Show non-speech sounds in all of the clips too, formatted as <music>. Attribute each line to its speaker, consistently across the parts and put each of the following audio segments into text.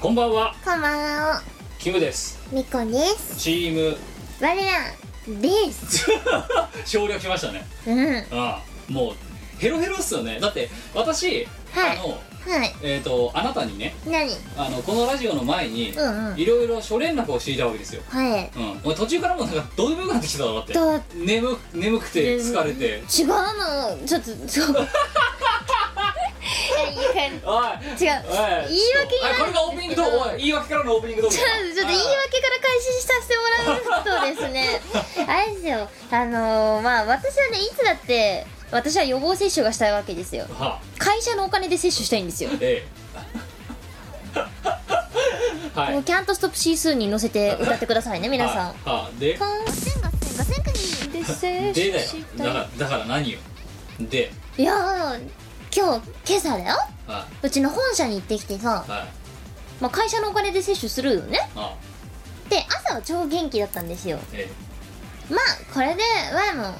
Speaker 1: こんばんは
Speaker 2: こんばんは
Speaker 1: キムです
Speaker 2: みこです
Speaker 1: チーム
Speaker 2: 我らです
Speaker 1: 省略しましたね
Speaker 2: うんはい
Speaker 1: ああもうヘロヘロっすよねだって私、
Speaker 2: はい
Speaker 1: あのえっ、とあなたにね
Speaker 2: 何
Speaker 1: あのこのラジオの前に
Speaker 2: うんうん
Speaker 1: いろいろ初連絡をしていたわけですよ
Speaker 2: はい
Speaker 1: うん俺途中からもうなんかどうでもよくなってきてただって
Speaker 2: だっ
Speaker 1: 眠く眠くて疲れて
Speaker 2: 違うのちょっとそういやいや
Speaker 1: おい
Speaker 2: 違う
Speaker 1: おい
Speaker 2: 言い訳にな
Speaker 1: おいこれがオープニングどうおい言い訳からのオープニングどう
Speaker 2: ちょっとちょっと言い訳から開始させてもらう
Speaker 1: <laughs>
Speaker 2: とですねあれですよあのーまあ私はねいつだって私は予防接種がしたいわけですよ
Speaker 1: はあ
Speaker 2: 会社のお金で接種したいんですよ
Speaker 1: ええ <laughs> はい
Speaker 2: もうキャントストップシースーに乗せて歌ってくださいね皆さん
Speaker 1: はいはいで
Speaker 2: 感染が千が千国で
Speaker 1: で
Speaker 2: 接種
Speaker 1: だよ
Speaker 2: した
Speaker 1: だからだから何よで
Speaker 2: いやー今日今朝だよ
Speaker 1: は
Speaker 2: うちの本社に行ってきてさ
Speaker 1: い、はい
Speaker 2: まあ、会社のお金で接種するよね
Speaker 1: あ
Speaker 2: で朝は超元気だったんですよ
Speaker 1: え
Speaker 2: まあこれでワイも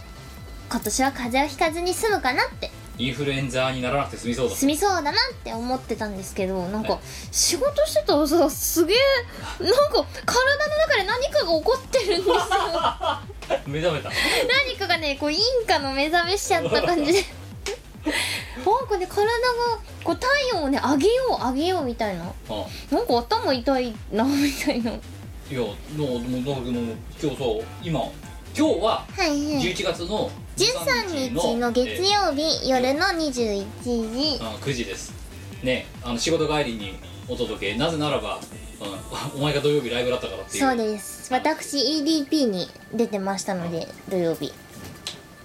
Speaker 2: 今年は風邪をひかずに済むかなって
Speaker 1: えインフルエンザにならなくて済みそうだ
Speaker 2: 済みそうだなって思ってたんですけどなん
Speaker 1: は
Speaker 2: か
Speaker 1: い
Speaker 2: 仕事してたらさすげえなんか体の中で何かが起こってるんですよ
Speaker 1: 目覚めた
Speaker 2: 何かがねこうインカの目覚めしちゃった感じでなんかね体がこう体温をね上げよう上げようみたいな
Speaker 1: あ
Speaker 2: なんか頭痛いなみたいなはい
Speaker 1: やもうもうもうもう今日そう今今日はい
Speaker 2: はい
Speaker 1: 11月の
Speaker 2: 13日の月
Speaker 1: え
Speaker 2: 曜日夜の21時
Speaker 1: えあ9時ですねあの仕事帰りにお届けなぜならば、うん、お前が土曜日ライブだったからっていう
Speaker 2: そうです私 EDP に出てましたので土曜日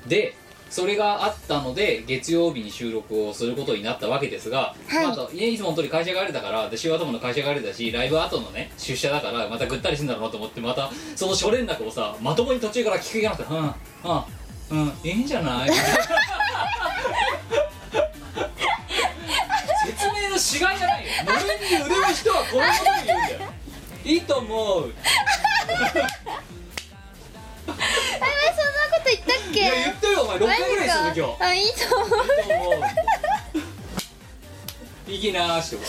Speaker 1: でそれがあったので月曜日に収録をすることになったわけですが、
Speaker 2: はい
Speaker 1: まああとねいつもの通り会社帰りだからで週頭の会社帰りだしライブ後のね出社だからまたぐったりするんだろうなと思ってまたその初連絡をさまともに途中から聞く気がなくて「うんうんうんいいんじゃない?」 <laughs> 説明のしがいじゃないよ乗れに売れる人はこういうこと言うんだよいいと思う
Speaker 2: あれそんなこと言ったっ
Speaker 1: い
Speaker 2: け
Speaker 1: や言ったよお前6回ぐらいする今日
Speaker 2: マジかあいいと思う
Speaker 1: いきなーしてこ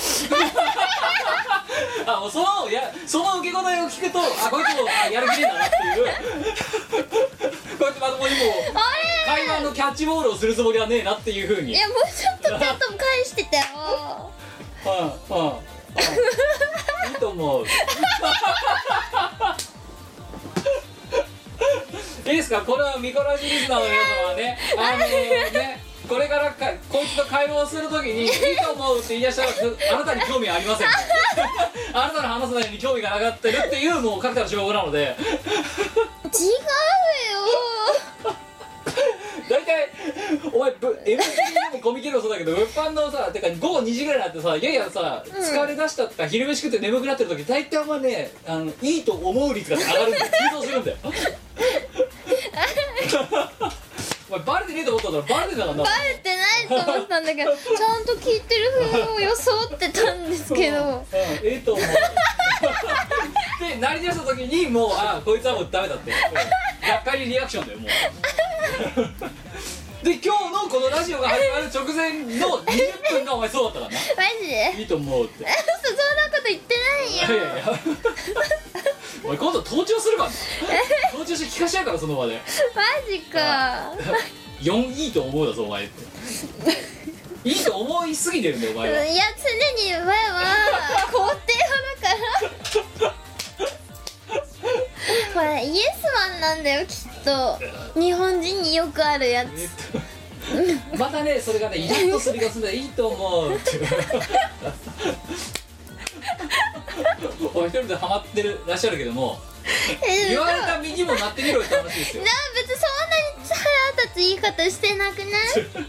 Speaker 1: とあもうそのやその受け答えを聞くとあこいつもあやる気ねえんだなっていうこいつまともにもう
Speaker 2: あ
Speaker 1: 会話のキャッチボールをするつもりはねえなっていうふう
Speaker 2: れ
Speaker 1: に
Speaker 2: いやもうちょっとちゃんと返してたよ
Speaker 1: <laughs> うんうんうんいいと思ういいですかこれはミコラジリスナーの皆様はねあのねこれからかこいつと会話をするときに「いいと思う」って言い出したらあなたに興味はありませんあなたの話す内容に興味が上がってるっていうもう確たる証拠なので
Speaker 2: 違うよ
Speaker 1: 大体お前ぶ MC でもコミケでもそうだけど物販のさてか午後2時ぐらいになってさいやいやさ
Speaker 2: ん
Speaker 1: 疲れ出したとか昼飯食って眠くなってる時大体お前ねあのいいと思う率が上がるん
Speaker 2: <laughs>
Speaker 1: だよ急増するんだよ <laughs> お前バレてねえと思ったんだろバレてたからな
Speaker 2: バレてないと思ってたんだけどちゃんと聞いてる風を装ってたんですけ
Speaker 1: うんうん
Speaker 2: ど
Speaker 1: ええと思う <laughs> でなり出した時にもうあこいつはもうダメだってうんがっかりリアクションだよもう
Speaker 2: <laughs>
Speaker 1: で今日のこのラジオが始まる直前の20分がお前そうだったからな
Speaker 2: マジ <laughs> で
Speaker 1: いいと思うってい
Speaker 2: 嘘そんなこと言ってない
Speaker 1: やい
Speaker 2: よ
Speaker 1: やいやお前今度盗聴するからな盗聴して聞かしちゃうからその場で
Speaker 2: マジか
Speaker 1: 4いいと思うだぞお前っていいと思いすぎてるんだよお
Speaker 2: い
Speaker 1: 前は
Speaker 2: や常に前は肯定派 <laughs> だからこれイエスマンなんだよきっと日本人によくあるやつ
Speaker 1: またねそれがねイラッとするがするんだいいと思うってお前一人でハマってるらっしゃるけども
Speaker 2: えで
Speaker 1: 言
Speaker 2: も
Speaker 1: われた身にもなってみろって話ですよ
Speaker 2: な別にそんなに腹立つ言い方してなく
Speaker 1: <laughs>
Speaker 2: ない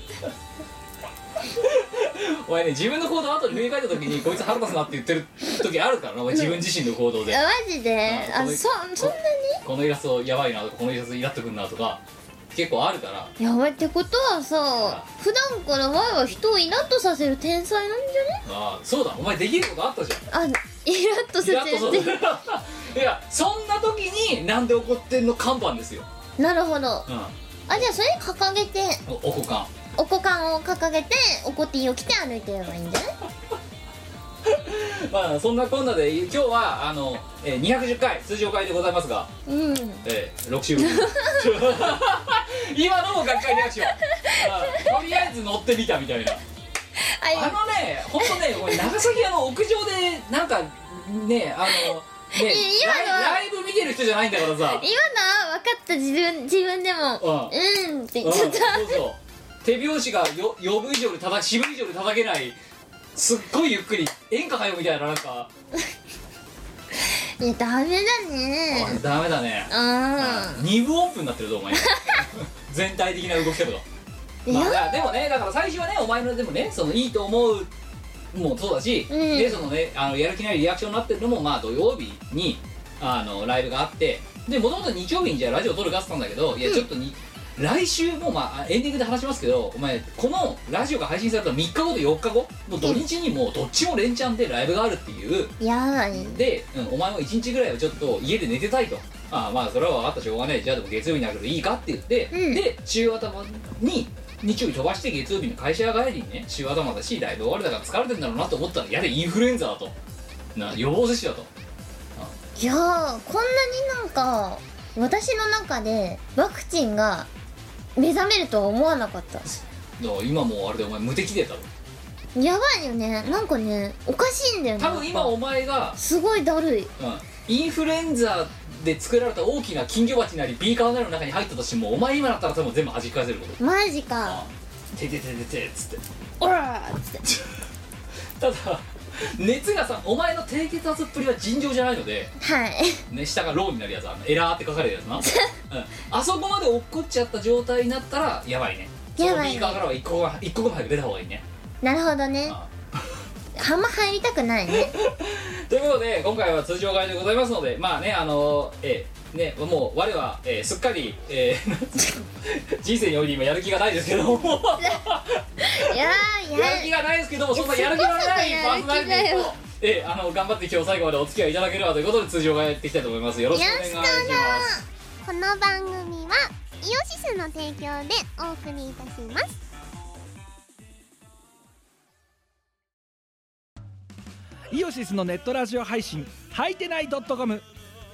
Speaker 1: お前ね自分の行動を後に振り返った時にこいつ腹立つなって言ってる時あるからなお前自分自身の行動で
Speaker 2: いやマジで
Speaker 1: あ
Speaker 2: あそそんなに
Speaker 1: このイラストやばいなとかこのイラストイラっとくんなとか結構あるから
Speaker 2: やばいってことはさ普段から前は人をイラッとさせる天才なんじゃね
Speaker 1: ああそうだお前できることあったじゃん
Speaker 2: あイラッとさ
Speaker 1: イラ
Speaker 2: せ
Speaker 1: ッとそう
Speaker 2: る天
Speaker 1: <laughs> いやそんな時になんで怒ってんの看板ですよ、
Speaker 2: なるほど
Speaker 1: うん、
Speaker 2: あじゃあそれ掲げて
Speaker 1: おおこかん
Speaker 2: おこかんを掲げておこてぃを着て歩いてればいいんじゃない
Speaker 1: まあそんなこんなで今日はあの、えー、210回通常会でございますが、
Speaker 3: うん
Speaker 1: えー、6週分今のも学会リアクションあとりあえず乗ってみたみたいな
Speaker 3: あ
Speaker 1: あのね本当ねこれ長崎屋の屋上でなんかねあのね
Speaker 3: い今のは
Speaker 1: ライライブ見てる人じゃないんだからさ
Speaker 3: 今のは分かった自分自分でもうんって言っちゃ
Speaker 1: う
Speaker 3: っ
Speaker 1: ん
Speaker 3: た
Speaker 1: そうそう手拍子がよ呼ぶ以上に叩渋い以上に叩けないすっごいゆっくり演歌かよみたいななんか、
Speaker 3: いやダメだね
Speaker 1: おいダメだね
Speaker 3: う
Speaker 1: 二部音符になってるぞお前 <laughs> 全体的な動き方が、
Speaker 3: んい
Speaker 1: まあ
Speaker 3: や
Speaker 1: だ、でもねだから最初はねお前のでもねそのいいと思うもそうだし、
Speaker 3: うん
Speaker 1: でそのねあのやる気ないリアクションになってるのもまあ土曜日にあのライブがあってでもともと日曜日にじゃあラジオ撮るかって言ったんだけどいやちょっとに、来週もまあエンディングで話しますけどお前このラジオが配信された3日後と4日後もう土日にもうどっちも連チャンでライブがあるっていう
Speaker 3: いやい
Speaker 1: で、うん、お前も1日ぐらいはちょっと家で寝てたいとああまあそれは分かったしょうがないじゃあでも月曜日になるけどいいかって言って、
Speaker 3: うん
Speaker 1: で週頭に日曜日飛ばして月曜日の会社帰りにね週頭だしだいぶ終わりだから疲れてんだろうなと思ったらやれインフルエンザだとな予防接種だと
Speaker 3: いやーこんなになんか私の中でワクチンが目覚めるとは思わなかった
Speaker 1: だから今もうあれでお前無敵でだろ
Speaker 3: やばいよねなんかねおかしいんだよね
Speaker 1: 多分今お前が、
Speaker 3: すごいだるい
Speaker 1: うん、インフルエンザで作られた大きな金魚鉢なりビーカーなりの中に入ったとしてもお前今だったら多分全部弾き返せること
Speaker 3: マジか
Speaker 1: 「ててててて」っつって
Speaker 3: オラーっつって
Speaker 1: ただ熱がさお前の低血圧っぷりは尋常じゃないので、
Speaker 2: <laughs>
Speaker 3: はい
Speaker 1: ね、下がローになるやつあのエラーって書かれるやつ
Speaker 3: <laughs>
Speaker 1: な、うん、あそこまで落っこっちゃった状態になったらやばいね
Speaker 3: やばいね
Speaker 1: その右側からは一刻も一刻も早く出た方がいいね
Speaker 3: なるほど
Speaker 1: <laughs>
Speaker 3: ね
Speaker 1: あ
Speaker 3: あんま入りたく
Speaker 1: <laughs>
Speaker 3: ないね
Speaker 1: ということで今回は通常会でございますのでまあねあのえーねもう我は、えーすっかり、えーなんつうの <laughs> 人生において今やる気がないですけど
Speaker 3: <laughs>
Speaker 1: も
Speaker 3: いやーいや
Speaker 1: やる気がないですけどもそんなやる気のないパーソナリティとええあの頑張って今日最後までお付き合いいただければということで通常がやっていきたいと思いますよろしくお願いします
Speaker 2: この番組はイオシスの提供でお送りいたします
Speaker 4: イオシスのネットラジオ配信「はいてない .com」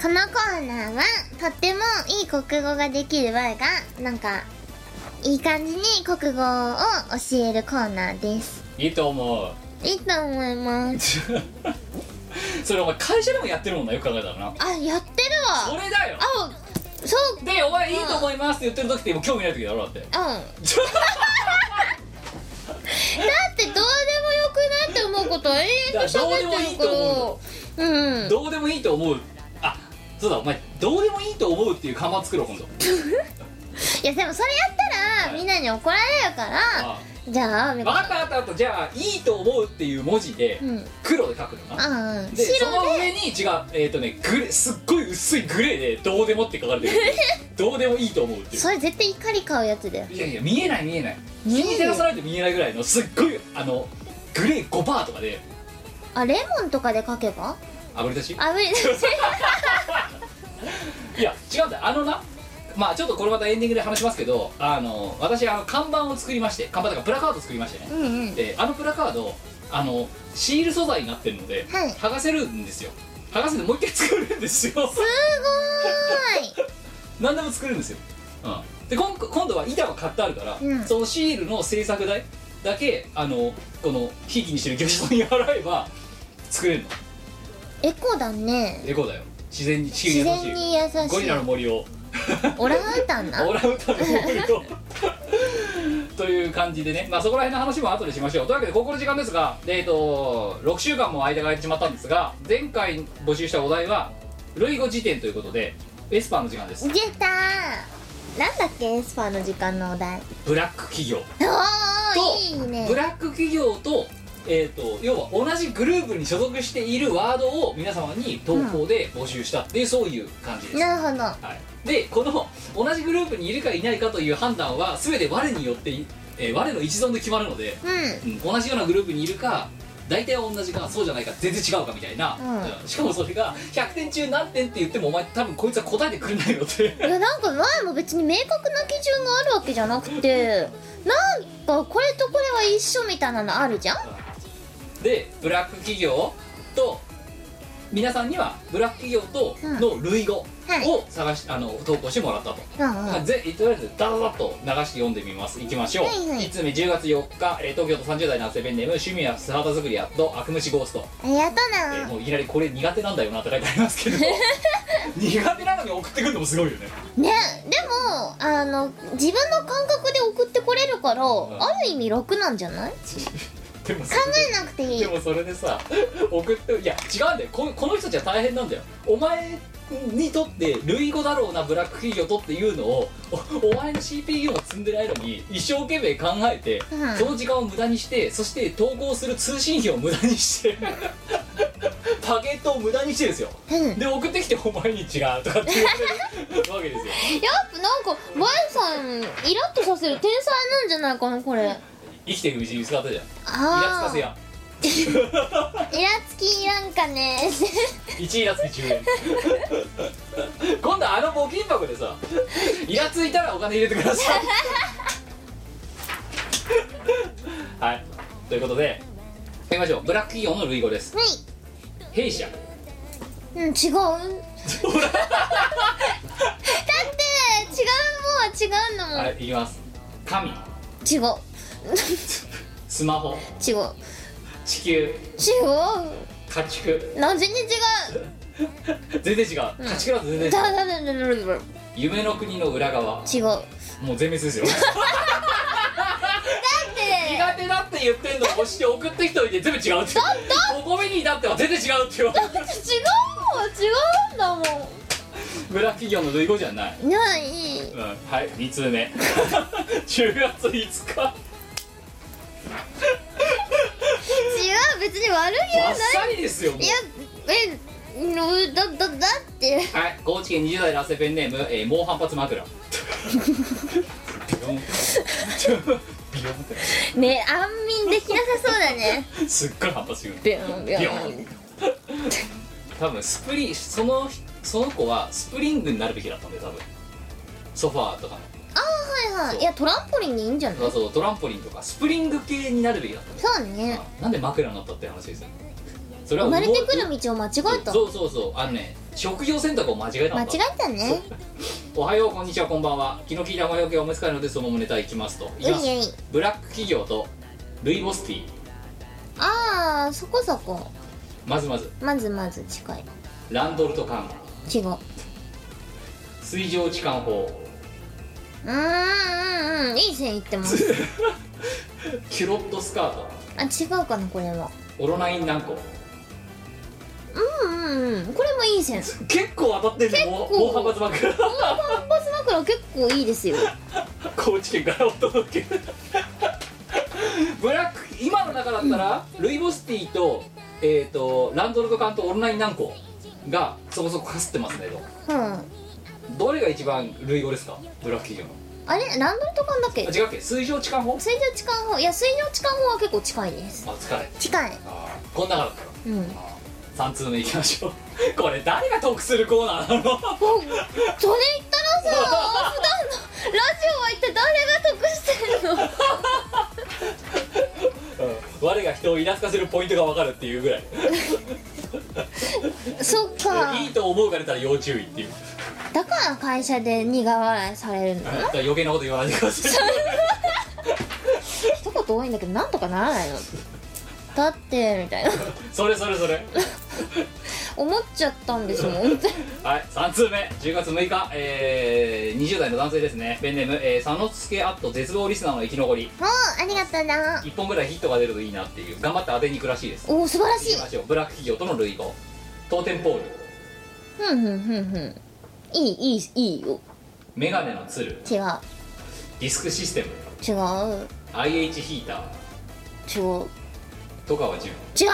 Speaker 2: このコーナーはとってもいい国語ができる Y がなんかいい感じに国語を教えるコーナーです
Speaker 1: いいと思う
Speaker 2: いいと思います
Speaker 1: それお前会社でもやってるもんなよく考えたらな
Speaker 3: あやってる
Speaker 1: そ
Speaker 3: わ
Speaker 1: れだよ
Speaker 3: あそう
Speaker 1: でお前いいと思いますって言ってる時ってもう興味ない時だろだって
Speaker 3: うんだってどうでもよくないって思うことは永遠と喋ってる
Speaker 1: だからどうでもいい
Speaker 3: か
Speaker 1: と
Speaker 3: らうん
Speaker 1: どうでもいいと思うあそうだお前どうでもいいと思うっていう看板作ろう今度
Speaker 3: いやでもそれやったら
Speaker 1: はい
Speaker 3: みんなに怒られるから、
Speaker 1: あ
Speaker 3: じゃあ
Speaker 1: 分
Speaker 3: みたい
Speaker 1: か
Speaker 3: な
Speaker 1: った分かった分かったじゃあいいと思うっていう文字で
Speaker 3: うん
Speaker 1: 黒で書くのな
Speaker 3: あうん
Speaker 1: で
Speaker 3: 白
Speaker 1: その上に違うえっ、とねグレすっごい薄いグレーで「どうでも」って書か
Speaker 3: <laughs>
Speaker 1: れてるどうでもいいと思うってい
Speaker 3: それ絶対怒り買うやつだよ
Speaker 1: ういやいや見えない見えない
Speaker 3: 見え
Speaker 1: 気
Speaker 3: る
Speaker 1: に照らさないと見えないぐらいのすっごいあのグレー5%とかで
Speaker 3: あレモンとかで書けば
Speaker 1: 炙り出し
Speaker 3: あぶり
Speaker 1: <laughs> いや違うんだよあのなまあちょっとこれまたエンディングで話しますけどあの私あの看板を作りまして看板というかプラカード作りましてね
Speaker 3: うんうん
Speaker 1: であのプラカードあのシール素材になってるので、
Speaker 3: はい
Speaker 1: 剥がせるんですよ剥がせてもう一回作るんで
Speaker 3: <laughs>
Speaker 1: すよ
Speaker 3: す
Speaker 1: 何でも作るんですよ、うん、で今今度は板が買ってあるから、
Speaker 3: うん
Speaker 1: そのシールの制作代だけあのこのひいきにしてる業者さんに払えば作れるの
Speaker 3: ごいエコだね
Speaker 1: エコだよ自然に地球
Speaker 3: 自
Speaker 1: に優し
Speaker 3: 然に
Speaker 1: い
Speaker 3: 優し
Speaker 1: ゴリ
Speaker 3: い
Speaker 1: ラの森を
Speaker 3: オランウータンな <laughs>
Speaker 1: オランウータンの森をっという感じでね、まあ、そこら辺の話も後でしましょうというわけでここの時間ですが、えー、と6週間も間が空いてしまったんですが前回募集したお題は類語辞典ということでエスパーの時間です
Speaker 2: 出たーなんだっけエスパーの時間のお題
Speaker 1: ブラック企業
Speaker 2: お
Speaker 1: と
Speaker 2: ーいいね
Speaker 1: ブラック企業と,、えー、と要は同じグループに所属しているワードを皆様に投稿で募集したっていう、そういう感じです、
Speaker 2: なるほどは
Speaker 1: はい、でこの同じグループにいるかいないかという判断は全て我によって、えー我の一存で決まるので、うん同じようなグループにいるか大体同じかそうじゃないか全然違うかみたいな、
Speaker 2: う
Speaker 1: うんしかもそれが100点中何点って言ってもお前多分こいつは答えてくれないので
Speaker 3: いやなんか前も別に明確な基準があるわけじゃなくてなんかこれとこれは一緒みたいなのあるじゃん
Speaker 1: でブラック企業と皆さんにはブラック企業との類語
Speaker 2: い
Speaker 1: を探し、あの投稿してもらったと、
Speaker 2: うんうん
Speaker 1: まあぜとりあえずダダダッと流して読んでみますいきましょう、
Speaker 2: はいはい
Speaker 1: 1つ目10月4日、えー東京都30代の汗ペンネーム趣味は素肌作りやっと悪虫ゴースト、
Speaker 2: ありがと
Speaker 1: えー
Speaker 2: うな
Speaker 1: もういきなりこれ苦手なんだよなって書いてありますけ
Speaker 2: <laughs>
Speaker 1: ど苦手なのに送ってくるのもすごいよね
Speaker 2: ねでもあの自分の感覚で送ってこれるから、
Speaker 1: ん
Speaker 2: ある意味楽なんじゃない考
Speaker 1: でもそれ
Speaker 2: えなくていい
Speaker 1: でもそれでさ <laughs> 送っていや違うんだよここの人たちは大変なんだよお前にとって類語だろうなブラック企業とっていうのをおお前の CPU を積んでないのに一生懸命考えて、
Speaker 2: うん
Speaker 1: その時間を無駄にしてそして投稿する通信費を無駄にして <laughs> パケットを無駄にしてですよ
Speaker 2: うん
Speaker 1: で送ってきてお前に違うとかって言われるわけですよ
Speaker 3: やっぱなんかバイさんイラッとさせる天才なんじゃないかなこれ
Speaker 1: 生きていく道に見つかったじゃんイラつ
Speaker 2: あ
Speaker 1: か
Speaker 2: あ
Speaker 1: せや
Speaker 2: イラつきいらん
Speaker 1: <laughs>
Speaker 2: かね
Speaker 1: 1イラつき10円今度あの募金箱でさイラついたらお金入れてくださいはいということでいきましょうブラック企業の類語です
Speaker 2: はい
Speaker 1: 弊社
Speaker 2: うん違うだって違うもんは違うんだもん、
Speaker 1: はいいきます神
Speaker 2: 違う
Speaker 1: スマホ
Speaker 2: 違う
Speaker 1: 地球
Speaker 2: 違
Speaker 1: 家畜
Speaker 2: うな全然違う
Speaker 1: 全然違う家畜だと全然違う
Speaker 2: だだだだだだだ違う
Speaker 1: 夢の国の裏側もう全滅ですよ苦手だって言ってんの押して送ってきといて全部違うってだっここ見に至っては全然違うって <laughs> よ
Speaker 3: 違う違うんだもん
Speaker 1: ブラック企業の類語じゃない
Speaker 2: ない
Speaker 1: うん、はい2通 <laughs> 目10月5日
Speaker 2: 違う別に悪い
Speaker 1: あっさりですよもう
Speaker 2: いやえのだだだって
Speaker 1: はい高知県20代の汗ペンネーム、えー、猛反発枕ビヨンビヨンっ
Speaker 2: ね安眠できなさそうだね
Speaker 1: てすっごい反発する
Speaker 3: ビョンビ
Speaker 1: ビヨ
Speaker 3: ョン
Speaker 1: ン多分スプリそのその子はスプリングになるべきだったんだよ多分ソファーとか
Speaker 2: はいは
Speaker 1: そう
Speaker 2: いいやトランポリンでいいんじゃない
Speaker 1: のそうトランポリンとかスプリング系になるべきだったんだよ
Speaker 2: そうね
Speaker 1: なんで枕になったって話ですよそれは
Speaker 2: 生まれてく
Speaker 1: う
Speaker 2: る道を間違えた
Speaker 1: そうそうそうあのね職業選択を間違えたん
Speaker 2: 間
Speaker 1: だ
Speaker 2: 違えたね
Speaker 1: おはようこんにちはこんばんは気の利いた魔除けを思いつかないのでそのままネタいきますと
Speaker 2: う
Speaker 1: い
Speaker 2: い
Speaker 1: きます
Speaker 2: えい
Speaker 1: ブラック企業とルイボスティー
Speaker 2: ああそこそこ
Speaker 1: まずまず
Speaker 2: まずまず近い
Speaker 1: ランドルト缶
Speaker 2: 違う
Speaker 1: 水上置換法
Speaker 2: うーんうんうんいい線いって <laughs> ます
Speaker 1: キュロットスカート
Speaker 2: あ違うかなこれは
Speaker 1: オロナイン軟膏
Speaker 2: うんうんうんこれもいい線
Speaker 1: 結構当たってるねもうもう幅ばっか
Speaker 2: このパンパス枕結構いいですよ
Speaker 1: 高知県からお届けブラック今の中だったら、ルイボスティーと,、えー、とランドルト缶とオロナイン軟膏がそこそこかすってますねと
Speaker 2: うん
Speaker 1: どれが一番類語ですかブラック企業の
Speaker 2: あれランドルとかんだっけ
Speaker 1: あ違うっけ水上置換法
Speaker 2: 水上痴漢法いや水上痴漢法は結構近いです
Speaker 1: あ疲れ
Speaker 2: 近い
Speaker 1: あーこんなから
Speaker 2: うん
Speaker 1: 3通目いきましょう <laughs> これ誰が得するコーナーなの
Speaker 2: それ言ったらさ普段のラジオは一体誰が得してんの
Speaker 1: 我が人をイラつかせるポイントが分かるっていうぐらい
Speaker 2: <laughs> そっか
Speaker 1: いいと思うが出たら要注意っていう
Speaker 2: だから会社で苦笑いされるの
Speaker 1: だから余計なこと言わないでください <laughs>
Speaker 2: 一言多いんだけどなんとかならないのだってみたいな
Speaker 1: それそれそれ
Speaker 3: <laughs> 思っちゃったんですもん本当に
Speaker 1: はい、3通目10月6日、えー、20代の男性ですねペンネーム、えー、佐野助アット絶望リスナーの生き残り
Speaker 2: おーありがとうな
Speaker 1: 1本ぐらいヒットが出るといいなっていう頑張って当てに行くらしいです
Speaker 3: おお素晴ら
Speaker 1: 行
Speaker 3: しい
Speaker 1: きましょうブラック企業との類語当店ポール
Speaker 3: ふんふんふんふんいいいいいいよ
Speaker 1: メガネのツ
Speaker 3: 違
Speaker 1: ル
Speaker 3: う
Speaker 1: ディスクシステム
Speaker 3: 違う
Speaker 1: IH ヒーター
Speaker 3: 違う
Speaker 1: とかは10
Speaker 3: 違う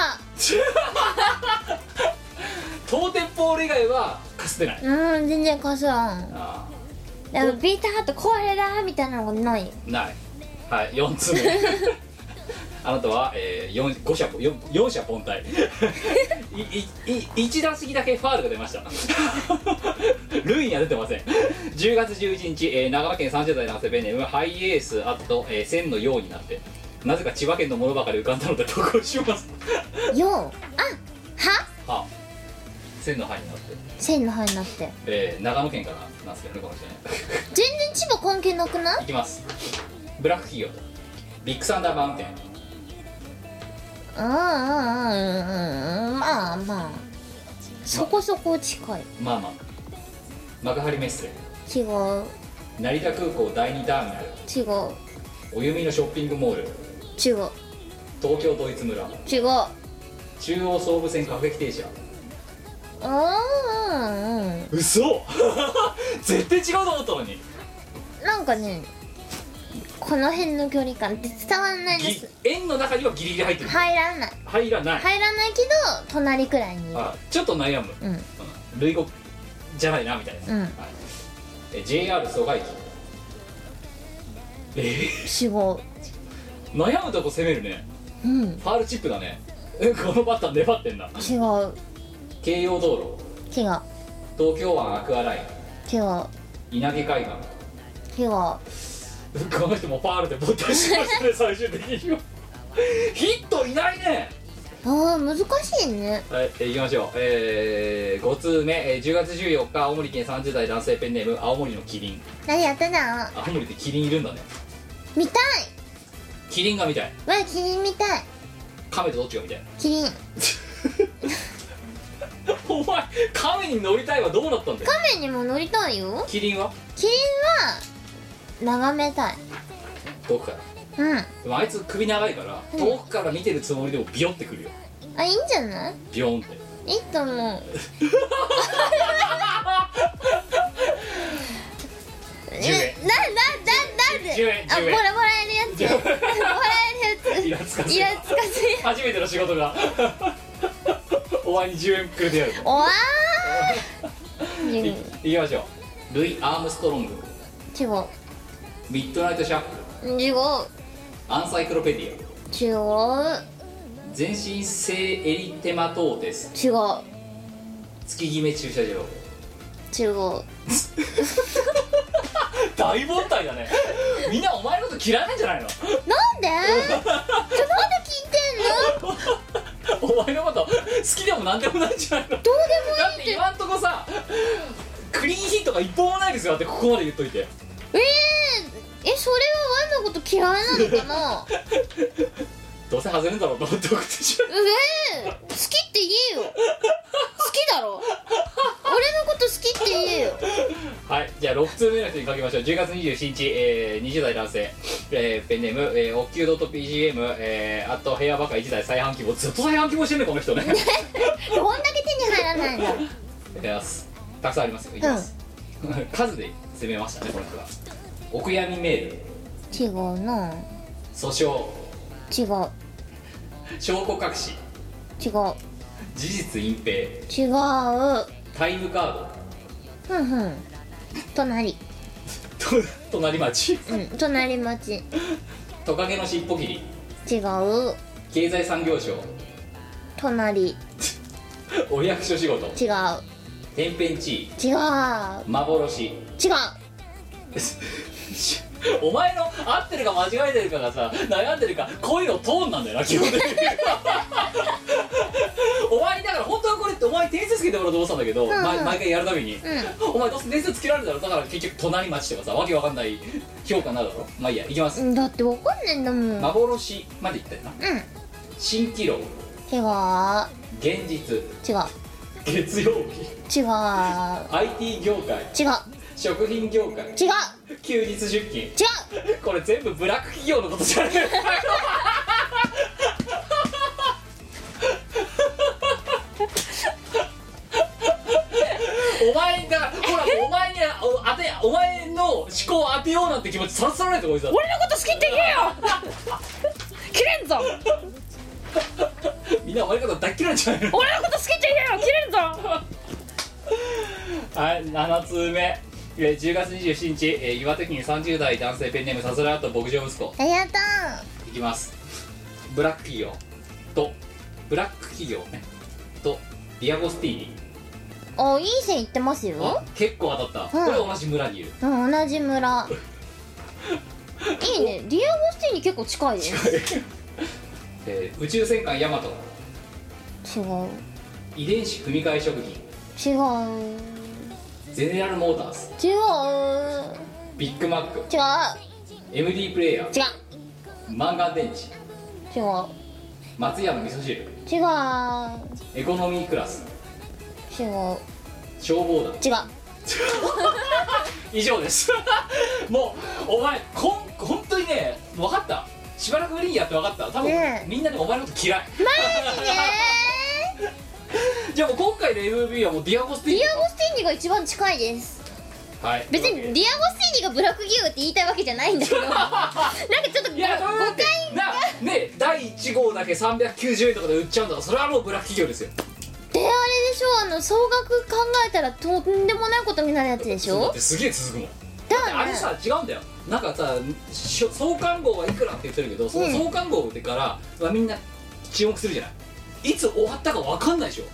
Speaker 1: 当店ポール以外はかすってない
Speaker 3: うん全然かすらん
Speaker 1: あ
Speaker 3: あのビートハート壊れだみたいなのがない
Speaker 1: ーないはい4通目
Speaker 3: <laughs>
Speaker 1: あなたは、えー、4, 5社 4, 4社凡
Speaker 3: <laughs>
Speaker 1: 退いいい1打席だけファールが出
Speaker 3: <laughs>
Speaker 1: ましたルイには出てません10月11日、えー長野県30代男性ベネームハイエースアット、えー、線のようになってなぜか千葉県のものばかり浮かんだので投稿します
Speaker 3: ようあは
Speaker 1: は線の範になって、
Speaker 3: 線の範囲になって
Speaker 1: えー長野県からなんですけどねこの人ね
Speaker 3: 全然千葉関係なくない
Speaker 1: いきますブラック企業とビッグサンダーマウンテン
Speaker 3: うんうんうんうんうんまあまあそこそこ近い
Speaker 1: まあまあ幕張メッセ
Speaker 3: 違う
Speaker 1: 成田空港第2ターミナル
Speaker 3: 違う
Speaker 1: お弓のショッピングモール
Speaker 3: 違う
Speaker 1: 東京ドイツ村
Speaker 3: 違う
Speaker 1: 中央総武線各駅停車
Speaker 3: うんうんうん
Speaker 1: 嘘 <laughs> 絶対違うと思ったのに
Speaker 3: なんかねこの辺の距離感って伝わんないで
Speaker 1: ぎ
Speaker 3: す
Speaker 1: 円の中にはギリギリ入ってる
Speaker 3: 入らない
Speaker 1: 入らない、
Speaker 3: 入らないけど隣くらいにいる
Speaker 1: あちょっと悩む、
Speaker 3: うん
Speaker 1: うん類語じゃないなみたいな、
Speaker 3: うん
Speaker 1: はいえ JR 蘇我駅え
Speaker 3: 違う
Speaker 1: ー悩むとこ攻めるね
Speaker 3: うん
Speaker 1: ファールチップだねうんこのバッター粘ってんな
Speaker 3: 違う
Speaker 1: 京葉道
Speaker 3: 違う
Speaker 1: 路東京湾アクアライ
Speaker 3: 違う
Speaker 1: ン稲毛海岸 <laughs>
Speaker 3: 違う
Speaker 1: この人もファールでボタンしましたね最終的には <laughs> ヒットいないね
Speaker 3: あー難しいね
Speaker 1: はい行きましょうえー、5通目、えー10月14日青森県30代男性ペンネーム青森のキリン
Speaker 2: 何やってたの
Speaker 1: 青森ってキリンいるんだね
Speaker 2: 見たい
Speaker 1: キリンが見たい
Speaker 2: わキリン見たい
Speaker 1: 亀とどっちが見たい
Speaker 2: キリン
Speaker 1: <laughs> お前亀に乗りたいはどうなったんだよ
Speaker 2: 亀にも乗りたいよ
Speaker 1: キリンは
Speaker 2: キリンは眺めたい
Speaker 1: 遠くから
Speaker 2: うん
Speaker 1: でもあいつ首長いから遠くから見てるつもりでもビヨンってくるよ
Speaker 2: あいいんじゃない
Speaker 1: ビヨンって
Speaker 2: いいと
Speaker 1: <laughs>
Speaker 2: 思うえ
Speaker 1: 10円
Speaker 2: ななななんで
Speaker 1: 10円
Speaker 2: あ
Speaker 1: 10
Speaker 2: も
Speaker 1: 円
Speaker 2: らもらえるやつもらえ
Speaker 1: <laughs>
Speaker 2: る
Speaker 1: イ
Speaker 2: や
Speaker 1: ラつか
Speaker 2: つ
Speaker 1: せ
Speaker 2: イ
Speaker 1: る
Speaker 2: ラつかせる
Speaker 1: 初めての仕事がお前に10円くれてやる
Speaker 2: おわー
Speaker 1: い
Speaker 2: 違
Speaker 1: いうきましょうルイ・アームストロング
Speaker 2: 違う
Speaker 1: ミッドナイト・シャッフル
Speaker 2: 違う
Speaker 1: アンサイクロペディア
Speaker 2: 違う
Speaker 1: 全身性エリテマトーテス
Speaker 2: 違う
Speaker 1: 月決め駐車場
Speaker 2: 違う
Speaker 1: <laughs> 大問題だねみんなお前のこと嫌いなんじゃないの
Speaker 2: なんでちょなんで聞いてんの
Speaker 1: お前のこと好きでもなんでもないんじゃないのどうでもいいだって今んとこさクリーンヒットが一本もないですよだってここまで言っといて
Speaker 2: えー、えそれはワンのこと嫌いなのかな
Speaker 1: どうせ外れんだろうと思って送ってしまう
Speaker 2: えー、好きって言えよ好きだろ俺のこと好きって言えよ
Speaker 1: はい、じゃあ6通目の人に書きましょう10月27日、えー、20代男性、えーペンネーム、えー、おっきゅう .pgm、えー、あと部屋ばか1台再販希望ずっと再販希望してんねこの人ね
Speaker 2: どんだけ手に入らないの
Speaker 1: いきますたくさんありますよいきます、 <laughs> 数で攻めましたねこの人はお悔やみメール
Speaker 3: 違うな
Speaker 1: 訴訟
Speaker 3: 違う
Speaker 1: 証拠隠し
Speaker 3: 違う
Speaker 1: 事実隠蔽
Speaker 3: 違う
Speaker 1: タイムカー
Speaker 3: ふんふん隣
Speaker 1: ド <laughs> と隣町
Speaker 3: うん隣町
Speaker 1: トカゲの尻尾切り
Speaker 3: 違う
Speaker 1: 経済産業省
Speaker 3: 隣違う
Speaker 1: お役所仕事
Speaker 3: 違う
Speaker 1: 天変地異
Speaker 3: 違う
Speaker 1: 幻 <laughs> お前の合ってるか間違えてるかがさ悩んでるかこういうのトーンなんだよな基本的に <laughs> お前にだから本当はこれってお前に点数つけてもらおうと思ってたんだけど、ま毎回やるたびに、お前どうせ点数つけられるだろだから結局隣町とかさわけわかんない評価になるだろまあいいやいきます、
Speaker 3: うんだってわかんねえんだもん違う
Speaker 1: 幻までいったよな、新気楼現実
Speaker 3: 違う
Speaker 1: 月曜日
Speaker 2: 違う
Speaker 1: IT 業界
Speaker 2: 違う違う
Speaker 1: 食品業界
Speaker 2: 違う
Speaker 1: 休日出勤
Speaker 2: 違
Speaker 1: <laughs> これ全部ブラック企業のことじゃない <laughs> お前だからほらお前にお当てお前の思考を当てようなんて気持ちさらさらないとこいつだ
Speaker 5: 俺のこと好きって言えよ切れんぞ
Speaker 1: みんなお前のこと大っ嫌いじゃないの
Speaker 5: 俺のこと好きって言えよ切れんぞ
Speaker 1: はい7通目えー10月27日、えー岩手県30代男性ペンネームさすらと牧場息子
Speaker 2: ありがと
Speaker 1: いきますブラック企業とブラック企業ねとディアゴスティーニ
Speaker 2: うおいい線いってますよ
Speaker 1: あ結構当たった、
Speaker 2: うん
Speaker 1: これ同じ村にいる
Speaker 2: うん同じ村いいねリアゴスティに結構近いです
Speaker 1: えー宇宙戦艦ヤマト
Speaker 2: 違う
Speaker 1: 遺伝子組み換え食品
Speaker 2: 違う
Speaker 1: ゼネラルモーターズ
Speaker 2: 違う
Speaker 1: ビッグマック
Speaker 2: 違う
Speaker 1: MD プレイヤ
Speaker 2: 違う
Speaker 1: ーマンガン電池
Speaker 2: 違う
Speaker 1: 松屋の味噌汁
Speaker 2: 違う
Speaker 1: エコノミークラス
Speaker 5: <laughs>
Speaker 2: 違う
Speaker 1: 消防
Speaker 2: <laughs>
Speaker 1: 団
Speaker 2: 違う
Speaker 1: 以上です <laughs> もうお前こん本当にね分かったしばらくぶりにやって分かった多分、
Speaker 2: ねえ
Speaker 1: みんなでお前のこと嫌い
Speaker 2: えー、
Speaker 1: じゃあもう今回の MV はもうディアゴスティーニ
Speaker 2: リアゴスティーニが一番近いです
Speaker 1: はい
Speaker 3: 別に
Speaker 1: と
Speaker 3: デ
Speaker 1: いう
Speaker 3: ィア
Speaker 1: わ
Speaker 3: ゴスティーニがブラック企業って言いたいわけじゃないんだけど
Speaker 1: <laughs>
Speaker 3: なんかちょっと
Speaker 1: けでいやそれだ
Speaker 3: 誤
Speaker 1: ってなね第1号だけ390円とかで売っちゃうんだからそれはもうブラック企業ですよ
Speaker 3: であれでしょあの総額考えたらとんでもないことになるやつでし
Speaker 1: そうだっ
Speaker 3: ょ
Speaker 1: てすげえ続くもん
Speaker 3: だ
Speaker 1: だってあれさ違うんだよなんかさしょ創刊号はいくらって言ってるけどその創刊号でから、まあみんな注目するじゃないいつ終わったか分かんないでしょ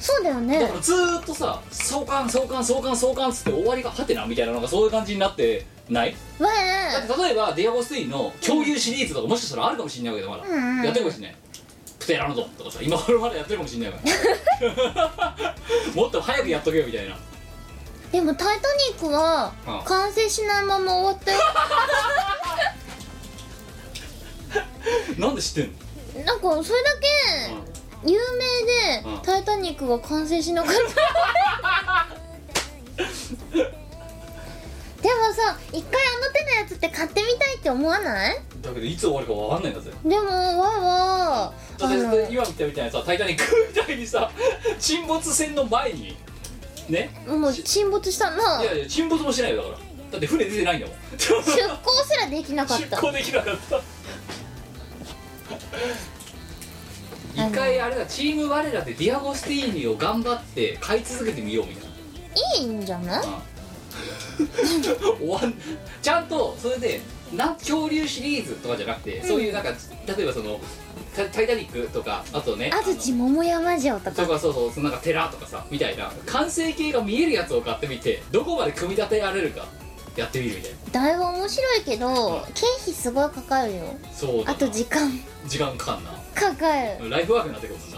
Speaker 2: そうだよ
Speaker 1: だ
Speaker 2: ね
Speaker 1: からずーっとさ創刊創刊創刊創刊っつって終わりがはてなみたいなのがそういう感じになってない
Speaker 2: わ
Speaker 1: だって例えば「ディアゴスティーニ」の共有シリーズとかもしかしたらあるかもしれないわけどまだ、
Speaker 2: うんうん
Speaker 1: やってるかもしれないプテラノドンとかさ今頃まだやってるかもしれないから <laughs> もっと早くやっとけよみたいな
Speaker 2: ーでも「タイタニック」は
Speaker 1: うん
Speaker 2: 完成しないまま終わった
Speaker 1: <laughs>
Speaker 2: よ
Speaker 1: なんで知ってんの、
Speaker 2: なんかそれだ
Speaker 1: うん
Speaker 2: け有名で
Speaker 1: うん
Speaker 2: 「タイタニック」が完成しなかった
Speaker 1: <laughs>
Speaker 2: でもさ一回あの手のやつって買ってみたいって思わない
Speaker 1: だけどいつ終わるか分かんないんだぜ
Speaker 2: でもわいわ
Speaker 1: だってだって今見たみたいなさ「タイタニック」 <laughs> みたいにさ沈没船の前にね
Speaker 2: もう沈没したない
Speaker 1: やいや沈没もしないよだからだって船出てないんだもん
Speaker 2: 出航すらできなかっ
Speaker 1: 出
Speaker 2: た
Speaker 1: 航できなかった一回あれだチーム我らでディアゴスティーニを頑張って買い続けてみようみたいない
Speaker 2: いんじゃない
Speaker 1: <laughs> 終わんちゃんとそれでな恐竜シリーズとかじゃなくて、そういうなんか例えばその「タタイタニック」とかあとね
Speaker 2: 安土桃山城と
Speaker 1: と
Speaker 2: か
Speaker 1: かそうそうそのなんか寺とかさみたいな完成形が見えるやつを買ってみてどこまで組み立てられるかやってみるみたい
Speaker 2: だいぶ面白いけど経費すごいかかるよ
Speaker 1: なそうだな
Speaker 2: あと時間
Speaker 1: 時間かかんな
Speaker 2: かかる
Speaker 1: ライフワークになってくるもんな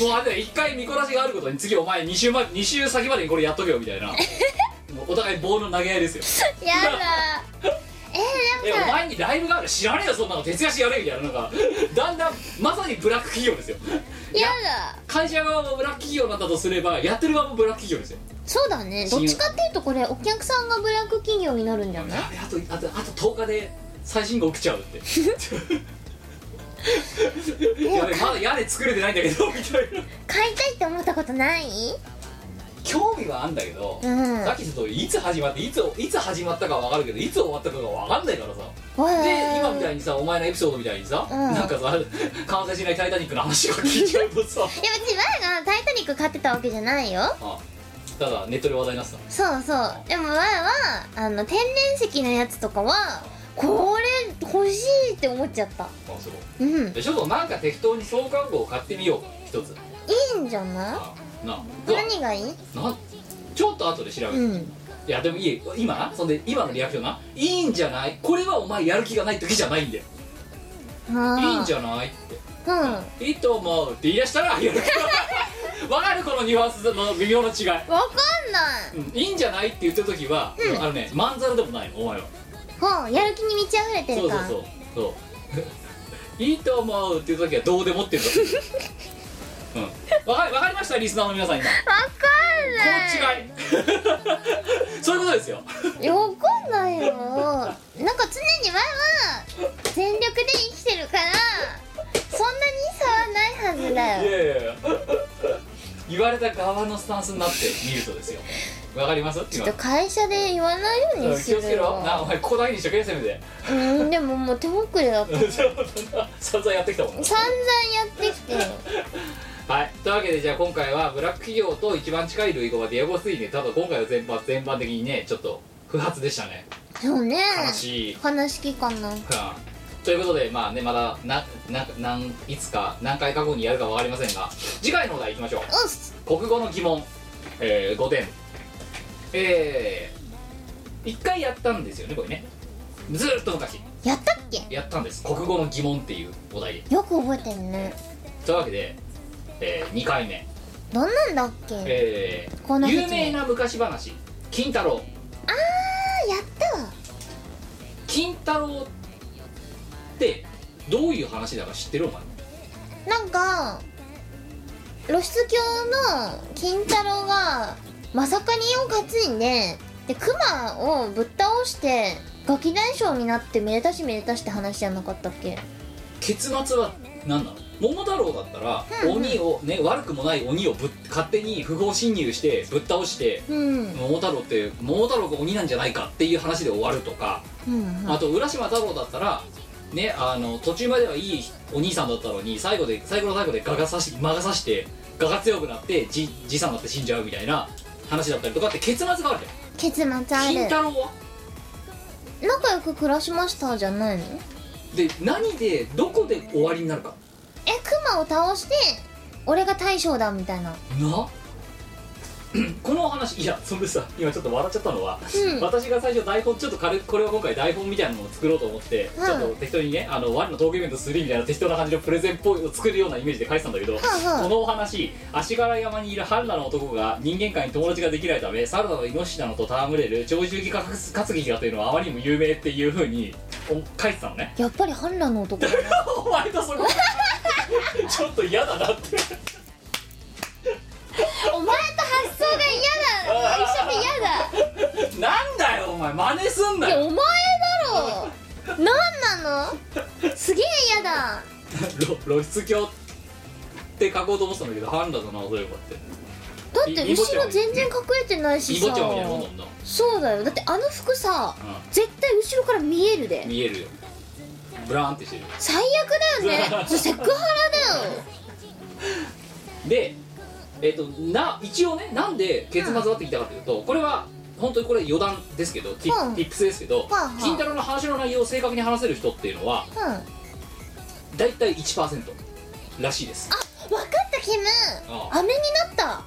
Speaker 1: もうあれだよ一回見こなしがあることに次お前2週ま二週先までにこれやっとけよみたいなもうお互い棒の投げ合いですよ
Speaker 2: やだえ
Speaker 1: え
Speaker 2: ー、でも
Speaker 1: お
Speaker 2: さ
Speaker 1: 前にライブがある知らねえよそんなの徹夜してやれみたいななんかだんだんまさにブラック企業ですよ
Speaker 2: やだ
Speaker 1: 会社側もブラック企業なんだとすればやってる側もブラック企業ですよ
Speaker 2: そうだねどっちかっていうとこれお客さんがブラック企業になるんじゃない
Speaker 1: やべあとあとあと10日で最新号来ちゃうって
Speaker 2: <laughs>
Speaker 1: やべまだ屋根作れてないんだけどみたいな
Speaker 2: 買いたいって思ったことない
Speaker 1: 興味はあんだけど、
Speaker 2: うん
Speaker 1: さっき言ったとりいつ始まっていついつ始まったかわかるけどいつ終わったかがわかんないからさ
Speaker 2: わ
Speaker 1: で今み
Speaker 2: い
Speaker 1: たいにさお前のエピソードみたいにさ、
Speaker 2: うん
Speaker 1: なんかさ完成しない「タイタニック」の話が聞いちゃうとさ <laughs>
Speaker 2: や別に前が「タイタニック」買ってたわけじゃないよ
Speaker 1: あただネットで話題になってた
Speaker 2: そうそうでも前はあの天然石のやつとかはこれ欲しいって思っちゃった
Speaker 1: あそう
Speaker 2: うん
Speaker 1: でちょっとなんか適当に創刊号を買ってみよう一つ
Speaker 2: いいんじゃな
Speaker 1: あなあ
Speaker 2: い何がいい
Speaker 1: なちょっと後で調べる、
Speaker 2: うん
Speaker 1: いやでもいい今なそんで今のリアクションないいんじゃないこれはお前やる気がない時じゃないんだよ
Speaker 2: あー
Speaker 1: いいんじゃないって
Speaker 2: うん
Speaker 1: いいと思うって言い出したらや <laughs> る気がわかるこのニュアンスの微妙な違い、
Speaker 2: わかんない
Speaker 1: うんいいんじゃないって言ってる時は、あのねまんざらでもないのお前は
Speaker 2: ほうやる気に満ち溢れて
Speaker 1: そう
Speaker 2: るか
Speaker 1: そう <laughs> そうそういいと思うっていう時はどうでもって言うんだうん、わかわかりましたリスナーの皆さん今こ
Speaker 3: わか
Speaker 1: の違い <laughs> そういうことですよ
Speaker 3: んないよ
Speaker 2: わかんないよなんか常に前は全力で生きてるからそんなに差はないはずだ
Speaker 1: い
Speaker 2: よ
Speaker 1: やいやいや言われた側のスタンスになってみるとですよわかります
Speaker 2: ち
Speaker 1: 今
Speaker 2: ょっと会社で言わないよう
Speaker 1: う
Speaker 2: に
Speaker 1: ん
Speaker 2: す
Speaker 1: 気をつ
Speaker 2: る
Speaker 1: けろな
Speaker 2: よ
Speaker 1: お前ここだけにしとけせめて <laughs>
Speaker 2: うんでももう手遅れだった
Speaker 1: そうそんな散々やってきたもん
Speaker 2: 散々やってきて
Speaker 1: はいというわけでじゃあ今回はブラック企業と一番近い類語はディアゴスイネただ今回は全般全般的にねちょっと不発でしたね
Speaker 2: そうね
Speaker 1: 悲しい、うん
Speaker 2: 悲しきかな
Speaker 1: ということでまあねまだなななんいつか何回か後にやるか分かりませんが次回のお題いきましょう
Speaker 2: おっす
Speaker 1: 国語の疑問、えー、5点えー、1回やったんですよねこれねずーっと昔
Speaker 2: やったっけ
Speaker 1: やったんです国語の疑問っていうお題で
Speaker 2: よく覚えてんね
Speaker 1: というわけで、え2回目、
Speaker 2: どんなんだっけ
Speaker 1: えー
Speaker 2: こんな説明
Speaker 1: 有名な昔話「金太郎
Speaker 2: あやったわ」
Speaker 1: 金太郎ってどういう話だか知ってるお前
Speaker 2: なんか露出狂の金太郎がまさかにを担いででクマをぶっ倒してガキ大将になってめでたしめでたしって話じゃなかったっけ
Speaker 1: 結末は何なの桃太郎だったら、
Speaker 2: うんうん
Speaker 1: 鬼をね悪くもない鬼をぶっ勝手に不法侵入してぶっ倒して
Speaker 2: うんうん
Speaker 1: 桃太郎って桃太郎が鬼なんじゃないかっていう話で終わるとか、
Speaker 2: うん
Speaker 1: あと浦島太郎だったらねあの途中まではいいお兄さんだったのに最後で最後の最後でガがさし魔がさしてガが強くなってじじいさんになって死んじゃうみたいな話だったりとかって結末があるじゃん
Speaker 2: 結末ある
Speaker 1: 金太郎は
Speaker 2: 仲良く暮らしましたじゃないの
Speaker 1: で何でどこで終わりになるか
Speaker 2: えクマを倒して俺が大将だみたいな
Speaker 1: な <clears throat> この話いやそれさ今ちょっと笑っちゃったのは、
Speaker 2: うん
Speaker 1: 私が最初台本ちょっと軽くこれを今回台本みたいなのを作ろうと思って、
Speaker 2: うん
Speaker 1: ちょっと適当にねあのワニのトークイベント3みたいな適当な感じのプレゼンっぽいを作るようなイメージで書いてたんだけど、
Speaker 2: はあ
Speaker 1: このお話足柄山にいる春菜の男が人間界に友達ができないためサルダとイノシシなのと戯れる鳥獣戯画担ぎがというのはあまりにも有名っていうふうにお書いてたのね
Speaker 2: <laughs> やっぱり反乱の男
Speaker 1: <laughs>
Speaker 2: だな
Speaker 1: お前とそこ <laughs> ちょっと嫌だなって
Speaker 2: お前と発想が嫌だ一緒で嫌だ
Speaker 1: なんだよお前真似すんない
Speaker 2: や
Speaker 1: よ
Speaker 2: お前だろなんなのすげえ嫌だ
Speaker 1: 露露出鏡って書こうと思ってたんだけどハンダだなそういえばって
Speaker 2: だって
Speaker 1: いいぼっ
Speaker 2: 後
Speaker 1: ちゃん
Speaker 2: ろ全然隠れてないし
Speaker 1: イボ
Speaker 2: さ
Speaker 1: ちゃんみたいなもんだもんな、
Speaker 2: そうだよだってあの服さ絶対後ろから見える
Speaker 1: うん、
Speaker 2: で
Speaker 1: 見えるよブラーンってしてるよ
Speaker 2: 最悪だ
Speaker 1: <laughs>
Speaker 2: よねそれセクハラだよ
Speaker 1: でえっ、とな一応ねなんで結末だってきたかというと、これは本当にこれ余談ですけど、ティ
Speaker 2: うん
Speaker 1: ティップスですけど、
Speaker 2: はあはあ
Speaker 1: 金太郎の話の内容を正確に話せる人っていうのは
Speaker 2: うん分
Speaker 1: だいたい1%らしいです
Speaker 2: かったキム
Speaker 1: ああ
Speaker 2: 飴になった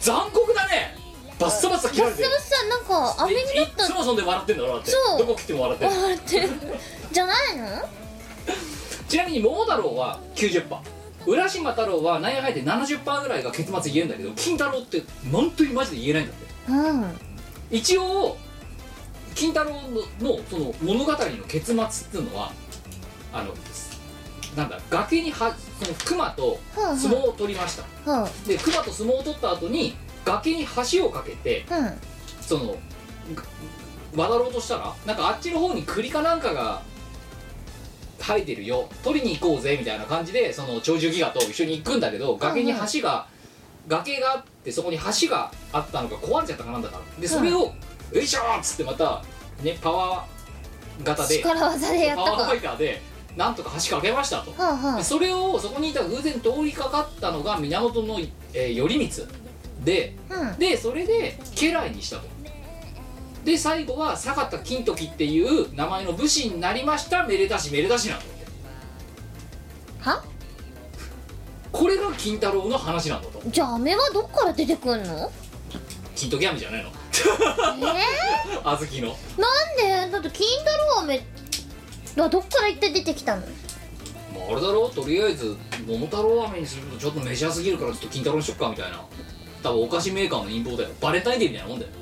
Speaker 1: 残酷だねバッサバッサ切ら
Speaker 2: バ
Speaker 1: れ
Speaker 2: ス
Speaker 1: て
Speaker 2: バ
Speaker 1: る
Speaker 2: スさなんか飴に
Speaker 1: い
Speaker 2: な
Speaker 1: っ
Speaker 2: っ
Speaker 1: つもそんで笑ってんだろだって
Speaker 2: そう
Speaker 1: どこ切っても笑って
Speaker 2: た
Speaker 1: る
Speaker 2: 笑ってるじゃないの
Speaker 1: ちなみに桃太郎は90%浦島太郎は何やかんやで70%ぐらいが結末言えんだけど金太郎って本当にマジで言えないんだって
Speaker 2: うん
Speaker 1: 一応金太郎ののその物語の結末っていうのはあのなんだ崖にはその熊と
Speaker 2: ふんふ
Speaker 1: 相
Speaker 2: ん
Speaker 1: 撲を取りました
Speaker 2: ふん
Speaker 1: で熊と相撲を取った後に崖に橋を架けて
Speaker 2: ふん
Speaker 1: そのが渡ろうとしたらなんかあっちの方に栗かなんかが生えてるよ取りに行こうぜみたいな感じでその鳥獣戯画と一緒に行くんだけど崖に橋が崖があってそこに橋があったのが壊れちゃったかなんだからでそれを「よいしょ!」っつってまたねパワー型で
Speaker 2: 力技でやっ
Speaker 1: パ
Speaker 2: た
Speaker 1: ワー
Speaker 2: か
Speaker 1: ファイターでなんとか橋架けましたと。
Speaker 2: はんはん
Speaker 1: でそれをそこにいた偶然通りかかったのが源の、えー頼光で
Speaker 2: うん
Speaker 1: でそれで家来にしたとで最後は坂田金時っていう名前の武士になりましためでたしめでたしなんだって
Speaker 2: は
Speaker 1: これが金太郎の話なんだと
Speaker 2: じゃあ飴はどっから出てくん
Speaker 1: <laughs>
Speaker 2: の
Speaker 1: 金時飴じゃないの <laughs>
Speaker 2: えー
Speaker 1: 小豆の
Speaker 2: なんでだって金太郎飴はどっから一体出てきたの
Speaker 1: まあ、あれだろとりあえず桃太郎飴にするとちょっとメジャーすぎるからちょっと金太郎にしよっかみたいな多分お菓子メーカーの陰謀だよバレンタインデーみたいなもんだよ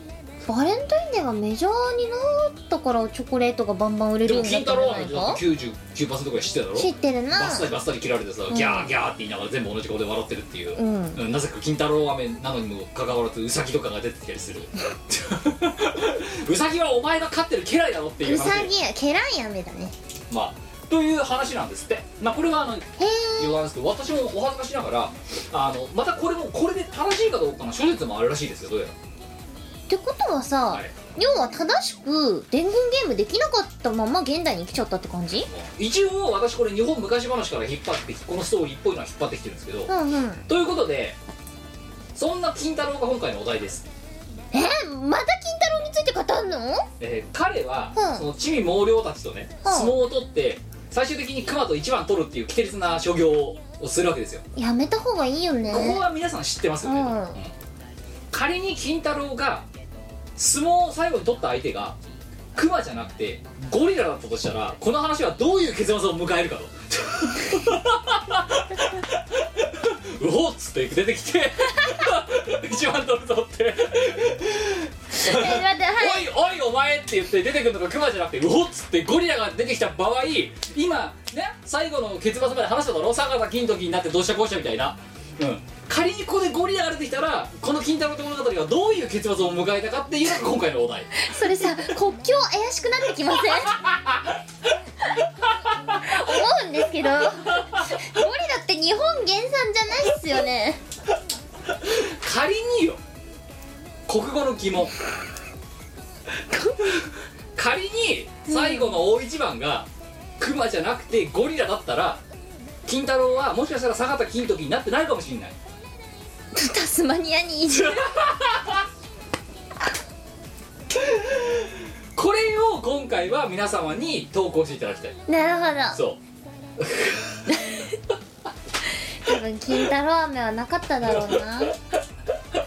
Speaker 2: バレンタインデーがメジャーになったからチョコレートがバンバン売れ
Speaker 1: でも
Speaker 2: るんだ
Speaker 1: 金
Speaker 2: った
Speaker 1: 太
Speaker 2: んじ
Speaker 1: 郎
Speaker 2: ゃな
Speaker 1: 飴
Speaker 2: い
Speaker 1: ってだ
Speaker 2: か
Speaker 1: って99%ぐらい知ってただろ
Speaker 2: 知ってるな
Speaker 1: バッサリバッサリ切られてさ、
Speaker 2: ん
Speaker 1: ギャーギャーって言いながら全部同じ顔で笑ってるっていう、
Speaker 2: うん
Speaker 1: うんなぜか金太郎飴なのにもかかわらずウサギとかが出てきたりするウサギはお前が飼ってる家来だろっていう
Speaker 2: うさ
Speaker 1: 話
Speaker 2: ぎやケラン飴だね
Speaker 1: <laughs> まあという話なんですってまあこれはあの
Speaker 2: へ
Speaker 1: 言わないですけど私もお恥ずかしながらあのまたこれもこれで正しいかどうかの諸説もあるらしいですよどうや
Speaker 2: えってことは
Speaker 1: ら、
Speaker 2: さ
Speaker 1: はい
Speaker 2: 要は正しく伝言ゲームできなかったまま現代に来ちゃったって感じ
Speaker 1: 一応私これ日本昔話から引っ張ってきこのストーリーっぽいのは引っ張ってきてるんですけど、
Speaker 2: うんうん
Speaker 1: ということでそんな金太郎が今回のお題です、
Speaker 2: えまた金太郎について語んの
Speaker 1: えー彼は、
Speaker 2: うん
Speaker 1: その地味猛猟たちとね、
Speaker 2: うん
Speaker 1: 相撲を取って最終的に熊と一番取るっていう規定率な所業をするわけですよ、
Speaker 2: やめた方がいいよね
Speaker 1: ここは皆さん知ってますよね、
Speaker 2: うん
Speaker 1: うん仮に金太郎が相撲を最後に取った相手が熊じゃなくてゴリラだったとしたらこの話はどういう結末を迎えるか
Speaker 2: <laughs>
Speaker 1: と <laughs> うおっつって出てきて <laughs> 一番取るぞって
Speaker 3: え待ってはい
Speaker 1: おいおいお前って言って出てくるのがクマじゃなくてうおっつってゴリラが出てきた場合今ね最後の結末まで話しただろ坂田金時になってどうしたこうしたみたいなうん仮にここでゴリラが出てきたらこの金太郎と物語がどういう結末を迎えたかっていうのが今回のお <laughs> 題
Speaker 2: <laughs> それさ国境怪しくなってきません <laughs> 思うんですけどゴリラって日本原産じゃないっすよね
Speaker 1: 仮によ国語の疑 <laughs> 問仮に最後の大一番がクマじゃなくてゴリラだったら金太郎はもしかしたら坂田金時になってないかもしれない
Speaker 2: タスマニアに移住
Speaker 1: これを今回は皆様に投稿していただきたい
Speaker 2: なるほ
Speaker 1: そ
Speaker 2: ど多分金太郎飴はなかっただろうな
Speaker 1: う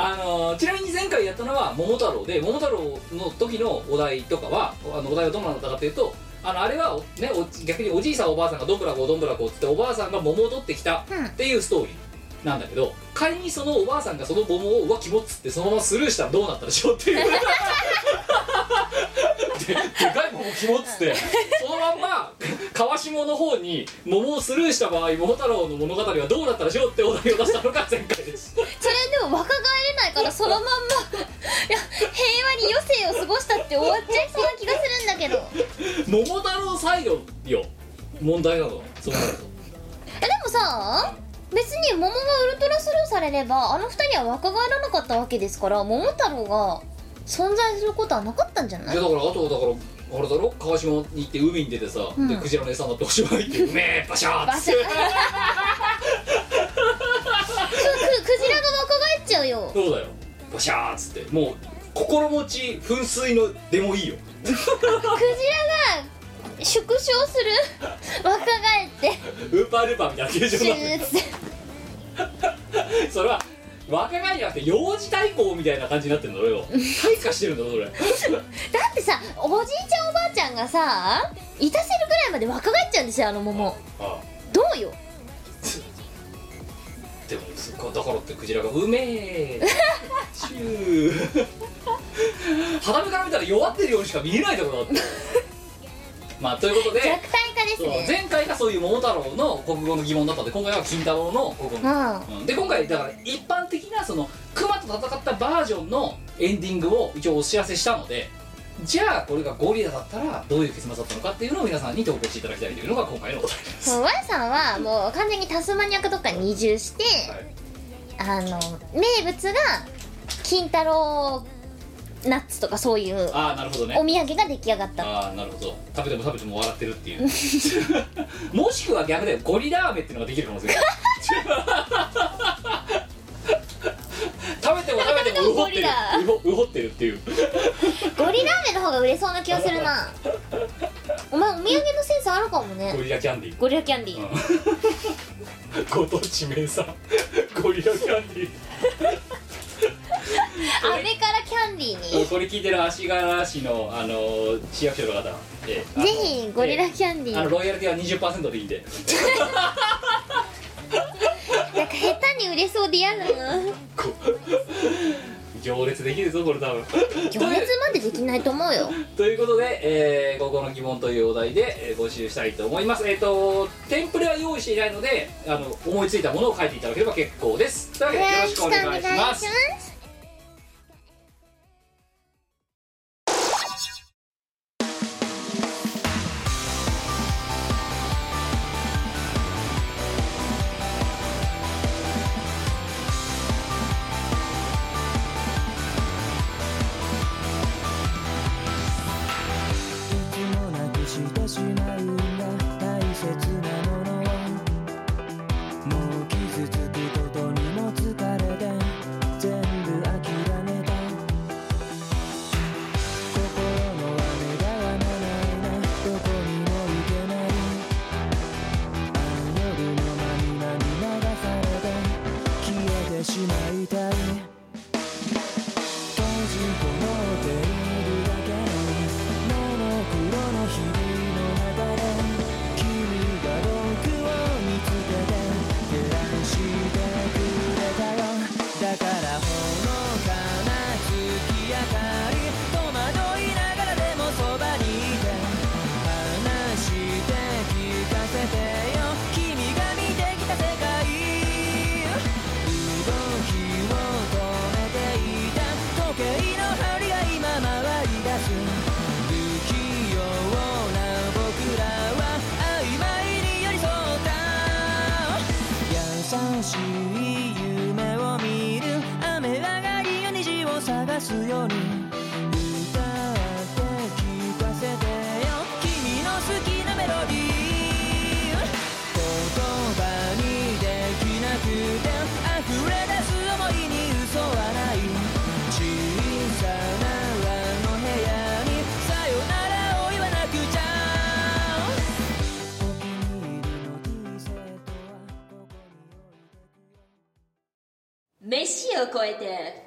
Speaker 1: あのーちなみに前回やったのは「桃太郎」で「桃太郎」の時のお題とかはあのお題はどうなったかというとあのあれは、ね、お逆におじいさんおばあさんがどんぶらこうどんぶらこうっつっておばあさんが桃を取ってきた
Speaker 2: うん
Speaker 1: っていうストーリーなんだけど仮にそのおばあさんがその桃を「うわキモっつってそのままスルーしたらどうなったでしょうっていうででかい桃キモっつってそのまんま川下の方に桃をスルーした場合桃太郎の物語はどうなったでしょうってお題を出したのが前回です
Speaker 2: それでも若返れないからそのまんまいや平和に余生を過ごしたって終わっちゃいそうな気がするんだけど
Speaker 1: 桃太郎サイドよ問題なのそうなると
Speaker 2: えでもさ別に桃がウルトラスルーされればあの二人は若返らなかったわけですから桃太郎が存在することはなかったんじゃない
Speaker 1: いやだからあとだからあれだろ川島に行って海に出てさ、
Speaker 2: ん
Speaker 1: でクジラの餌になっておしまいってうめえバシャーっつって
Speaker 2: バくクジラが若返っちゃう
Speaker 1: <laughs>
Speaker 2: よ
Speaker 1: そうだよバシャーっつってもう心持ち噴水のでもいいよ <laughs>
Speaker 2: クジラが縮小する <laughs> 若返って
Speaker 1: ウーパールーパーみたいな形状
Speaker 2: シ
Speaker 1: に
Speaker 2: ュ
Speaker 1: なって
Speaker 2: ー
Speaker 1: <laughs>
Speaker 2: ッて
Speaker 1: るそれは若返りじゃなくて幼児対抗みたいな感じになってるんだろよ退化してるんだろそれ
Speaker 2: だってさおじいちゃんおばあちゃんがさいたせるぐらいまで若返っちゃうんですよあの桃
Speaker 1: ああ
Speaker 2: どうよ
Speaker 1: でもそっかだからってクジラが「うめえ」シュー肌目から見たら弱ってるようにしか見えないところだってまあということで
Speaker 2: 弱体化です
Speaker 1: そう
Speaker 2: ね
Speaker 1: 前回がそういう桃太郎の国語の疑問だったんで今回は金太郎の国語の疑問
Speaker 2: うん
Speaker 1: うんで今回だから一般的なその熊と戦ったバージョンのエンディングを一応お知らせしたのでじゃあこれがゴリラだったらどういう結末だったのかっていうのを皆さんに投稿していただきたいというのが今回のお題で
Speaker 2: <laughs>
Speaker 1: す、
Speaker 2: そう Y さんはもう完全にタスマニアかどっかに移住して、
Speaker 1: はい
Speaker 2: あの名物が金太郎ナッツとかそういう
Speaker 1: ああなるほどね
Speaker 2: お土産が出来上がった
Speaker 1: ああなるほど食べても食べても笑ってるっていう <laughs> もしくは逆だよゴリラ飴っていうのができる可能性がある食べても食べてもうほってるうほうほってるっていう
Speaker 2: ゴリラ飴の方が売れそうな気がする
Speaker 1: <laughs>
Speaker 2: なお前お土産のセンスあるかも
Speaker 1: ゴ
Speaker 2: ね
Speaker 1: リラキャンディー
Speaker 2: ゴリラキャンディー
Speaker 1: ご当地名産ゴリラキャンディ
Speaker 2: 飴からキャンディーに
Speaker 1: ーこれ聞いてる足柄市の、あのー市役所の方ぜ
Speaker 2: ぜひゴリラキャンディー
Speaker 1: あのロイヤルティは20%でいいんで
Speaker 2: なんか下手に売れそうで嫌だな
Speaker 1: こ行列できるぞこれ多分 <laughs>
Speaker 2: 行列までできないと思うよ
Speaker 1: ということで、えー、ここの疑問というお題で、えー募集したいと思いますえっ、とテンプレは用意していないのであの思いついたものを書いていただければ結構ですというわけでよろしくお願いします
Speaker 6: いつもなくしてしまうんだ大切なものもう傷つくことにも疲れて全部諦めた心の雨がやまないなどこにも行けないあの夜の涙に流されて消えてしまいたい閉じこもっているだけの「モノクロの日々の中で」「君が僕を見つけて照らしてくれたよ」「だからほのかな月明かり」「戸惑いながらでもそばにいて」「話して聞かせてよ」「君が見てきた世界」動きを止めていた時計の針が今まで回り出す不器用な僕らは曖昧に寄り添った優しい夢を見る雨上がりの虹を探すように歌って聞かせてよ君の好きなメロディー言葉にできなくて溢れ出す想いに歌って嘘はない小さなあの部屋にさよならを言わなくちゃお気に入りのティーセットはどこに置いてくよ
Speaker 7: 飯を超えて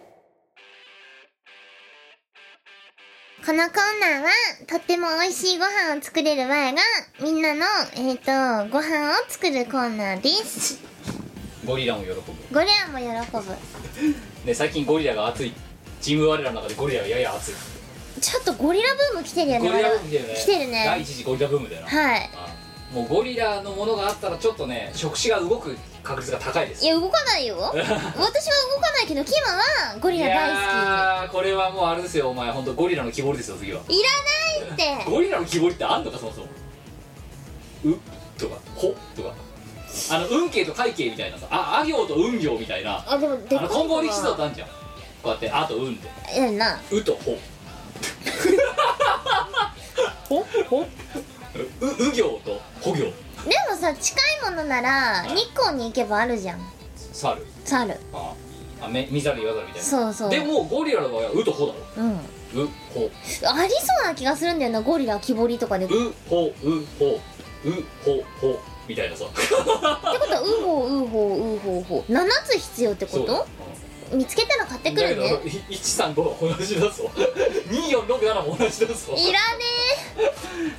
Speaker 2: このコーナーは、とっても美味しいご飯を作れるわやが、みんなの、えっ、と、ご飯を作るコーナーです。
Speaker 1: ゴリラも喜ぶ
Speaker 2: ゴリラも喜ぶ。
Speaker 1: ね最近ゴリラが熱いチーム我らの中でゴリラがやや熱い
Speaker 2: ちょっとゴリラブーム来てるよね、
Speaker 1: ゴリラブーム
Speaker 2: 我
Speaker 1: だよ
Speaker 2: 々
Speaker 1: ね
Speaker 2: 来てる
Speaker 1: 第
Speaker 2: ね。
Speaker 1: 一次ゴリラブームだよな、
Speaker 2: はい。
Speaker 1: あもうゴリラのものがあったらちょっとね触手が動く確率が高いです
Speaker 2: いや、動かな
Speaker 1: <laughs>
Speaker 2: いよ。私は動かないけど、キマはゴリラ大好
Speaker 1: 好きこれはもうあれですよお前本当ゴリラの木彫りですよ次は
Speaker 2: き。いらないって。
Speaker 1: ゴリラの木彫りってあんのかそもそもうとかほとかあの運慶と会慶みたいなさああ行と運行みたいな
Speaker 2: あ、でも、
Speaker 1: あ
Speaker 2: でかい
Speaker 1: の
Speaker 2: の
Speaker 1: 金剛力士だっ
Speaker 2: は。
Speaker 1: たんじゃんこうやってあと運で
Speaker 2: うんな。
Speaker 1: うとほ
Speaker 4: ほほ
Speaker 1: うう行とほ行
Speaker 2: でもさ、近いものなら、日光に行けばあるじゃん。
Speaker 1: 猿
Speaker 2: 猿。
Speaker 1: ああめ見ざる言わざるみたいな
Speaker 2: そうそう。
Speaker 1: でもゴリラの場合はうとほだ
Speaker 2: うん。
Speaker 1: ろうほ
Speaker 2: ありそうな気がするんだよな、ゴリラ木彫りとかで。ってこ
Speaker 1: うほうほうほほみたいな
Speaker 2: <laughs>
Speaker 1: さ
Speaker 2: とは、うほう、うほう、うほうほう。7つ必要ってこ
Speaker 1: そうだ
Speaker 2: と見つけたら買ってく
Speaker 1: だけ
Speaker 2: る
Speaker 1: ど
Speaker 2: ね。
Speaker 1: 135は同じだぞ2467も同じだぞ
Speaker 2: いらね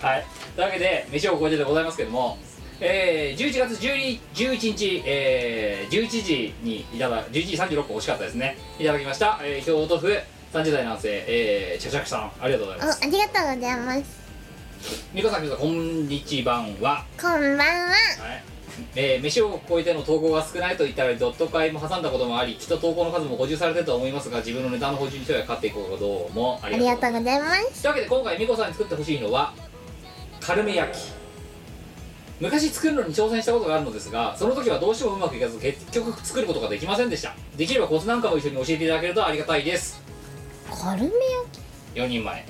Speaker 1: はいというわけで飯を超えてでございますけどもえー、11月12 11日、えー、11時にいただ11時36分惜しかったですねいただきました、えー、京都府30代男性、えー、チャチャクさんありがとうござい
Speaker 2: ー
Speaker 1: ま
Speaker 2: お、
Speaker 1: す
Speaker 2: ありがとうございます。
Speaker 1: 美香さん美香さんこんにちばんは
Speaker 2: こんばんは。
Speaker 1: はいえー飯を超えての投稿が少ないと言ったらドット会も挟んだこともありきっと投稿の数も補充されてると思いますが自分のネタの補充に一役買っていこうかどうもあ
Speaker 2: あ
Speaker 1: り
Speaker 2: り
Speaker 1: が
Speaker 2: が
Speaker 1: と
Speaker 2: と
Speaker 1: う
Speaker 2: うございます。
Speaker 1: というわけで今回美子さんに作ってほしいのはカルメ焼き昔作るのに挑戦したことがあるのですがその時はどうしてもうまくいかず結局作ることができませんでしたできればコツなんかも一緒に教えていただけるとありがたいです
Speaker 2: カルメ焼き
Speaker 1: 4人前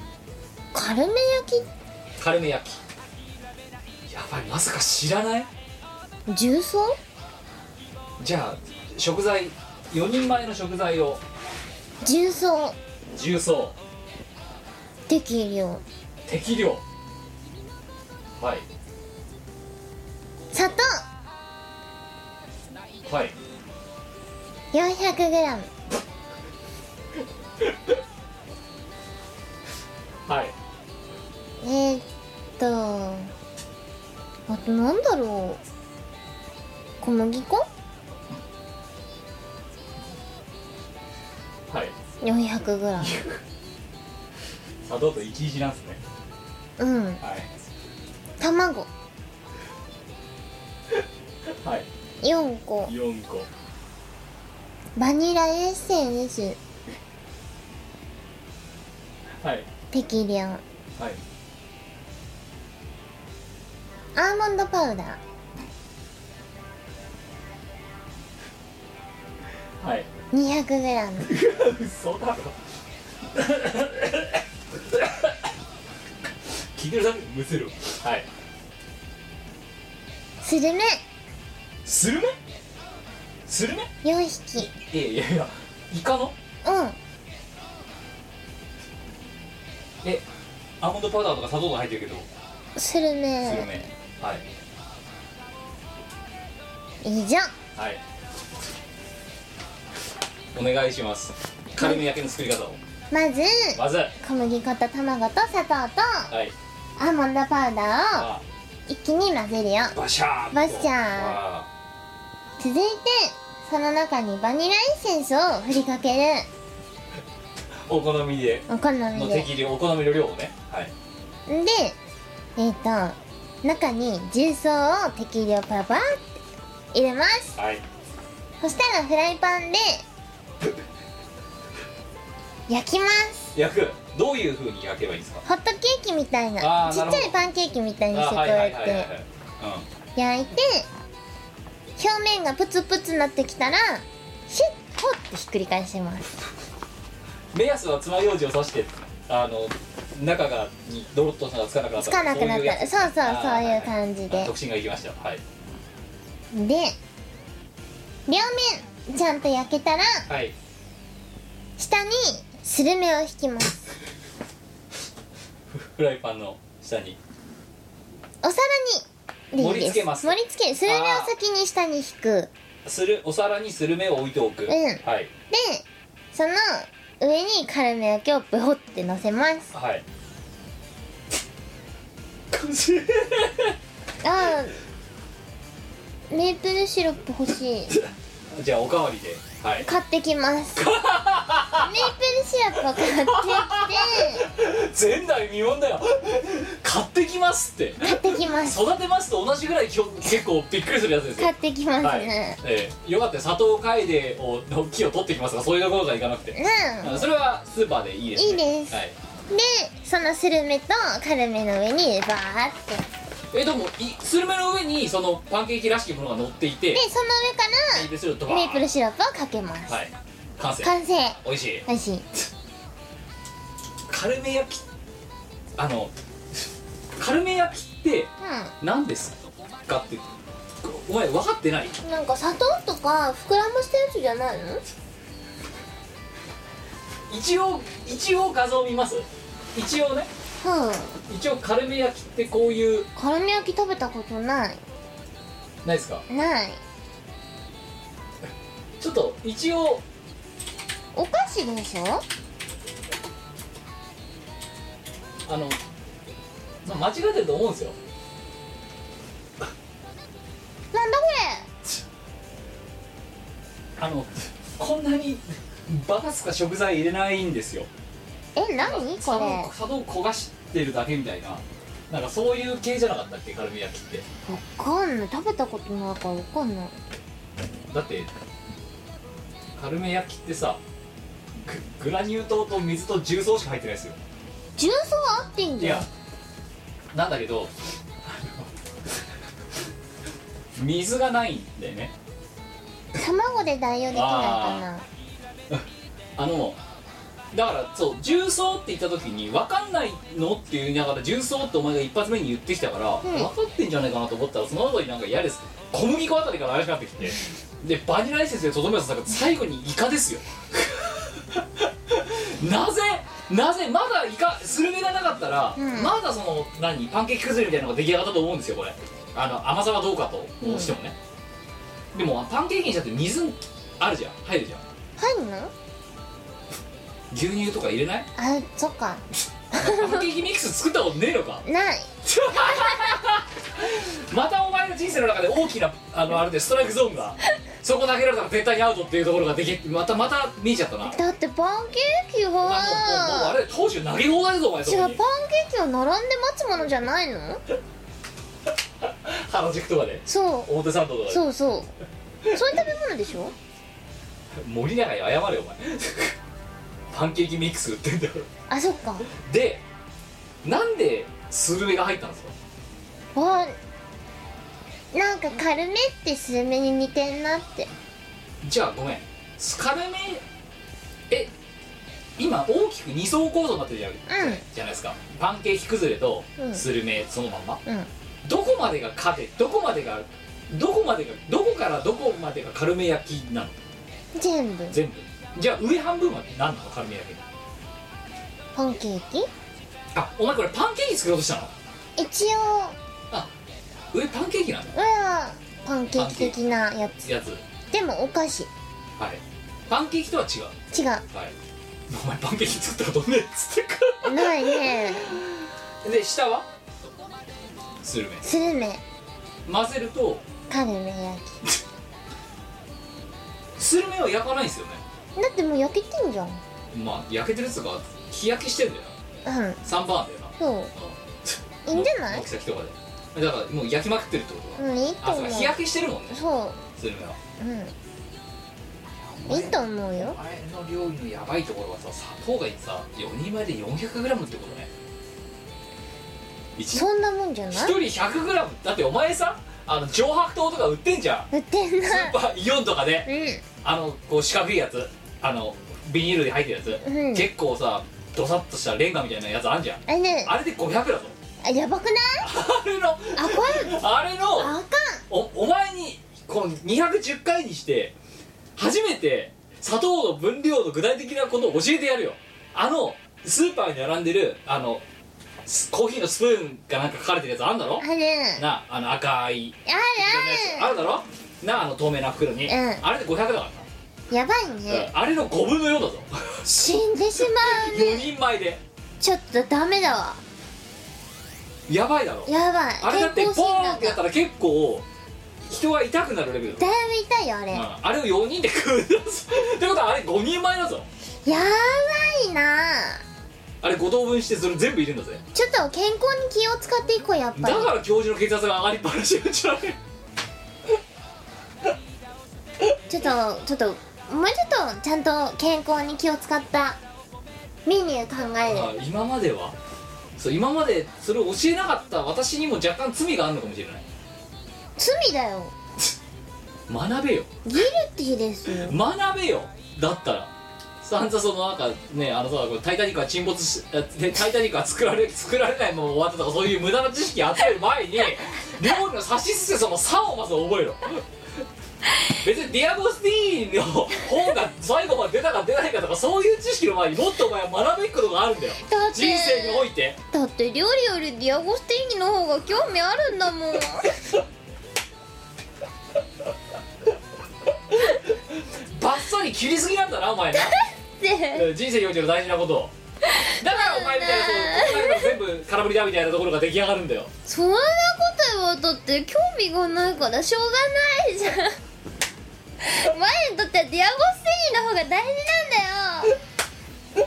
Speaker 2: カルメ焼
Speaker 1: カルメ焼きやばいまさか知らない
Speaker 2: き重曹
Speaker 1: じゃあ食材4人前の食材を
Speaker 2: 重曹
Speaker 1: 重曹
Speaker 2: できるよ。
Speaker 1: 適量はい
Speaker 2: 砂糖
Speaker 1: はい
Speaker 2: 400g。
Speaker 1: はい
Speaker 2: えー、っと、あとなんだろう。小麦粉
Speaker 1: はい
Speaker 2: 400グラム
Speaker 1: 砂糖と一日なんですね
Speaker 2: うん
Speaker 1: はい
Speaker 2: 卵
Speaker 1: はい
Speaker 2: 4個
Speaker 1: 4個
Speaker 2: バニラエッセンス
Speaker 1: はい
Speaker 2: 適量
Speaker 1: はい
Speaker 2: アーモンドパウダー
Speaker 1: はい
Speaker 2: 200グラム
Speaker 1: 嘘だろ聞いてるだけでむせるわはい
Speaker 2: スルメ
Speaker 1: スルメスルメ
Speaker 2: 4匹
Speaker 1: いやいやいやイカの
Speaker 2: うん
Speaker 1: えアーモンドパウダーとか砂糖が入ってるけど
Speaker 2: スル
Speaker 1: スル
Speaker 2: メ
Speaker 1: メはい
Speaker 2: 以上
Speaker 1: はいお願いしますカリメ焼けの作り方を
Speaker 2: まず
Speaker 1: まずは
Speaker 2: 小麦粉と卵と砂糖と
Speaker 1: い
Speaker 2: アーモンドパウダーを
Speaker 1: あ
Speaker 2: 一気に混ぜるよ
Speaker 1: バシャーンと
Speaker 2: バシャーン
Speaker 1: あ
Speaker 2: 続いてその中にバニラエッセンスを振りかける
Speaker 1: ーお好みで
Speaker 2: お好み
Speaker 1: の
Speaker 2: で
Speaker 1: 適量お好みの量をねはい
Speaker 2: でえっ、と中に重曹を適量パラパラって入れます
Speaker 1: はい
Speaker 2: そしたらフライパンで焼きます
Speaker 1: 焼くどういう風に焼けばいいんですか
Speaker 2: ホットケーキみたい
Speaker 1: あ
Speaker 2: な
Speaker 1: ー
Speaker 2: ちっ
Speaker 1: なるほ
Speaker 2: ち
Speaker 1: ど
Speaker 2: ゃいパンケーキみたいにして
Speaker 1: あ
Speaker 2: こ
Speaker 1: は
Speaker 2: う
Speaker 1: いは
Speaker 2: や
Speaker 1: いはいはいはい
Speaker 2: って焼いて表面がプツプツなってきたらシュッポッてひっくり返します
Speaker 1: うん目安は爪楊枝を刺してあの中がにドロッとしたのがつかなくなった
Speaker 2: つかなくなったらそうそう
Speaker 1: あー
Speaker 2: そういう
Speaker 1: は
Speaker 2: 感じ
Speaker 1: は
Speaker 2: で
Speaker 1: 独身が行きましたはい
Speaker 2: で両面ちゃんと焼けたら
Speaker 1: はい
Speaker 2: 下にスルメを引きます
Speaker 1: フライパンの下に
Speaker 2: お皿にでい
Speaker 1: 盛り
Speaker 2: いです
Speaker 1: 付けます
Speaker 2: 盛り付けるスルメを先に下に引く
Speaker 1: するお皿にスルメを置いておく、はい
Speaker 2: でその上にカルメ焼きをブホって乗せます
Speaker 1: はい完成
Speaker 2: あーメープルシロップ欲しい
Speaker 1: <laughs> じゃあおかわりではい
Speaker 2: 買ってきますメープルシロップを買って
Speaker 1: 前代未聞だよ買ってきますって
Speaker 2: きて買ってきます
Speaker 1: 育てますと同じぐらいきょ結構びっくりするやつですよ
Speaker 2: 買ってきます
Speaker 1: はい
Speaker 2: ね、、
Speaker 1: ええよかったよ砂糖カエデをの木を取ってきますがそういうところからいかなくて
Speaker 2: うん
Speaker 1: あそれはスーパーでいいですね
Speaker 2: いいです
Speaker 1: はい、
Speaker 2: でそのスルメとカルメの上にバーって
Speaker 1: えでもいスルメの上にそのパンケーキらしきものが乗っていて
Speaker 2: でその上から
Speaker 1: でそれをドバーン
Speaker 2: メープルシロップをかけます、
Speaker 1: はい完成
Speaker 2: 完成
Speaker 1: 美味しい
Speaker 2: 美味しい
Speaker 1: カルメ焼きあのカルメ焼きって何ですかってお前分かってない
Speaker 2: うんなんか砂糖とか膨らましたやつじゃないの
Speaker 1: 一応一応画像見ます一応ね
Speaker 2: うん
Speaker 1: 一応カルメ焼きってこういう
Speaker 2: カルメ焼き食べたことない
Speaker 1: ないですか
Speaker 2: ない
Speaker 1: ちょっと一応
Speaker 2: お菓子でしょ
Speaker 1: あのまあ間違ってると思うんですよ
Speaker 2: なんだこ
Speaker 1: あのこんなにバカすか食材入れないんですよ
Speaker 2: れえ何
Speaker 1: 砂糖
Speaker 2: これ
Speaker 1: 砂糖焦がしてるだけみたいななんかそういう系じゃなかったっけカルメ焼きって
Speaker 2: わかんない食べたことないからわかんない
Speaker 1: だってカルメ焼きってさググラニュー糖と水と重曹しか入ってないですよ
Speaker 2: 重曹は合ってん
Speaker 1: い
Speaker 2: じゃ
Speaker 1: や
Speaker 2: ん
Speaker 1: なんだけどあの水がないんだよね
Speaker 2: 卵で代用できないか
Speaker 1: あのだからそう重曹って言った時に分かんないのって言いながら重曹ってお前が一発目に言ってきたから、
Speaker 2: ん
Speaker 1: 分かってんじゃないかなと思ったらその後になんか嫌です小麦粉あたりから怪しくなってきてでバニラエッセンスでとどめを刺された最後にイカですよ <laughs> なぜなぜまだイカスルメがなかったら、
Speaker 2: ん
Speaker 1: まだその何パンケーキ崩れみたいなのが出来上がったと思うんですよこれあの甘さはどうかとどうしてもね、でもパンケーキにしたって水あるじゃん入るじゃん
Speaker 2: な入んの
Speaker 1: 牛乳とか入れない
Speaker 2: あそっか
Speaker 1: パンケーキミックス作ったことねえのか <laughs>
Speaker 2: ない
Speaker 1: またお前の人生の中で大きなあのあれでストライクゾーンがそこ投げられたら絶対にアウトっていうところができまたまた見えちゃったな
Speaker 2: だってパンケーキ
Speaker 1: もうもうもうあ
Speaker 2: は
Speaker 1: れ当時投げ放題だぞお前そ
Speaker 2: 違う
Speaker 1: こ
Speaker 2: パン
Speaker 1: に
Speaker 2: ケーキを並んで待つものじゃないの
Speaker 1: 原宿とかで
Speaker 2: そ
Speaker 1: 表参道と
Speaker 2: う
Speaker 1: かで
Speaker 2: そうそうそういう食べ物でしょ
Speaker 1: 森永に謝れよお前 <laughs> パンケーキミックス売ってんだから
Speaker 2: あそっか
Speaker 1: でなんでスルメが入ったんですか
Speaker 2: わなんか軽めってスルメに似てんなって
Speaker 1: じゃあごめんスカルメえ今大きく2層構造になってるじゃん
Speaker 2: うん
Speaker 1: じゃないですかパンケーキ崩れと
Speaker 2: うん
Speaker 1: スルメそのまんま、
Speaker 2: うん
Speaker 1: どこまでがカテどこまでがどこまでがどこからどこまでがカルメ焼きなの
Speaker 2: 全部
Speaker 1: 全部じゃあ上半分は何なのカルメ焼きの
Speaker 2: パンケーキ
Speaker 1: あお前これパンケーキ作ろうとしたの
Speaker 2: 一応
Speaker 1: あ上パンケーキなの
Speaker 2: うわパンケーキ的なやつ
Speaker 1: やつ
Speaker 2: でもお菓子違
Speaker 1: はいパンケーキとは違う
Speaker 2: う
Speaker 1: はいお前パンケーキ作ったことねえっつってか
Speaker 2: ないね
Speaker 1: らで下はスルメ
Speaker 2: スルメ
Speaker 1: 混ぜると
Speaker 2: カルメ焼
Speaker 1: スルメは焼かないんですよね
Speaker 2: きだってもう焼けてんじゃんう
Speaker 1: まあ焼けてるやつが日焼けしてんだよなん3番だよな
Speaker 2: そういいんじゃない
Speaker 1: 軒先とかでだからもう焼きまくってるってこと
Speaker 2: う
Speaker 1: か、
Speaker 2: うんいいと
Speaker 1: あそう
Speaker 2: 思
Speaker 1: か
Speaker 2: う
Speaker 1: 日焼けしてるもんね
Speaker 2: そ
Speaker 1: スルメは
Speaker 2: ううんいいと思うよ
Speaker 1: 前の料理のやばいところはさ砂糖がさ4人前で 400g ってことね一
Speaker 2: そんなもんじゃ
Speaker 1: 一
Speaker 2: ない
Speaker 1: 人 100g だってお前さあの上白糖とか売ってんじ
Speaker 2: <laughs>
Speaker 1: ゃん
Speaker 2: 売ってん
Speaker 1: スー
Speaker 2: な
Speaker 1: パーイオンとかで
Speaker 2: う
Speaker 1: あのこう四角いやつあのビニールで入ってるやつ、
Speaker 2: んうん
Speaker 1: 結構さドサッとしたレンガみたいなやつあんじゃん
Speaker 2: あれね
Speaker 1: あれで500だぞ
Speaker 2: あやばくない
Speaker 1: あれの
Speaker 2: あこれ
Speaker 1: あれ
Speaker 2: あか
Speaker 1: の
Speaker 2: ん
Speaker 1: おお前にこの210回にして初めて砂糖の分量の具体的なことを教えてやるよあのスーパーに並んでるあのスコーヒーのスプーンがなんか書かれてるやつあんだろ
Speaker 2: あれ
Speaker 1: なあの赤い
Speaker 2: あれ
Speaker 1: あるだろなあの透明な袋に、
Speaker 2: うん
Speaker 1: あれで500だから
Speaker 2: やばい
Speaker 1: な、
Speaker 2: ね
Speaker 1: あれの5分の4だぞ
Speaker 2: 死んでしまうね
Speaker 1: 4人前で
Speaker 2: ちょっとダメだわ
Speaker 1: やばいだろ
Speaker 2: やばい
Speaker 1: あれだって
Speaker 2: 健康
Speaker 1: ポー
Speaker 2: 診
Speaker 1: ンっ
Speaker 2: 断
Speaker 1: てやった
Speaker 2: だ
Speaker 1: ら結構人が痛くなるレベルだぞ
Speaker 2: だいぶ痛いよあれ、
Speaker 1: うんあれを4人で食うんだぞってことはあれ5人前だぞ
Speaker 2: やばいな
Speaker 1: あれ5等分してそれ全部入れるんだぜ
Speaker 2: ちょっと健康に気を使っていこうやっぱ
Speaker 1: だ
Speaker 2: り
Speaker 1: から教授の血圧が上がりっぱなしなんじゃない
Speaker 2: ちょっとちょっともうちょっとちゃんと健康に気を使ったメニュー考える
Speaker 1: あ今まではそう今までそれを教えなかった私にも若干罪があるのかもしれない
Speaker 2: 罪だよ
Speaker 1: 学べよ
Speaker 2: ギルティですよ
Speaker 1: 学べよだったらさんざそのなんかねあのさこうタイタニックは沈没しあ <laughs> でタイタニックは作られ作られないまま終わったとかそういう無駄な知識集める前 <laughs> に料理の差しすせその差をまず覚えろ別にディアゴスティーンの本が最後まで出たか出ないかとかそういう知識の前にもっとお前は学ぶべきことがあるんだよ
Speaker 2: だって
Speaker 1: 人生において
Speaker 2: だって料理よりディアゴスティーニの方が興味あるんだ
Speaker 1: <laughs>
Speaker 2: もん
Speaker 1: バッサリ切りすぎなんだなお前な
Speaker 2: で
Speaker 1: 人生においての大事なことをだからお前みたいなそうこうなんか全部空振りだみたいなところが出来上がるんだよ
Speaker 2: そんなこと言われたって興味がないからしょうがないじゃん前にとってはディアゴスティーニの方が大事な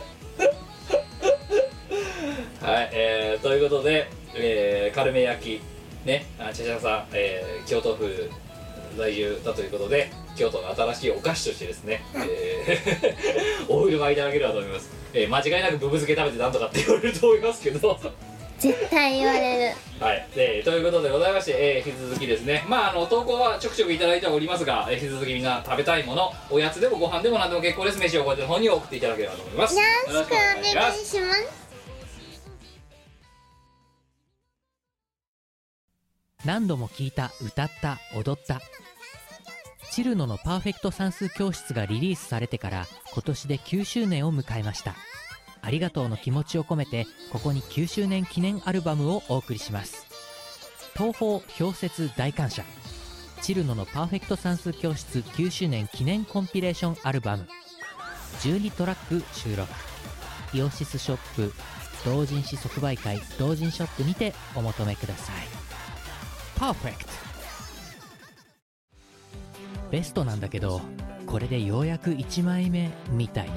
Speaker 2: んだよ
Speaker 1: はい、えー、ということで、えー、カルメ焼きねあチャチャさん、えー京都府在住だということで京都の新しいお菓子としてですね、えー、 <laughs> お振る舞いいただければと思います、えー間違いなくブブ漬け食べてなんとかって言われると思いますけど <laughs>
Speaker 2: 絶対言われる
Speaker 1: はい、えーということでございまして、えー引き続きですねまああの投稿はちょくちょくいただいてはおりますが、えー引き続きみんな食べたいものおやつでもご飯でも何でも結構です飯をこうやっての方に送っていただければと思います
Speaker 2: よろしく
Speaker 1: よろし
Speaker 2: お願
Speaker 1: くお願い
Speaker 2: い
Speaker 1: します
Speaker 2: します
Speaker 8: 何度も聞いた歌った踊ったチルノのパーフェクト算数教室がリリースされてから今年で9周年を迎えましたありがとうの気持ちを込めてここに9周年記念アルバムをお送りします東宝氷雪大感謝チルノのパーフェクト算数教室9周年記念コンピレーションアルバム12トラック収録イオシスショップ同人誌即売会同人ショップにてお求めくださいパーフェクトベストなんだけどこれでようやく1枚目みたいな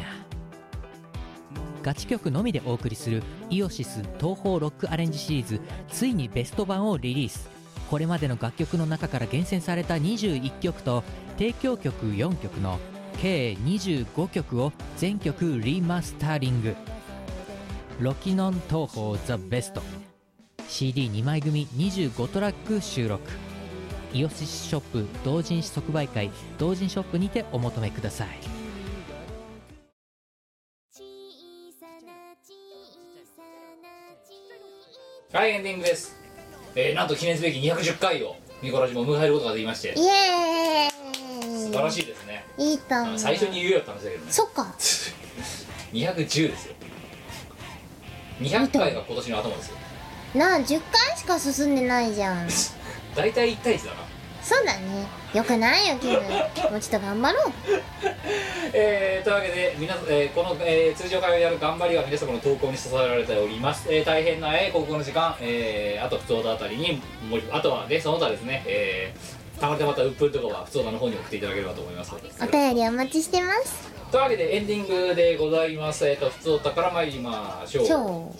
Speaker 8: ガチ曲のみでお送りするイオシス東方ロックアレンジシリーズついにベスト版をリリースこれまでの楽曲の中から厳選された21曲と提供曲4曲の計25曲を全曲リマスタリングロキノン東宝ザ・ベスト CD2 枚組25トラック収録イオシスショップ同人誌即売会同人ショップにてお求めください
Speaker 1: はいエンディングです、えーなんと記念すべき210回をミコラジも迎えることができまして
Speaker 2: イエ
Speaker 1: 素晴
Speaker 2: ー
Speaker 1: らしいですね
Speaker 2: イいいと思う
Speaker 1: 最初に言うよって話だけどね
Speaker 2: そっか
Speaker 1: 210ですよ200回が今年の頭ですよ
Speaker 2: なあ10回しか進んでないじゃん
Speaker 1: 大体1対1だな
Speaker 2: そうだねよくないよキムもうちょっと頑張ろう
Speaker 1: えー、というわけで皆さん、えーこの、えー通常会をやる頑張りは皆様の投稿に支えられております、えー大変な、えー、高校の時間、えーあと普通だあたりに盛りあとはねその他ですね、えーたまたまたうっぷんとかは普通だの方に送っていただければと思います
Speaker 2: お便りお待ちしてます
Speaker 1: というわけでエンディングでございますえっ、と普通お宝参りましょう
Speaker 2: 今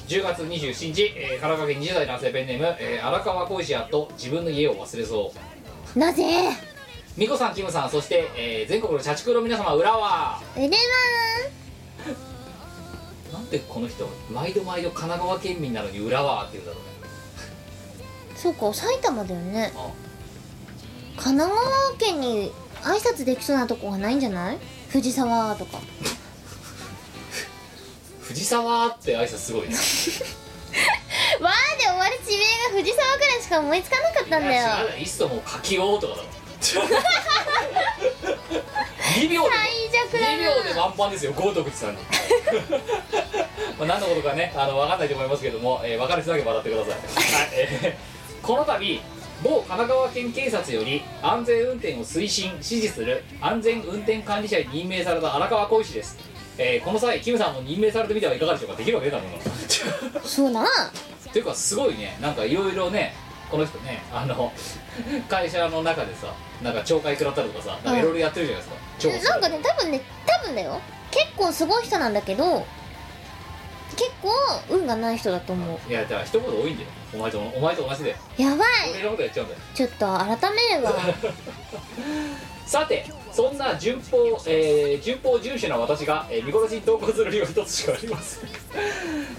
Speaker 1: 10月27日、えー、神奈川県20代男性ペンネーム、えー荒川浩二やと自分の家を忘れそう
Speaker 2: 日なぜ
Speaker 1: ミコさんキムさんそして、えー全国の社畜の皆様裏は
Speaker 2: 売れ
Speaker 1: な
Speaker 2: ま
Speaker 1: んでこの人毎度毎度神奈川県民なのに浦和って言うんだろうね
Speaker 2: ーそうか埼玉だよね
Speaker 1: あ
Speaker 2: 神奈川県に挨拶できそうなとこがないんじゃない藤沢とか
Speaker 1: 藤沢って挨拶すごいね
Speaker 2: わーで終わる地名が藤沢くらいしか思いつかなかったんだよ
Speaker 1: いや違うよいっそもう柿王とかだ
Speaker 2: <laughs>
Speaker 1: ろ2秒で
Speaker 2: 最弱だ
Speaker 1: 2秒で
Speaker 2: な
Speaker 1: 満帆ですよ豪徳寺 <laughs> さんにまあ何のことかねあの分かんないと思いますけども、えー、分かる人だけ笑ってください、はいえーこの度某神奈川県警察より安全運転を推進支持する安全運転管理者に任命された荒川浩一です、えーこの際キムさんも任命されてみてはいかがでしょうかできるわけだ <laughs> もんな
Speaker 2: そうな
Speaker 1: っていうかすごいねなんかいろいろねこの人ねあの会社の中でさなんか懲戒食らったりとかさいろいろやってるじゃないですか、懲戒
Speaker 2: なんかね多分ね多分だよ結構すごい人なんだけど結構運がない人だと思う
Speaker 1: いやだから一言多いんだよお前とお前と同じで
Speaker 2: やばい
Speaker 1: 俺のことやっちゃうんだよ
Speaker 2: ちょっと改めるわ
Speaker 1: さてそんな順法、えー、順法重視な私が、えー、見殺しに投稿する理由は一つしかありません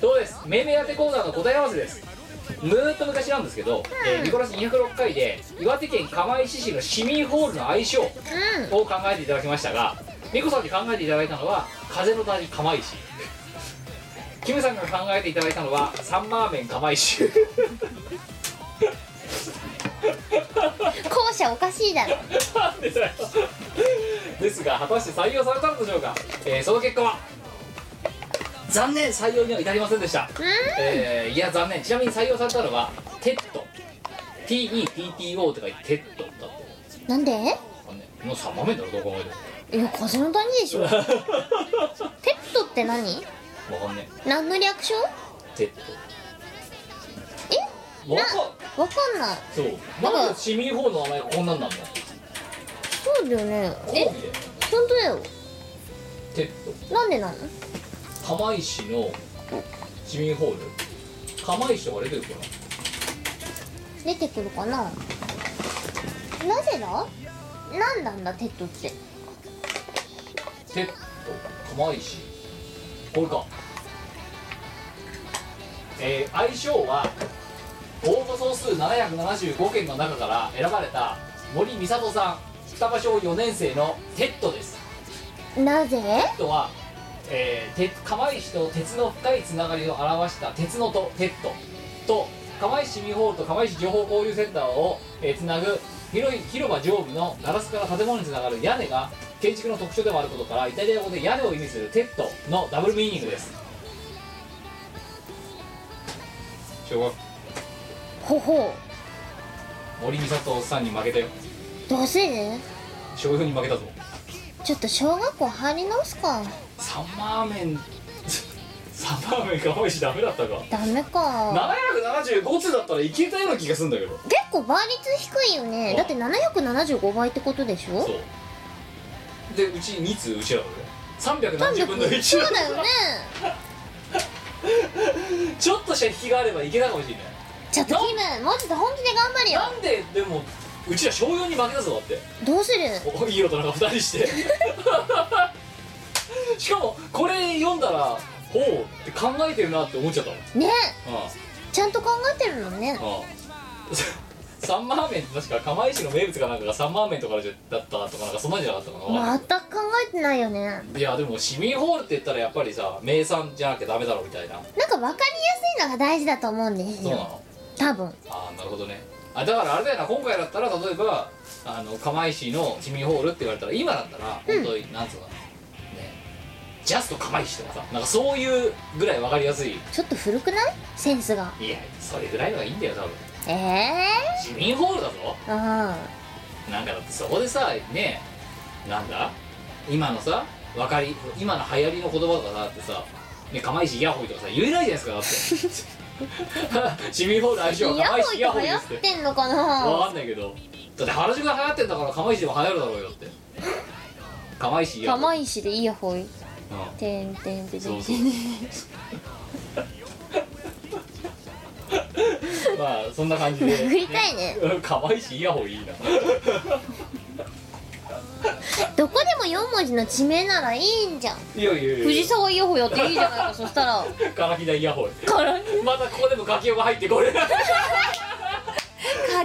Speaker 1: そうです命名当てコーナーの答え合わせですむーっと昔なんですけど、えー、見殺し206回で岩手県釜石市の市民ホールの相性を考えていただきましたが美子さんに考えていただいたのは風の谷釜石キムさんが考えていただいたのはサンマーメン釜石
Speaker 2: 後者おかしいだろ
Speaker 1: なんでだよですが果たして採用されたのでしょうか、えーその結果は残念採用には至りませんでした、えーいや残念ちなみに採用されたのはテッド TETTO って書いてテッドだって
Speaker 2: なんでい
Speaker 1: あのねもう3番目だろどう考えても
Speaker 2: や風の谷でしょペットって何
Speaker 1: わかんね
Speaker 2: 何の略称
Speaker 1: えテッドわか
Speaker 2: わかんない
Speaker 1: そうなんで市民法の名前がこんなんなんだ
Speaker 2: そうだよね
Speaker 1: コンビ
Speaker 2: え
Speaker 1: で
Speaker 2: 本当だよ
Speaker 1: テッド
Speaker 2: なんでなの
Speaker 1: 釜石の市民ホール釜石とか出てるかな
Speaker 2: 出てくるかななぜだなんなんだテッドって
Speaker 1: テッド釜石これかえー相性は応募総数775件の中から選ばれた森美里さん双葉小4年生のテッドです
Speaker 2: なぜ
Speaker 1: テッドは、えー、鉄釜石と鉄の深いつながりを表した鉄のとテッドと釜石市民ホールと釜石情報交流センターを、えーつなぐ広い広場上部のガラスから建物につながる屋根が建築の特徴でもあることからイタリア語で屋根を意味するテッドのダブルミーニングです小学
Speaker 2: ほほ
Speaker 1: 森美里さんに負けたよ
Speaker 2: うどうせね
Speaker 1: 小4に負けたぞ
Speaker 2: ちょっと小学校入り直すか
Speaker 1: サマーメンサマーメン釜石ダメだったか
Speaker 2: ダメか
Speaker 1: 775通だったらいけたような気がするんだけど
Speaker 2: 結構倍率低いよねだって775倍ってことでしょ
Speaker 1: そうでうち2通うちらだからね370分の1
Speaker 2: そうだよね
Speaker 1: <laughs> ちょっとした引きがあればいけたかもしれない
Speaker 2: ちょっとキムもうちょっと本気で頑張るよ
Speaker 1: なんででもうちら小4に負けたぞだって
Speaker 2: どうする
Speaker 1: おいい大人が2人して <laughs> しかもこれ読んだらほうって考えてるなって思っちゃったもん
Speaker 2: ね
Speaker 1: あ
Speaker 2: ちゃんと考えてるのね
Speaker 1: あ <laughs> ああサンマーメンって確か釜石の名物かなんかがサンマーメンとかじゃだったとかなんかそんなんじゃなかったかな、
Speaker 2: 全く考えてないよね
Speaker 1: いやでも市民ホールって言ったらやっぱりさ名産じゃなきゃダメだろみたいな
Speaker 2: なんか分かりやすいのが大事だと思うんです
Speaker 1: そうな
Speaker 2: よ
Speaker 1: の
Speaker 2: 多分
Speaker 1: ああなるほどねあだからあれだよな今回だったら例えばあの釜石の市民ホールって言われたら今だったら本当に、なんつうのかなねジャスト釜石とかさなんかそういうぐらいわかりやすい
Speaker 2: ちょっと古くないセンスが
Speaker 1: いやそれぐらいのがいいんだよ多分
Speaker 2: ええ
Speaker 1: 市民ホールだぞ
Speaker 2: ー、あ
Speaker 1: なんかだってそこでさねなんだ今のさわかり今の流行りの言葉とかさだってさね釜石イヤホイとかさ言えないじゃないですか <laughs> だって市民ホール相
Speaker 2: イ
Speaker 1: 性
Speaker 2: ヤ
Speaker 1: 釜
Speaker 2: ホ
Speaker 1: 石
Speaker 2: イ
Speaker 1: イヤ
Speaker 2: と
Speaker 1: ホ
Speaker 2: か
Speaker 1: イ
Speaker 2: 流
Speaker 1: で
Speaker 2: 行
Speaker 1: すって
Speaker 2: ってんのかな
Speaker 1: わかんないけどだって原宿が流行ってんだから釜石でも流行るだろうよって釜石や
Speaker 2: 釜石でイヤホイ
Speaker 1: うん
Speaker 2: てんてんてんて
Speaker 1: そ
Speaker 2: ん
Speaker 1: うそうまあそんな感じで
Speaker 2: 殴りたいね
Speaker 1: うん <laughs> 釜石イヤホンいいな
Speaker 2: どこでも4文字の地名ならいいんじゃん
Speaker 1: いやいやいや
Speaker 2: 藤沢イヤホイやっていいじゃないかそしたら
Speaker 1: ガラキダイヤホンまたここでもガキオが入ってこれ
Speaker 2: 柿尾イヤホ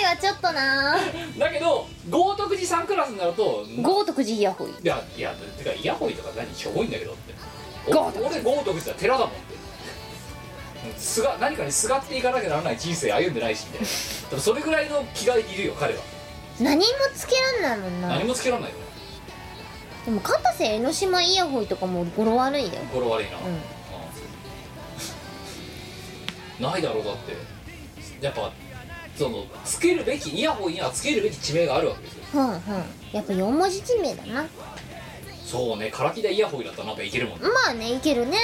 Speaker 2: イはちょっとな
Speaker 1: だけど豪徳寺さんクラスになると
Speaker 2: 豪徳寺イヤホイ
Speaker 1: いやいやてかイヤホイとか何しょぼいんだけどってお俺豪徳寺だ寺だもんってすが何かにすがっていかなきゃならない人生歩んでないしみたいな多分それぐらいの気がいるよ彼は
Speaker 2: 何もつけらんないもんな
Speaker 1: 何もつけらんないよ
Speaker 2: でも片瀬江ノ島イヤホイとかも語呂悪いよ
Speaker 1: 語呂悪いな、
Speaker 2: うん
Speaker 1: うんないだろうだってやっぱそのつけるべきイヤホンにはつけるべき地名があるわけですよ
Speaker 2: うんうんやっぱ4文字地名だな
Speaker 1: そうね唐木田イヤホイだったらなんかいけるもんね、
Speaker 2: まあねいけるね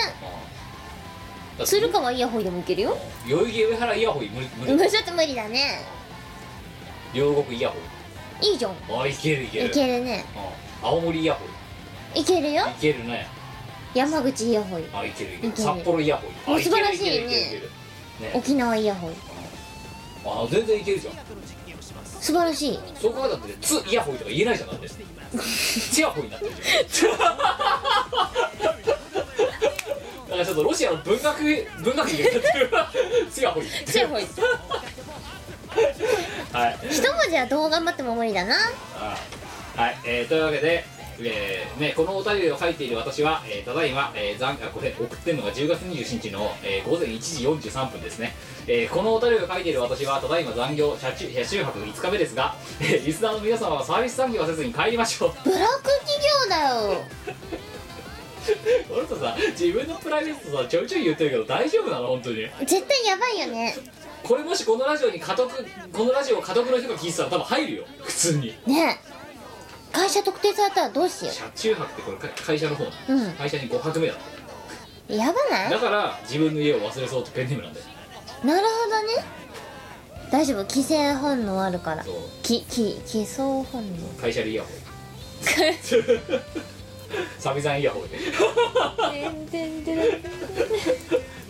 Speaker 1: うん、
Speaker 2: 鶴川イヤホイでもいけるよ
Speaker 1: 代々木上原イヤホイ無理無
Speaker 2: うん
Speaker 1: 理
Speaker 2: ちょっと無理だね
Speaker 1: 両国イヤホイ
Speaker 2: いいじゃん
Speaker 1: あいけるいける
Speaker 2: いけるね
Speaker 1: うん青森イヤホイ
Speaker 2: いけるよ
Speaker 1: いけるね
Speaker 2: 山口イヤホイ
Speaker 1: あいけるいけ
Speaker 2: い
Speaker 1: る
Speaker 2: ける
Speaker 1: 札幌イヤホイあ
Speaker 2: 素晴らしいね
Speaker 1: けるけるいけるね
Speaker 2: 沖縄イヤホイ
Speaker 1: あ全然いけるじゃん
Speaker 2: 素晴らしい
Speaker 1: そう考えたって「つ」イヤホイとか言えないじゃんだ
Speaker 2: <laughs>
Speaker 1: って「つ」ヤホイになってるじゃん <laughs> だからちょっとロシアの文学文学に言って
Speaker 2: <laughs>
Speaker 1: る「つ」ヤホイ
Speaker 3: つやほい
Speaker 1: はい
Speaker 2: 一文字はどう頑張っても無理だな
Speaker 1: はい、えー、というわけで、えーね、このお便りを書いている私は、えーただいま、えー残あこれ送ってるのが10月27日の、えー午前1時43分ですね、えーこのお便りを書いている私はただいま残業車中車中泊5日目ですが、えーリスナーの皆様はサービス産業はせずに帰りましょう <laughs>
Speaker 2: ブラック企業だよ
Speaker 1: この人さ自分のプライベートさちょいちょい言ってるけど大丈夫なの本当に
Speaker 2: 絶対やばいよね
Speaker 1: これもしこのラジオに家督このラジオを家督の人が聞いてたら多分入るよ普通に
Speaker 2: ねえ会社特定されたらどうしよ
Speaker 1: 車中泊ってこれか会社の方、
Speaker 2: ううん
Speaker 1: 会社に5泊目だった
Speaker 2: やばない
Speaker 1: だから自分の家を忘れそうとペンネームなんだよ
Speaker 2: なるほどね大丈夫規制本能あるから
Speaker 1: そう
Speaker 2: きき偽装本能
Speaker 1: 会社でイ <laughs> ヤホンサビザンイヤホンで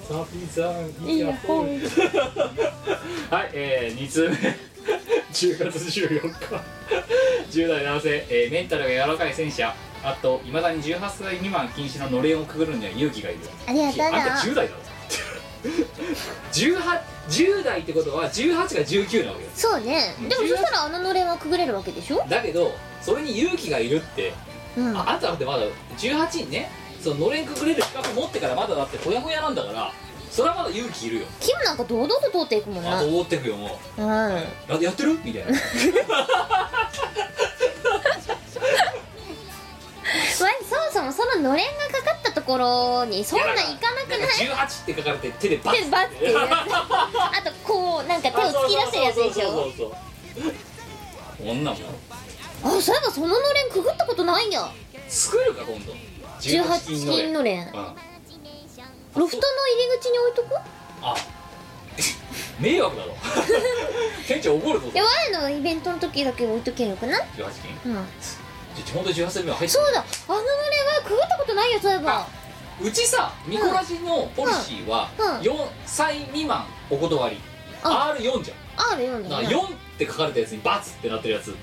Speaker 1: サビザンイヤホン <laughs> はいえー、2通目10月14日10代男性、えーメンタルが柔らかい戦車あといまだに18歳未満禁止ののれんをくぐるには勇気がいる
Speaker 2: ありがとう
Speaker 1: あんた10
Speaker 2: な
Speaker 1: 代だろ <laughs> 18 10代ってことは18が19なわけよ
Speaker 2: そうねでもそしたらあののれんはくぐれるわけでしょ
Speaker 1: だけどそれに勇気がいるって
Speaker 2: うん
Speaker 1: ああんただってまだ18にねそののれんくぐれる資格持ってからまだだってほやほやなんだからそれはまだ勇気いるよ
Speaker 2: キムなんか堂々と通っていくもん
Speaker 1: あ
Speaker 2: な
Speaker 1: と
Speaker 2: うん
Speaker 1: 思ってくよも
Speaker 2: あ
Speaker 1: うややってるみたいな
Speaker 2: <laughs> そもそもそののれんがかかったところにそんなん行かなくない
Speaker 1: んか18って書かれて手でバ
Speaker 2: 手
Speaker 1: ッ
Speaker 2: でバ
Speaker 1: <laughs>
Speaker 2: ッてやるあとこうなんか手を突き出すやつでし
Speaker 1: そ
Speaker 2: ょ
Speaker 1: うそうそうそう女も
Speaker 2: あそういえばそののれんくぐったことないや
Speaker 1: 作るか今度
Speaker 2: 18金のれん
Speaker 1: うんあ
Speaker 2: ロフトの入り口に置いとく
Speaker 1: <laughs> 迷惑だろ <laughs> 店長怒るぞ
Speaker 2: で我のイベントの時だけ置いときゃよくない
Speaker 1: 18金
Speaker 2: うん
Speaker 1: ってちょうど18歳目は入って
Speaker 2: そ
Speaker 1: る
Speaker 2: うだあの群れはくぐったことないよそういえば
Speaker 1: うちさミコラジのポリシーは
Speaker 2: うんうん
Speaker 1: 4歳未満お断り
Speaker 2: あ
Speaker 1: R4 じゃん
Speaker 2: R4
Speaker 1: だか
Speaker 2: だ
Speaker 1: ら
Speaker 2: ね
Speaker 1: 4って書かれたやつにバツってなってるやつ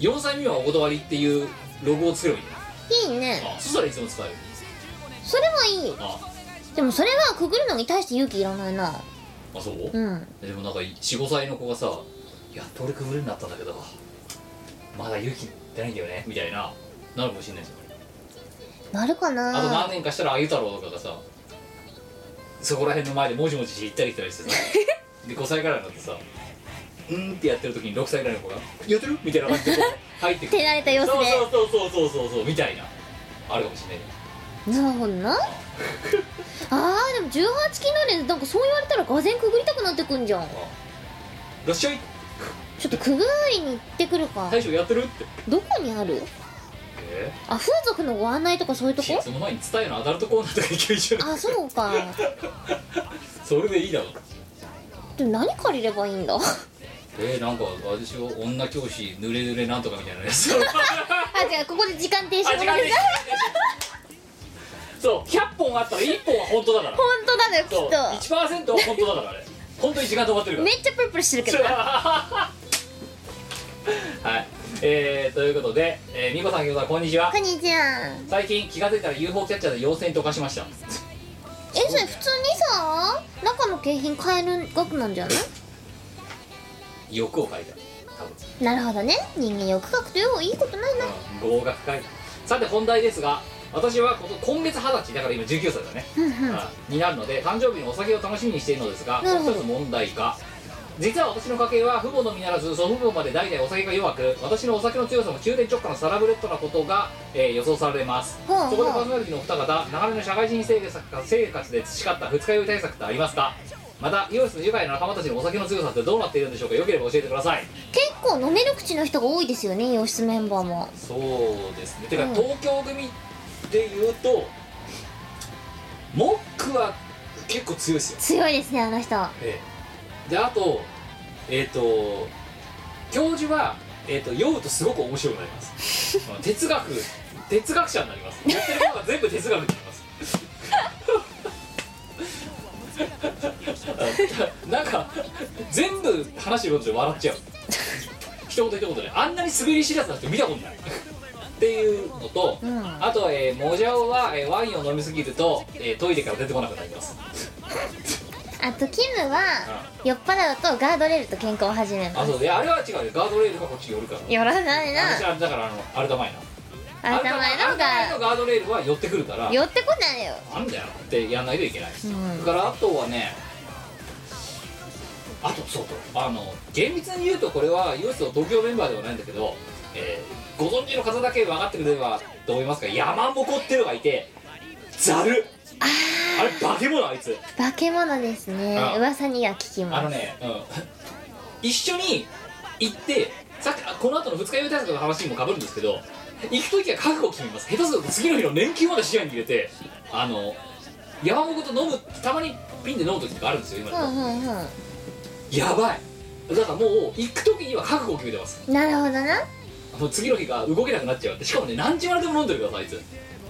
Speaker 1: 4歳未満お断りっていうロゴを作ればいいんだ
Speaker 2: いいね
Speaker 1: あそしたらいつでも使える
Speaker 2: それはいい
Speaker 1: あ
Speaker 2: でもそれはくぐるのに対して勇気いらないな
Speaker 1: あそう、
Speaker 2: うん
Speaker 1: でもなんか45歳の子がさ「やっと俺くぐれになったんだけどまだ勇気出ないんだよね」みたいななるかもしれないじゃん
Speaker 2: なるか
Speaker 1: あと何
Speaker 2: な
Speaker 1: 年かしたらあゆ太郎とかがさそこら辺の前でもじもじして行ったり来たりしてさで5歳からいになってさ「うん」ってやってる時に6歳ぐらいの子が「やってる?」みたいな感じでこう入ってく
Speaker 2: 照られた様子で
Speaker 1: そうそうそうそうそうそうみたいなあるかもしれない
Speaker 2: なるほど <laughs> なあーでも18禁なれなんかそう言われたらがぜくぐりたくなってくんじゃん
Speaker 1: らっしゃい
Speaker 2: ちょっとくぐりに行ってくるか
Speaker 1: 大将やってるって
Speaker 2: どこにある
Speaker 1: え
Speaker 2: あ風俗のご案内とかそういうと
Speaker 1: ー、い
Speaker 2: こ
Speaker 1: つも前に伝えのアダルトコーナーとか行けるじゃん
Speaker 2: あそうか
Speaker 1: それでいいだろ
Speaker 2: でも何借りればいいんだあ
Speaker 1: えー、なんかあれでしょ女教師ぬれぬれなんとかみたいなやつ
Speaker 2: 違うここで時間停止
Speaker 1: あ違うねそう100本あったら1本は本当だから
Speaker 2: 本当だねきっ
Speaker 1: そう
Speaker 2: と
Speaker 1: 1%は本当だからあれ本当に時間止まってるから
Speaker 2: めっちゃプルプルしてるけど
Speaker 1: <laughs> はいえー、ということで、えー、みこさん餃子こんにちは
Speaker 2: こんにちは
Speaker 1: 最近気が付いたら UFO キャッチャーで妖精に溶かしました
Speaker 2: えそれ普通にさ中の景品買える額なんじゃない
Speaker 1: 欲を書いた多分
Speaker 2: なるほどね人間欲獲といういいことないな
Speaker 1: 合格会さて本題ですが私はこの今月二十歳だから今19歳だね、うんになるので誕生日のお酒を楽しみにしているのですが
Speaker 2: なるほど
Speaker 1: 一つ問題が実は私の家系は父母のみならず祖父母まで代々お酒が弱く私のお酒の強さも宮殿直下のサラブレッドなことが、えー予想されます、
Speaker 2: ほうほう
Speaker 1: そこでパーソナリティのお二方長年の社会人生活生活で培った二日酔い対策ってありますかまたイオシスの愉快な仲間たちのお酒の強さってどうなっているんでしょうかよければ教えてください
Speaker 2: 結構飲める口の人が多いですよね洋室メンバーも
Speaker 1: そうですねてか、
Speaker 2: うん
Speaker 1: 東京組で言うとモックは結構強いですよ、
Speaker 2: 強いですねあの人
Speaker 1: ええであとえっ、と教授は、えー、と酔うとすごく面白くなりますまあ哲学哲学者になりますやってることが全部哲学になりますなんか全部話してることで笑っちゃう一言一言であんなに滑り知らずな人見たことないっていうのと、あと、えー、モジャオは、えーワインを飲みすぎると、えートイレから出てこなくなります
Speaker 2: あとキムは酔っ払うとガードレールと喧嘩を始めま
Speaker 1: あそうであれは違うよガードレールがこっちに寄るから
Speaker 2: す寄らないな
Speaker 1: 私はだからあのあれだ前なあ
Speaker 2: あたまの
Speaker 1: れだ前の
Speaker 2: が
Speaker 1: ガードレールは寄ってくるから
Speaker 2: 寄ってこないよ
Speaker 1: なんだよってやんないといけない、
Speaker 2: ん
Speaker 1: だからあとはねあとそうとあの厳密に言うとこれはユースの東京メンバーではないんだけど、えーご存知の方だけ分かってくれればと思いますが山もこっていうのがいてざるあれ化け物あいつ
Speaker 2: 化け物ですね
Speaker 1: あ
Speaker 2: 噂には聞き
Speaker 1: あ
Speaker 2: ま
Speaker 1: の
Speaker 2: す
Speaker 1: ね、うん、一緒に行ってさっきあこの後の二日酔い対策の話にもかぶるんですけど行く時は覚悟を決めます下手すると次の日の年金まで視野に入れてあの山本と飲むたまにピンで飲む時とかあるんですよ今
Speaker 2: う
Speaker 1: の、
Speaker 2: んうんうん
Speaker 1: やばいだからもう行く時には覚悟を決めてます
Speaker 2: なるほどな
Speaker 1: もう次の日が動けなくなっちゃうってしかもね何時まででも飲んでるからさあいつ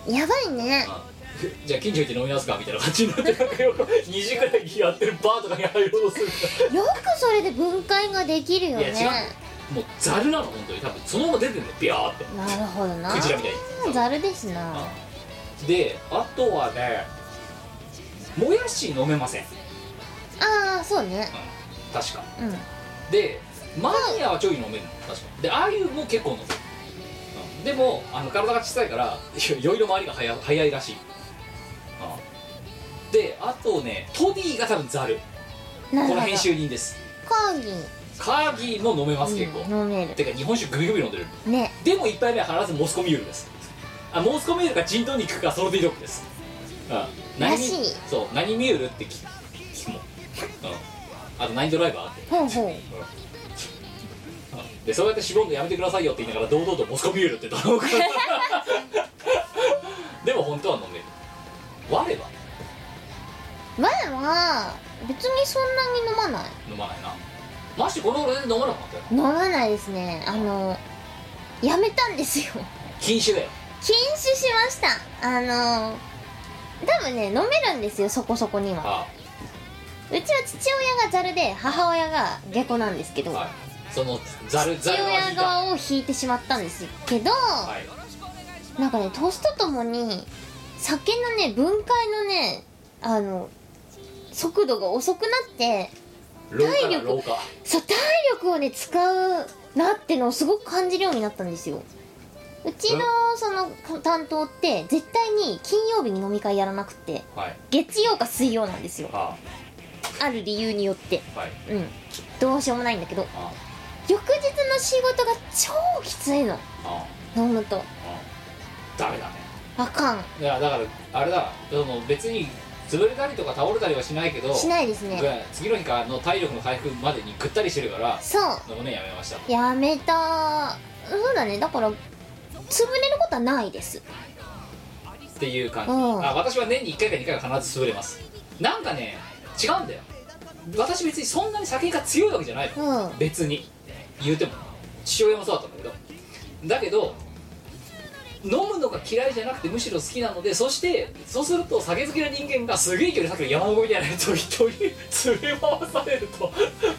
Speaker 2: やばいね
Speaker 1: あじゃあ近所行って飲みますかみたいな感じになってなんかよく2時くらいやってるバーとかに入ろうとするから
Speaker 2: よくそれで分解ができるよね
Speaker 1: いや違もうザルなの本当に多分そのまま出てるのビャーって
Speaker 2: なるほどな
Speaker 1: クジラみたいに
Speaker 2: ざるですな
Speaker 1: であとはねもやし飲めません
Speaker 2: ああそうね
Speaker 1: 確か
Speaker 2: うん
Speaker 1: でマニアはちょい飲める確かでああいうも結構飲む、うんでもあの体が小さいから <laughs> いや酔いの回りが早い早いらしい、うんであとねトディが多分ザル
Speaker 2: な
Speaker 1: この
Speaker 2: るほど
Speaker 1: 編集人です
Speaker 2: コーギー
Speaker 1: カーギーも飲めます結構、
Speaker 2: うん飲める
Speaker 1: てか日本酒グビグビ飲んでる
Speaker 2: ね
Speaker 1: でも一杯目は必ずモスコミュールですあモスコミュールかジントニックかソルティドッグです、うん、
Speaker 2: ら
Speaker 1: 何
Speaker 2: しい
Speaker 1: そう何ミュールって聞聞くもん、うん、あと何ドライバーって、
Speaker 2: ほうほう
Speaker 1: うんでそうやって絞るのやめてくださいよって言いながら堂々とモスコミュールって頼むから <laughs> でも本当は飲める我は
Speaker 2: 前は別にそんなに飲まない
Speaker 1: 飲まないなましてこの頃全然飲まなかったよ
Speaker 2: 飲まないですねあのやめたんですよ <laughs>
Speaker 1: 禁酒で
Speaker 2: 禁酒しましたあの多分ね飲めるんですよそこそこには
Speaker 1: は
Speaker 2: うちは父親がザルで母親が下戸なんですけど、
Speaker 1: いはいそのざる
Speaker 2: 父
Speaker 1: ざるは
Speaker 2: 親
Speaker 1: 引いた
Speaker 2: 側を引いてしまったんですけど、
Speaker 1: はい
Speaker 2: なんかね年とともに酒のね分解のねあの速度が遅くなって
Speaker 1: 老化
Speaker 2: 体
Speaker 1: だ
Speaker 2: 力
Speaker 1: 老化
Speaker 2: そう体力をね使うなってのをすごく感じるようになったんですようちのそのか担当って絶対に金曜日に飲み会やらなくて
Speaker 1: はい
Speaker 2: 月曜か水曜なんですよ
Speaker 1: は
Speaker 2: ある理由によって
Speaker 1: あはい
Speaker 2: うんどうしようもないんだけど
Speaker 1: あ
Speaker 2: 翌日の仕事が超きついの
Speaker 1: あ
Speaker 2: 飲むと
Speaker 1: あダメだね
Speaker 2: あかん
Speaker 1: いやだからあれだその別に潰れたりとか倒れたりはしないけど
Speaker 2: しないですね
Speaker 1: が次の日からの体力の回復までにぐったりしてるから
Speaker 2: そう
Speaker 1: 飲むねやめました
Speaker 2: やめたそうだねだから潰れることはないです
Speaker 1: っていう感じ、
Speaker 2: うん
Speaker 1: あ私は年に1回か2回は必ず潰れますなんかね違うんだよ私別にそんなに酒が強いわけじゃないの、
Speaker 2: うん
Speaker 1: 別に言うても父親もそうだったんだけどだけど飲むのが嫌いじゃなくてむしろ好きなのでそしてそうすると酒好きな人間がすげえ勢いでさっきの山越えみたいなやつを人に連れ回されると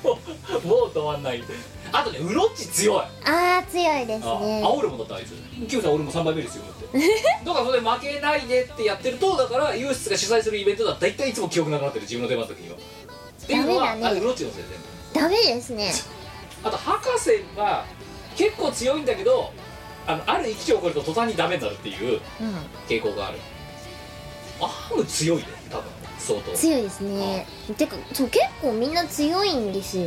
Speaker 1: もうもう止まんないあとねうろっち強い
Speaker 2: あー強いです
Speaker 1: あ
Speaker 2: ね
Speaker 1: 煽るもんだったあいつキムさん俺も3杯目ですよだってだからそれで負けないでってやってるとだからユースが主催するイベントだったら大体いつも記憶なくなってる自分の出番の時にはっていうのは
Speaker 2: ダメだね
Speaker 1: あれロッチのせいで
Speaker 2: ダメですね
Speaker 1: あと博士は結構強いんだけどあのある生きを超えると途端にダメになるっていう傾向がある、アーム強いよ多分相当
Speaker 2: 強いですねてかそう結構みんな強いんですよ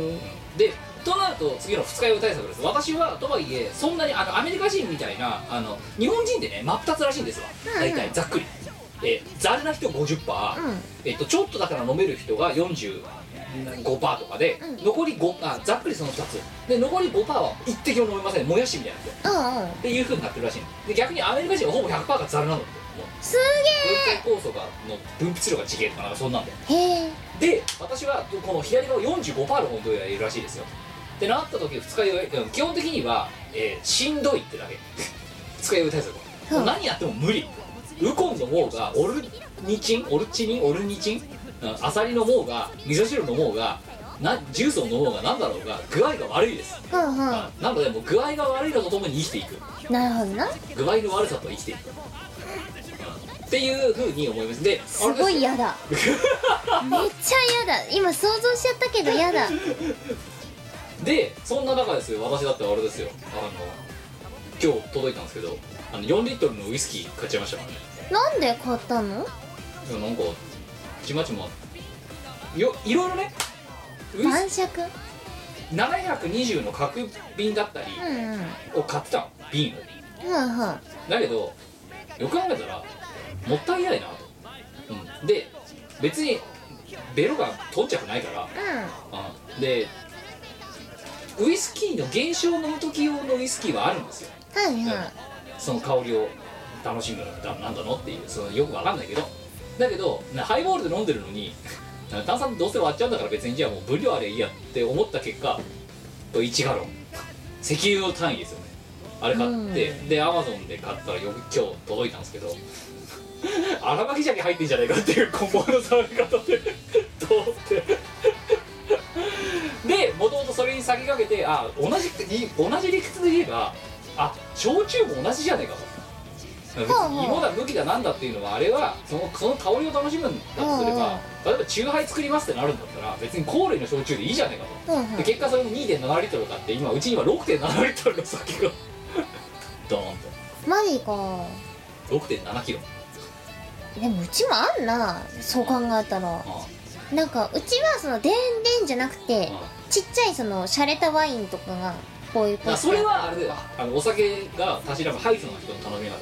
Speaker 1: でとなると次の二日酔い対策です私はとはいえそんなにあのアメリカ人みたいなあの日本人でね真っ二つらしいんですわ大体ざっくりえざるな人50%、
Speaker 2: うん
Speaker 1: えっと、ちょっとだから飲める人が45%とかで、
Speaker 2: うん
Speaker 1: 残り5あざっくりその2つで残り5%は一滴も飲めませんもやしみたいな人っ
Speaker 2: うんうん
Speaker 1: ていうふうになってるらしいので逆にアメリカ人はほぼ100%がざるなのってもう
Speaker 2: す
Speaker 1: 分解酵素がの分泌量が違えとかなんかそんなんで
Speaker 2: げえへえ
Speaker 1: で私はこの左側45%の温度がいるらしいですよってなった時二日酔いうん基本的には、えーしんどいってだけ <laughs> 二日酔い対策は、もう何やっても無理ウコンの方がオルニチンオルチニンオルニチンうんアサリの方が味噌汁の方がなジュースを飲もうが何だろうが具合が悪いです、
Speaker 2: うんうんな
Speaker 1: うんなのでもう具合が悪いのとともに生きていく
Speaker 2: るほどな
Speaker 1: 具合の悪さと生きていく、うんっていうふうに思いますです
Speaker 2: すごい嫌だめっちゃ嫌だ今想像しちゃったけど嫌だ
Speaker 1: でそんな中ですよ私だってあれですよあの今日届いたんですけどあの4リットルのウイスキー買っちゃいましたからね
Speaker 2: なんで買ったの
Speaker 1: でもなんかちまちまよいろいろねウイス
Speaker 2: 晩酌
Speaker 1: 720の角瓶だったり
Speaker 2: うんうんうん
Speaker 1: を買ってたの瓶を
Speaker 2: うん
Speaker 1: だけどよく考えたらもったいないなと、うん、で別にベロが頓着ないからうんでウイスキーの減少を飲む時用のウイスキーはあるんですよ
Speaker 2: はいはい
Speaker 1: その香りを楽しむのだなんだのっていうそのよくわかんないけどだけどなハイボールで飲んでるのにな炭酸どうせ割っちゃうんだから別にじゃあもう分量あれいいやって思った結果と1ガロン石油の単位ですよねあれ買って、でアマゾンで買ったらよく今日届いたんですけど荒巻鮭入ってんじゃないかっていう梱包の触り方でと思ってでもともとそれに先駆けてあ同じい同じ理屈で言えばあ焼酎も同じじゃねえかと別に芋だ向きだなんだっていうのはあれはそのその香りを楽しむんだとすれば例えば酎ハイ作りますってなるんだったら別に香類の焼酎でいいじゃねえかと
Speaker 2: うんうん
Speaker 1: で結果それも2.7リットル買って今うちには6.7リットルの酒がドーン
Speaker 2: マジか
Speaker 1: と6.7キロ
Speaker 2: でもうちもあんなそう考えたら
Speaker 1: あ
Speaker 2: なんかうちはそのでんでんじゃなく
Speaker 1: あ
Speaker 2: てちっちゃいその洒落たワインとかがこういう
Speaker 1: あ
Speaker 2: こ
Speaker 1: あ
Speaker 2: と
Speaker 1: それはあれだよあのお酒がたしらむハイフの人の頼み方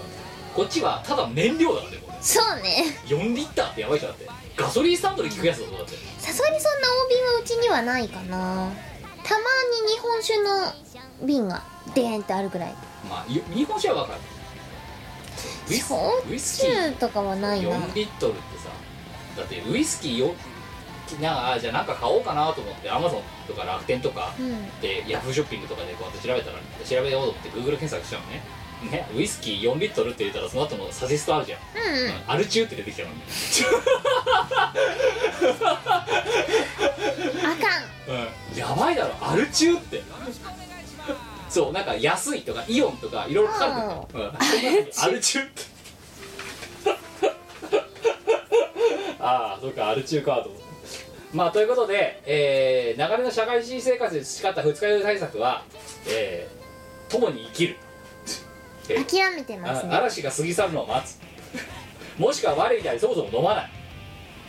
Speaker 1: こっちはただ燃料だからねもうね
Speaker 2: そうね
Speaker 1: 4リッターってやばいじゃんだってガソリンスタンドで聞くやつだぞだって
Speaker 2: さすがにそんな大瓶はうちにはないかなたまに日本酒の瓶がでーんってあるぐらい
Speaker 1: まあゆ日本酒は分かるウイスウイ
Speaker 2: 焼
Speaker 1: スキー
Speaker 2: 酎とかはないな
Speaker 1: 4リットルってさだってウイスキーよなんかあじゃあなんか買おうかなと思ってアマゾンとか楽天とかで、ヤフーショッピングとかでこうやって調べたら調べようと思って Google 検索したのねねウイスキー4リットルって入れたらその後のサジェストあるじゃん、アルチューって出てきたのね
Speaker 2: あかん
Speaker 1: うんやばいだろアル中ってそうなんか安いとかイオンとかいろいろ書かれてるのうんアル中って <laughs> ああそっかアル中かと思ってまあということで、えー、長年の社会人生活で培った二日酔い対策は、えー、共に生きる
Speaker 2: 諦めてます
Speaker 1: あ
Speaker 2: ね
Speaker 1: 嵐が過ぎ去るのを待つもしくは悪いでありそもそも飲まない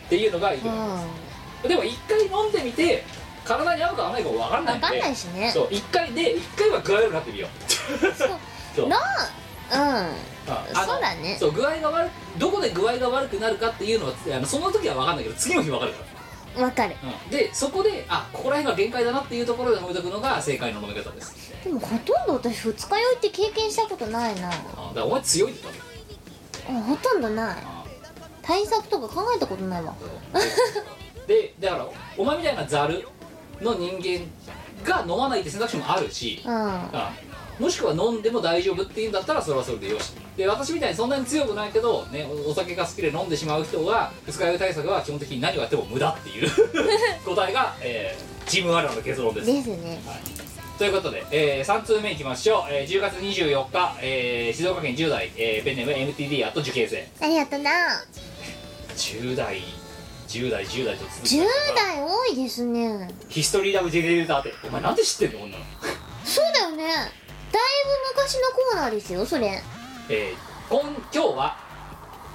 Speaker 1: っていうのがいいと思いますでも一回飲んでみて体に合うか合わないか分かんないんで
Speaker 2: 分かんないしね
Speaker 1: そう一回で一回は具合悪くなってみようそう
Speaker 2: な
Speaker 1: う
Speaker 2: うん
Speaker 1: んあの
Speaker 2: そうだね
Speaker 1: そう具合が悪くどこで具合が悪くなるかっていうのはあのその時は分かんないけど次の日分かるか
Speaker 2: わかる
Speaker 1: ら、うんでそこであここら辺が限界だなっていうところで飲みとくのが正解の飲み方です
Speaker 2: でもほとんど私二日酔いって経験したことないな
Speaker 1: あだからお前強いって言ったの
Speaker 2: うんほとんどない対策とか考えたことないわ
Speaker 1: でだからお前みたいなザルの人間が飲まないって選択肢もあるし、
Speaker 2: うん
Speaker 1: あもしくは飲んでも大丈夫っていうんだったらそれはそれでよしで私みたいにそんなに強くないけど、ね、おお酒が好きで飲んでしまう人は二日酔い対策は基本的に何をやっても無駄って
Speaker 2: <laughs>
Speaker 1: いう答えが、えーチーム我らの結論です
Speaker 2: ですね
Speaker 1: ということで、え3通目いきましょう、えー10月24日、えー静岡県10代、えーペンネーム MTD あと受験生
Speaker 2: ありがとうな
Speaker 1: 10代10代10代と続く
Speaker 2: 10代多いですね
Speaker 1: ヒストリーダブジェネレーターってお前なんで知ってんの女の
Speaker 2: そうだよねだいぶ昔のコーナーですよそれ
Speaker 1: えー今今日は、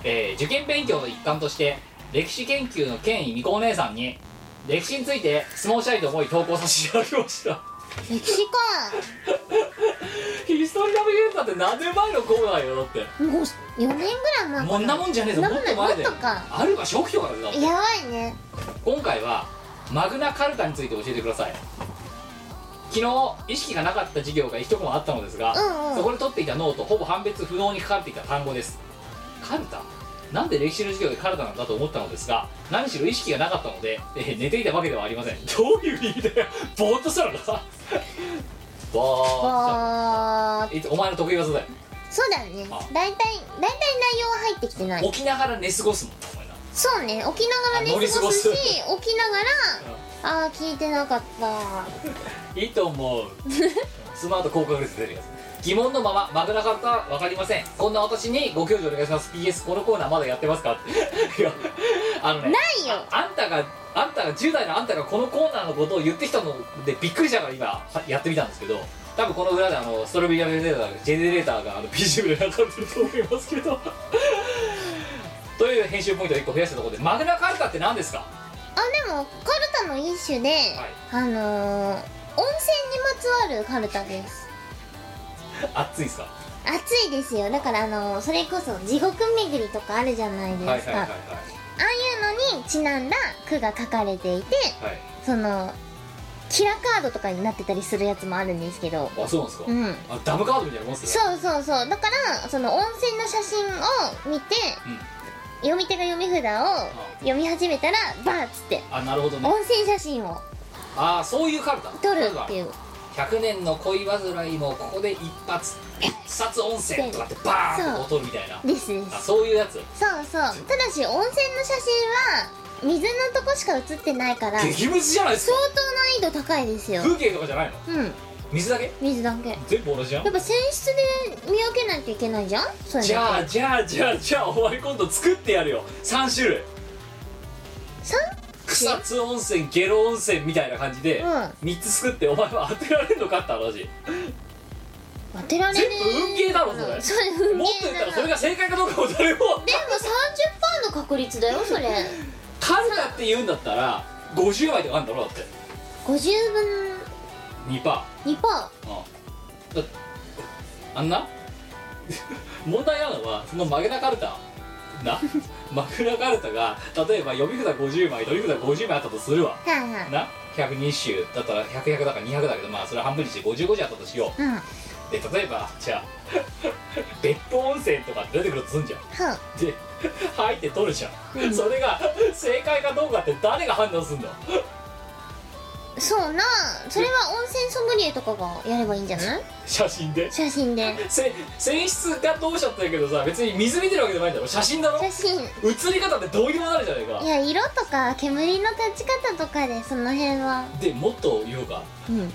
Speaker 1: えー受験勉強の一環として歴史研究の権威みこお姉さんに歴史について質問したいと思い投稿させていただきました <laughs>
Speaker 2: 歴史か
Speaker 1: ヒストリーダブジェネレーターって何年前のコーナーよだって
Speaker 2: もう4年ぐらい前
Speaker 1: もんなもんじゃねえぞも
Speaker 2: な
Speaker 1: っ
Speaker 2: もん
Speaker 1: と
Speaker 2: な
Speaker 1: 前で
Speaker 2: もっとか
Speaker 1: あるか初期とかだぞ
Speaker 2: やばいね
Speaker 1: 今回はマグナカルタについて教えてください昨日意識がなかった授業が一コマあったのですが、
Speaker 2: うんうん
Speaker 1: そこで取っていたノートほぼ判別不能に書かれていた単語ですカルタなんで歴史の授業でカルタなんだと思ったのですが何しろ意識がなかったので、えー寝ていたわけではありませんどういう意味だよぼーっとしたのかぼーっ
Speaker 2: あー
Speaker 1: としたいつお前の得意技だよ
Speaker 2: そうだよね
Speaker 1: あ
Speaker 2: 大体大体内容は入ってきてない
Speaker 1: 起きながら寝過ごすもんお前な
Speaker 2: そうね起きながら寝
Speaker 1: あ乗り
Speaker 2: 過
Speaker 1: 過
Speaker 2: ご
Speaker 1: ご
Speaker 2: す
Speaker 1: す
Speaker 2: し起きながらあー聞いてなかった
Speaker 1: いいと思
Speaker 2: <laughs>
Speaker 1: うスマート高確率出るやつ疑問のままマグナカルタは分かりませんこんな私にご教授お願いします PS このコーナーまだやってますか <laughs> っていやあのね
Speaker 2: ないよ
Speaker 1: あんたがあんたが10代のあんたがこのコーナーのことを言ってきたのでびっくりしたから今はやってみたんですけど多分この裏であのストロベリージェネレーターがジェネレーターがあの BGM で流れてると思いますけど <laughs> という編集ポイントを1個増やしたところでマグナカルタって何です
Speaker 2: <laughs>
Speaker 1: か
Speaker 2: あでもカルタの一種で、あのー、温泉にまつわるカルタです
Speaker 1: 熱いですか
Speaker 2: 暑いですよだからあのーそれこそ地獄巡りとかあるじゃないですか、
Speaker 1: はいはいはいは
Speaker 2: ああいうのにちなんだ句が書かれていて
Speaker 1: いはい
Speaker 2: そのキラカードとかになってたりするやつもあるんですけど
Speaker 1: あそうなんですか、
Speaker 2: うん
Speaker 1: あダムカードみたいなもんっすよ
Speaker 2: そうそうそうだからその温泉の写真を見て、
Speaker 1: うん
Speaker 2: 読み手が読み札を読み始めたらバーッつって
Speaker 1: あなるほどね
Speaker 2: 温泉写真を
Speaker 1: ああそういうカルタ
Speaker 2: 撮るっていう
Speaker 1: 100年の恋煩いもここで一発一冊温泉とかってバーンとこう撮るみたいな
Speaker 2: ですです
Speaker 1: あそういうやつ
Speaker 2: そうそうただし温泉の写真は水のとこしか写ってないから相
Speaker 1: 激ムズじゃないですか
Speaker 2: 当難易度高いですよ
Speaker 1: 風景とかじゃないの
Speaker 2: うん
Speaker 1: 水だけ
Speaker 2: 水だけや
Speaker 1: 全部同じじゃん
Speaker 2: っぱ泉質で見分けないといけないじゃんそれ
Speaker 1: じ
Speaker 2: だ
Speaker 1: ゃあじゃあじゃあじゃあお前今度作ってやるよ3種類
Speaker 2: 三
Speaker 1: 草津温泉下呂温泉みたいな感じで
Speaker 2: う
Speaker 1: 3つ作ってお前は当てられるのかって話
Speaker 2: 当てられねえ
Speaker 1: 全部運ゲーだろそれ
Speaker 2: それ運
Speaker 1: もっと言
Speaker 2: ゲ
Speaker 1: った
Speaker 2: ーだ
Speaker 1: ら
Speaker 2: な
Speaker 1: それが正解かどうかも誰も
Speaker 2: でも30%の確率だよそれ
Speaker 1: <laughs> カルタって言うんだったら50枚とかあるんだろだって
Speaker 2: 50分
Speaker 1: 2パ
Speaker 2: 2%パ
Speaker 1: ー、うん、だってあんな <laughs> 問題なのはそのマグナカルタな <laughs> マグナカルタが例えば読み札50枚取り札50枚あったとするわ
Speaker 2: ーはいはい
Speaker 1: な120種だったら100100だから200だけどまあそれ半分にして55じゃあったとしよう
Speaker 2: うんは
Speaker 1: <laughs> で例えばじゃあ別府温泉とかって出てくるとすんじゃん
Speaker 2: あ
Speaker 1: で「はい」って取るじゃん、それが正解かどうかって誰が判断すんだ
Speaker 2: そうなそれは温泉ソムリエとかがやればいいんじゃない
Speaker 1: 写真で
Speaker 2: 写真で
Speaker 1: せ泉質がどうしちゃったけどさ別に水見てるわけじゃないんだろ写真だろ
Speaker 2: 写真
Speaker 1: 写り方ってどうにもなるじゃないか
Speaker 2: いや色とか煙の立ち方とかでその辺は
Speaker 1: でもっと言おうか
Speaker 2: うん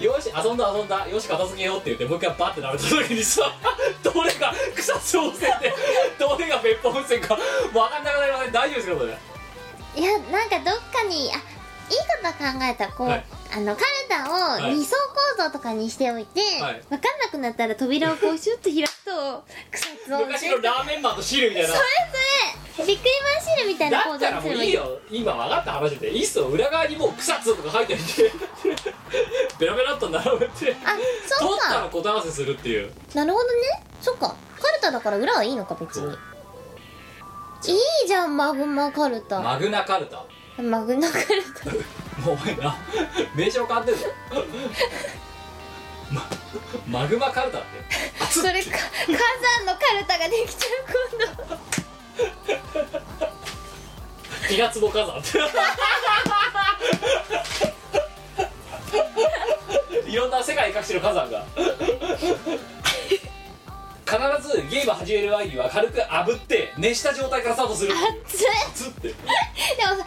Speaker 1: よし遊んだ遊んだよし片付けようって言ってもう一回バッてなれた時にさ <laughs> どれが草津温泉で <laughs> どれが別府温泉か分かんなくなりません大丈夫ですかこれ
Speaker 2: いやなんかどっかにあいいこと考えたこう、
Speaker 1: はい
Speaker 2: あのカルタを
Speaker 1: はい
Speaker 2: 二層構造とかにしておいて、
Speaker 1: はい
Speaker 2: 分かんなくなったら扉をこうシュッと開くと草津温
Speaker 1: <laughs> 昔
Speaker 2: 泉
Speaker 1: のラーメンマンと汁みたいな
Speaker 2: びっくりマンシールみたいな
Speaker 1: だ
Speaker 2: 構
Speaker 1: った
Speaker 2: 造
Speaker 1: ら
Speaker 2: にす
Speaker 1: もう
Speaker 2: れば
Speaker 1: い
Speaker 2: い
Speaker 1: い
Speaker 2: い
Speaker 1: よ今分かった話でいっそ裏側にもう草津とか入っていてベラベラっと並べて取っ
Speaker 2: あそう
Speaker 1: たら
Speaker 2: か
Speaker 1: 答え合わせするっていう
Speaker 2: なるほどねそっかカルタだから裏はいいのか別にいいじゃんマグマカルタ
Speaker 1: マグナカルタ
Speaker 2: マグナカルタ
Speaker 1: もうお前な名称変わってんぞまマグマカルタって
Speaker 2: それか火山のカルタができちゃう今度
Speaker 1: ピラツボ火山っていろんな世界各地の火山が必ずゲーム始める前には軽く炙って熱した状態からスタートする
Speaker 2: 熱
Speaker 1: つ
Speaker 2: い
Speaker 1: って
Speaker 2: でもさそれ耐熱のや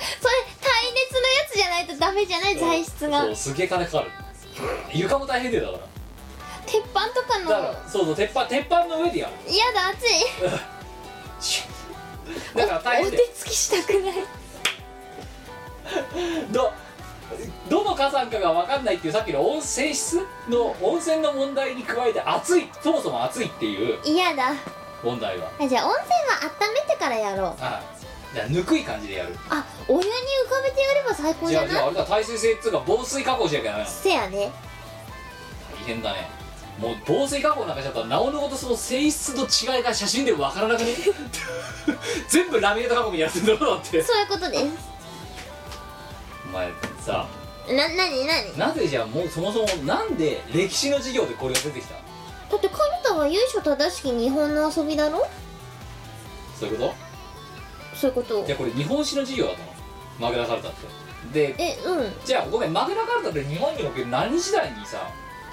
Speaker 2: つじゃないとダメじゃない材質が
Speaker 1: そうすげえ金かかる床も大変だよだから
Speaker 2: 鉄板とかの
Speaker 1: だからそうそう鉄板鉄板の上でやる
Speaker 2: 嫌だ熱い
Speaker 1: シュッだから大
Speaker 2: お
Speaker 1: 変
Speaker 2: 手
Speaker 1: で
Speaker 2: つきしたくない
Speaker 1: どどの火山かが分かんないっていうさっきの温泉質の温泉の問題に加えて暑いそもそも暑いっていう
Speaker 2: 嫌だ
Speaker 1: 問題は
Speaker 2: あじゃあ温泉は温めてからやろう
Speaker 1: はいじゃあぬくい感じでやる
Speaker 2: あお湯に浮かべてやれば最高
Speaker 1: じ
Speaker 2: じ
Speaker 1: ゃ
Speaker 2: ゃ
Speaker 1: あじゃあ
Speaker 2: な
Speaker 1: あ
Speaker 2: い
Speaker 1: れだ耐水性っつうか防水加工しなきゃダメなの
Speaker 2: せやね
Speaker 1: 大変だねもう防水加工なんかしちゃったらなおのことその性質の違いが写真でわからなく
Speaker 2: <laughs>
Speaker 1: ね全部ラミネート加工にやってんだろだって
Speaker 2: そういうことで
Speaker 1: お前さ
Speaker 2: すな何何だ
Speaker 1: なぜじゃあもうそもそもなんで歴史の授業でこれが出てきた
Speaker 2: ってカルタは由緒正しき日本の遊びだろ
Speaker 1: そういうこ
Speaker 2: そういうこと
Speaker 1: とじゃあこれ日本史の授業だと思うマグナカルタってで
Speaker 2: えうん
Speaker 1: じゃあごめんマグナカルタって日本における何時代にさ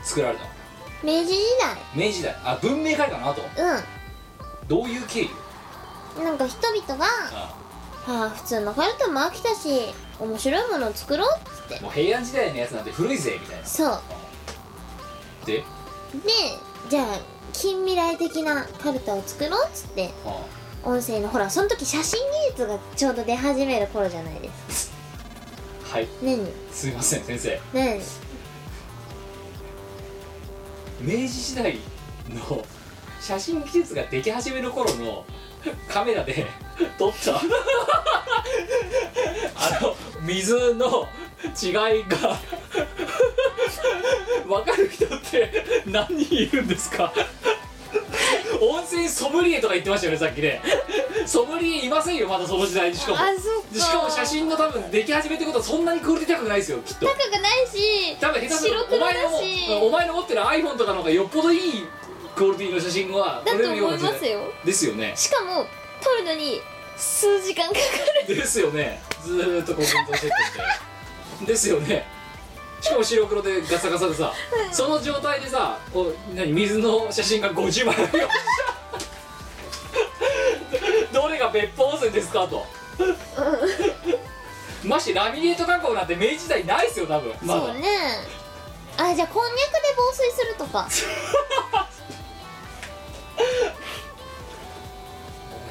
Speaker 1: 作られたの
Speaker 2: 明治時
Speaker 1: 明治時代あ文明開化の後
Speaker 2: 代
Speaker 1: どういう経緯
Speaker 2: うんなんか人々が
Speaker 1: あ
Speaker 2: ああ普通のカルタも飽きたし面白いものを作ろうっつって
Speaker 1: もう平安時代のやつなんて古いぜみたいな
Speaker 2: そう
Speaker 1: で、
Speaker 2: でじゃあ近未来的なカルタを作ろうっつって
Speaker 1: は
Speaker 2: 音声のほらその時写真技術がちょうど出始める頃じゃないです
Speaker 1: あはい
Speaker 2: 何
Speaker 1: すいません先生
Speaker 2: 何
Speaker 1: 明治時代の写真技術ができ始める頃のカメラで <laughs> 撮ったあの水の違いが <laughs> 分かる人って何人いるんですか温泉ソムリエとか言ってましたよねさっきねソムリエいませんよまだその時代にしかも
Speaker 2: そ
Speaker 1: しかも写真の多分出来始めってことはそんなにクオリティ高くないですよきっと
Speaker 2: 高くないし
Speaker 1: 多分下手する
Speaker 2: 白
Speaker 1: お
Speaker 2: 黒だ
Speaker 1: 前の
Speaker 2: し
Speaker 1: お前の持ってる iPhone とかの方がよっぽどいいクオリティの写真は
Speaker 2: だ
Speaker 1: 撮れ
Speaker 2: と
Speaker 1: るよう
Speaker 2: 思
Speaker 1: ない時
Speaker 2: ます
Speaker 1: 代
Speaker 2: よ
Speaker 1: ですよね
Speaker 2: しかも撮るのに数時間かかる
Speaker 1: ですよねずーっとこう検討してってですよねしかも白黒でガサガサでさその状態でさこう何水の写真が50枚あるよどれが別府温泉ですかとましてラミネート加工なんて明治時代ないですよ多分まだ
Speaker 2: そうねあじゃあこんにゃくで防水すると <laughs> か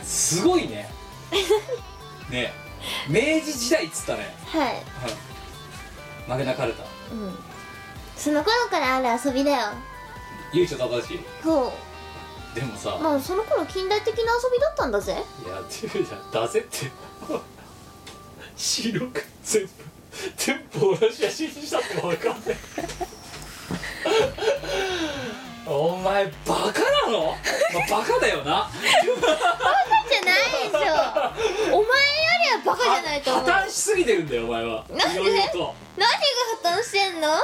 Speaker 1: すごい
Speaker 2: <laughs>
Speaker 1: ねねえ明治時代っつったね
Speaker 2: はい
Speaker 1: マグナカルタ
Speaker 2: うんその頃からある遊びだよ
Speaker 1: 由緒正しい
Speaker 2: そ
Speaker 1: でもさ、
Speaker 2: うまあその頃近代的な遊びだったんだぜ
Speaker 1: いやていうじゃん出せって白く全部全部同じ写真にしたって分かんないお前バカなの、まあ、バカだよな
Speaker 2: じゃない <laughs> でしょお前よりはバカじゃないと思う
Speaker 1: 破綻しすぎてるんだよお前は
Speaker 2: なんで
Speaker 1: いろいろと
Speaker 2: 何が破綻してんの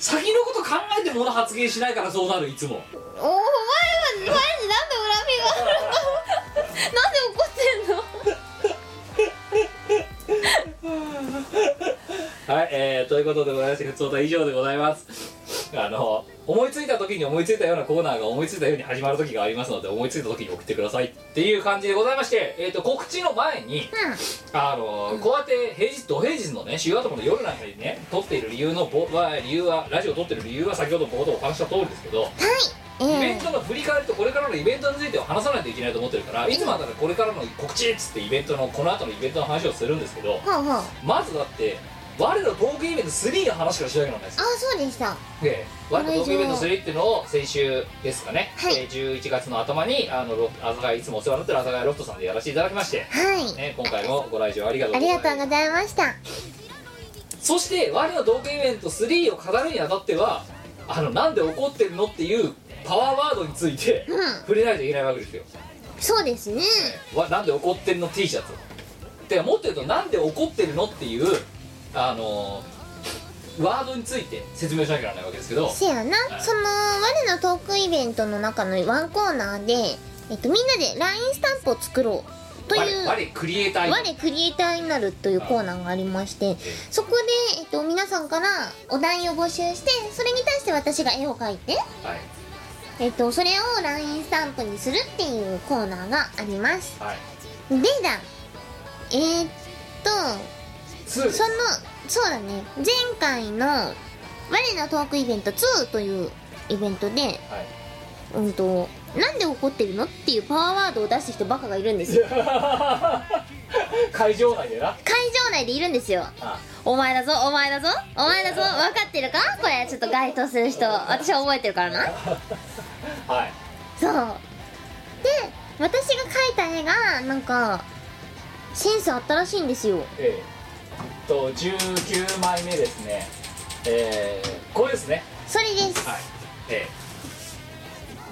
Speaker 1: 先のこと考えてもの発言しないからそうなるいつも
Speaker 2: お前は毎日なんで恨みがあるのなんで怒ってんの
Speaker 1: はい、えー、ということでございまして、普通歌以上でございます。あの、思いついた時に思いついたようなコーナーが思いついたように始まる時がありますので、思いついた時に送ってくださいっていう感じでございまして、えっ、と、告知の前に、あの、こうやって平日、土平日のね、週頭の夜なんかにね、撮っている理由の、ぼは理由は、ラジオ撮ってる理由は先ほど冒頭お話した通りですけど、
Speaker 2: え
Speaker 1: イベン
Speaker 2: え
Speaker 1: トの振り返りとこれからのイベントについては話さないといけないと思ってるから、いつもだったらこれからの告知っつってイベントの、この後のイベントの話をするんですけど、
Speaker 2: はあはあ
Speaker 1: まずだって我のトークイベント3の話からしなきゃならないです
Speaker 2: あそうでした
Speaker 1: で我のトークイベント3っていうのを先週ですかね、
Speaker 2: はい
Speaker 1: えー11月の頭にあのロ阿佐ヶ谷いつもお世話になってる阿佐ヶ谷ロフトさんでやらせていただきまして、
Speaker 2: はい
Speaker 1: ね、今回もご来場ありがとう
Speaker 2: あ
Speaker 1: ござ
Speaker 2: り
Speaker 1: い
Speaker 2: が
Speaker 1: ます
Speaker 2: とうございました
Speaker 1: そして我のトークイベント3を語るにあたってはあのなんで怒ってるのっていうパワーワードについて
Speaker 2: うん
Speaker 1: 触れないといけないわけですよ
Speaker 2: そうですね
Speaker 1: わなんで怒ってるの T シャツでもっと言うとなんで怒ってるのっていうあのーワードについて説明しなきゃならないわけですけど
Speaker 2: せやなその我のトークイベントの中のワンコーナーで、えっと、みんなで LINE スタンプを作ろうという
Speaker 1: 我我クリエイターに
Speaker 2: 我クリエイターになるというコーナーがありましてそこで、えっと、皆さんからお題を募集してそれに対して私が絵を描いて、
Speaker 1: はい
Speaker 2: えっと、それを LINE スタンプにするっていうコーナーがあります
Speaker 1: はい
Speaker 2: でだえーっと
Speaker 1: ツーです
Speaker 2: そのそうだね前回の我のトークイベント2というイベントで
Speaker 1: はい <laughs>
Speaker 2: うんとなんで怒ってるのっていうパワーワードを出す人バカがいるんですよ
Speaker 1: 会場内でな
Speaker 2: 会場内でいるんですよ
Speaker 1: あ
Speaker 2: お前だぞお前だぞお前だぞ分かってるかこれちょっと該当する人私は覚えてるからな
Speaker 1: はい
Speaker 2: そうで私が描いた絵がなんかセンスあったらしいんですよ
Speaker 1: えー、と19枚目ですねえー、これですね
Speaker 2: それです
Speaker 1: はいえ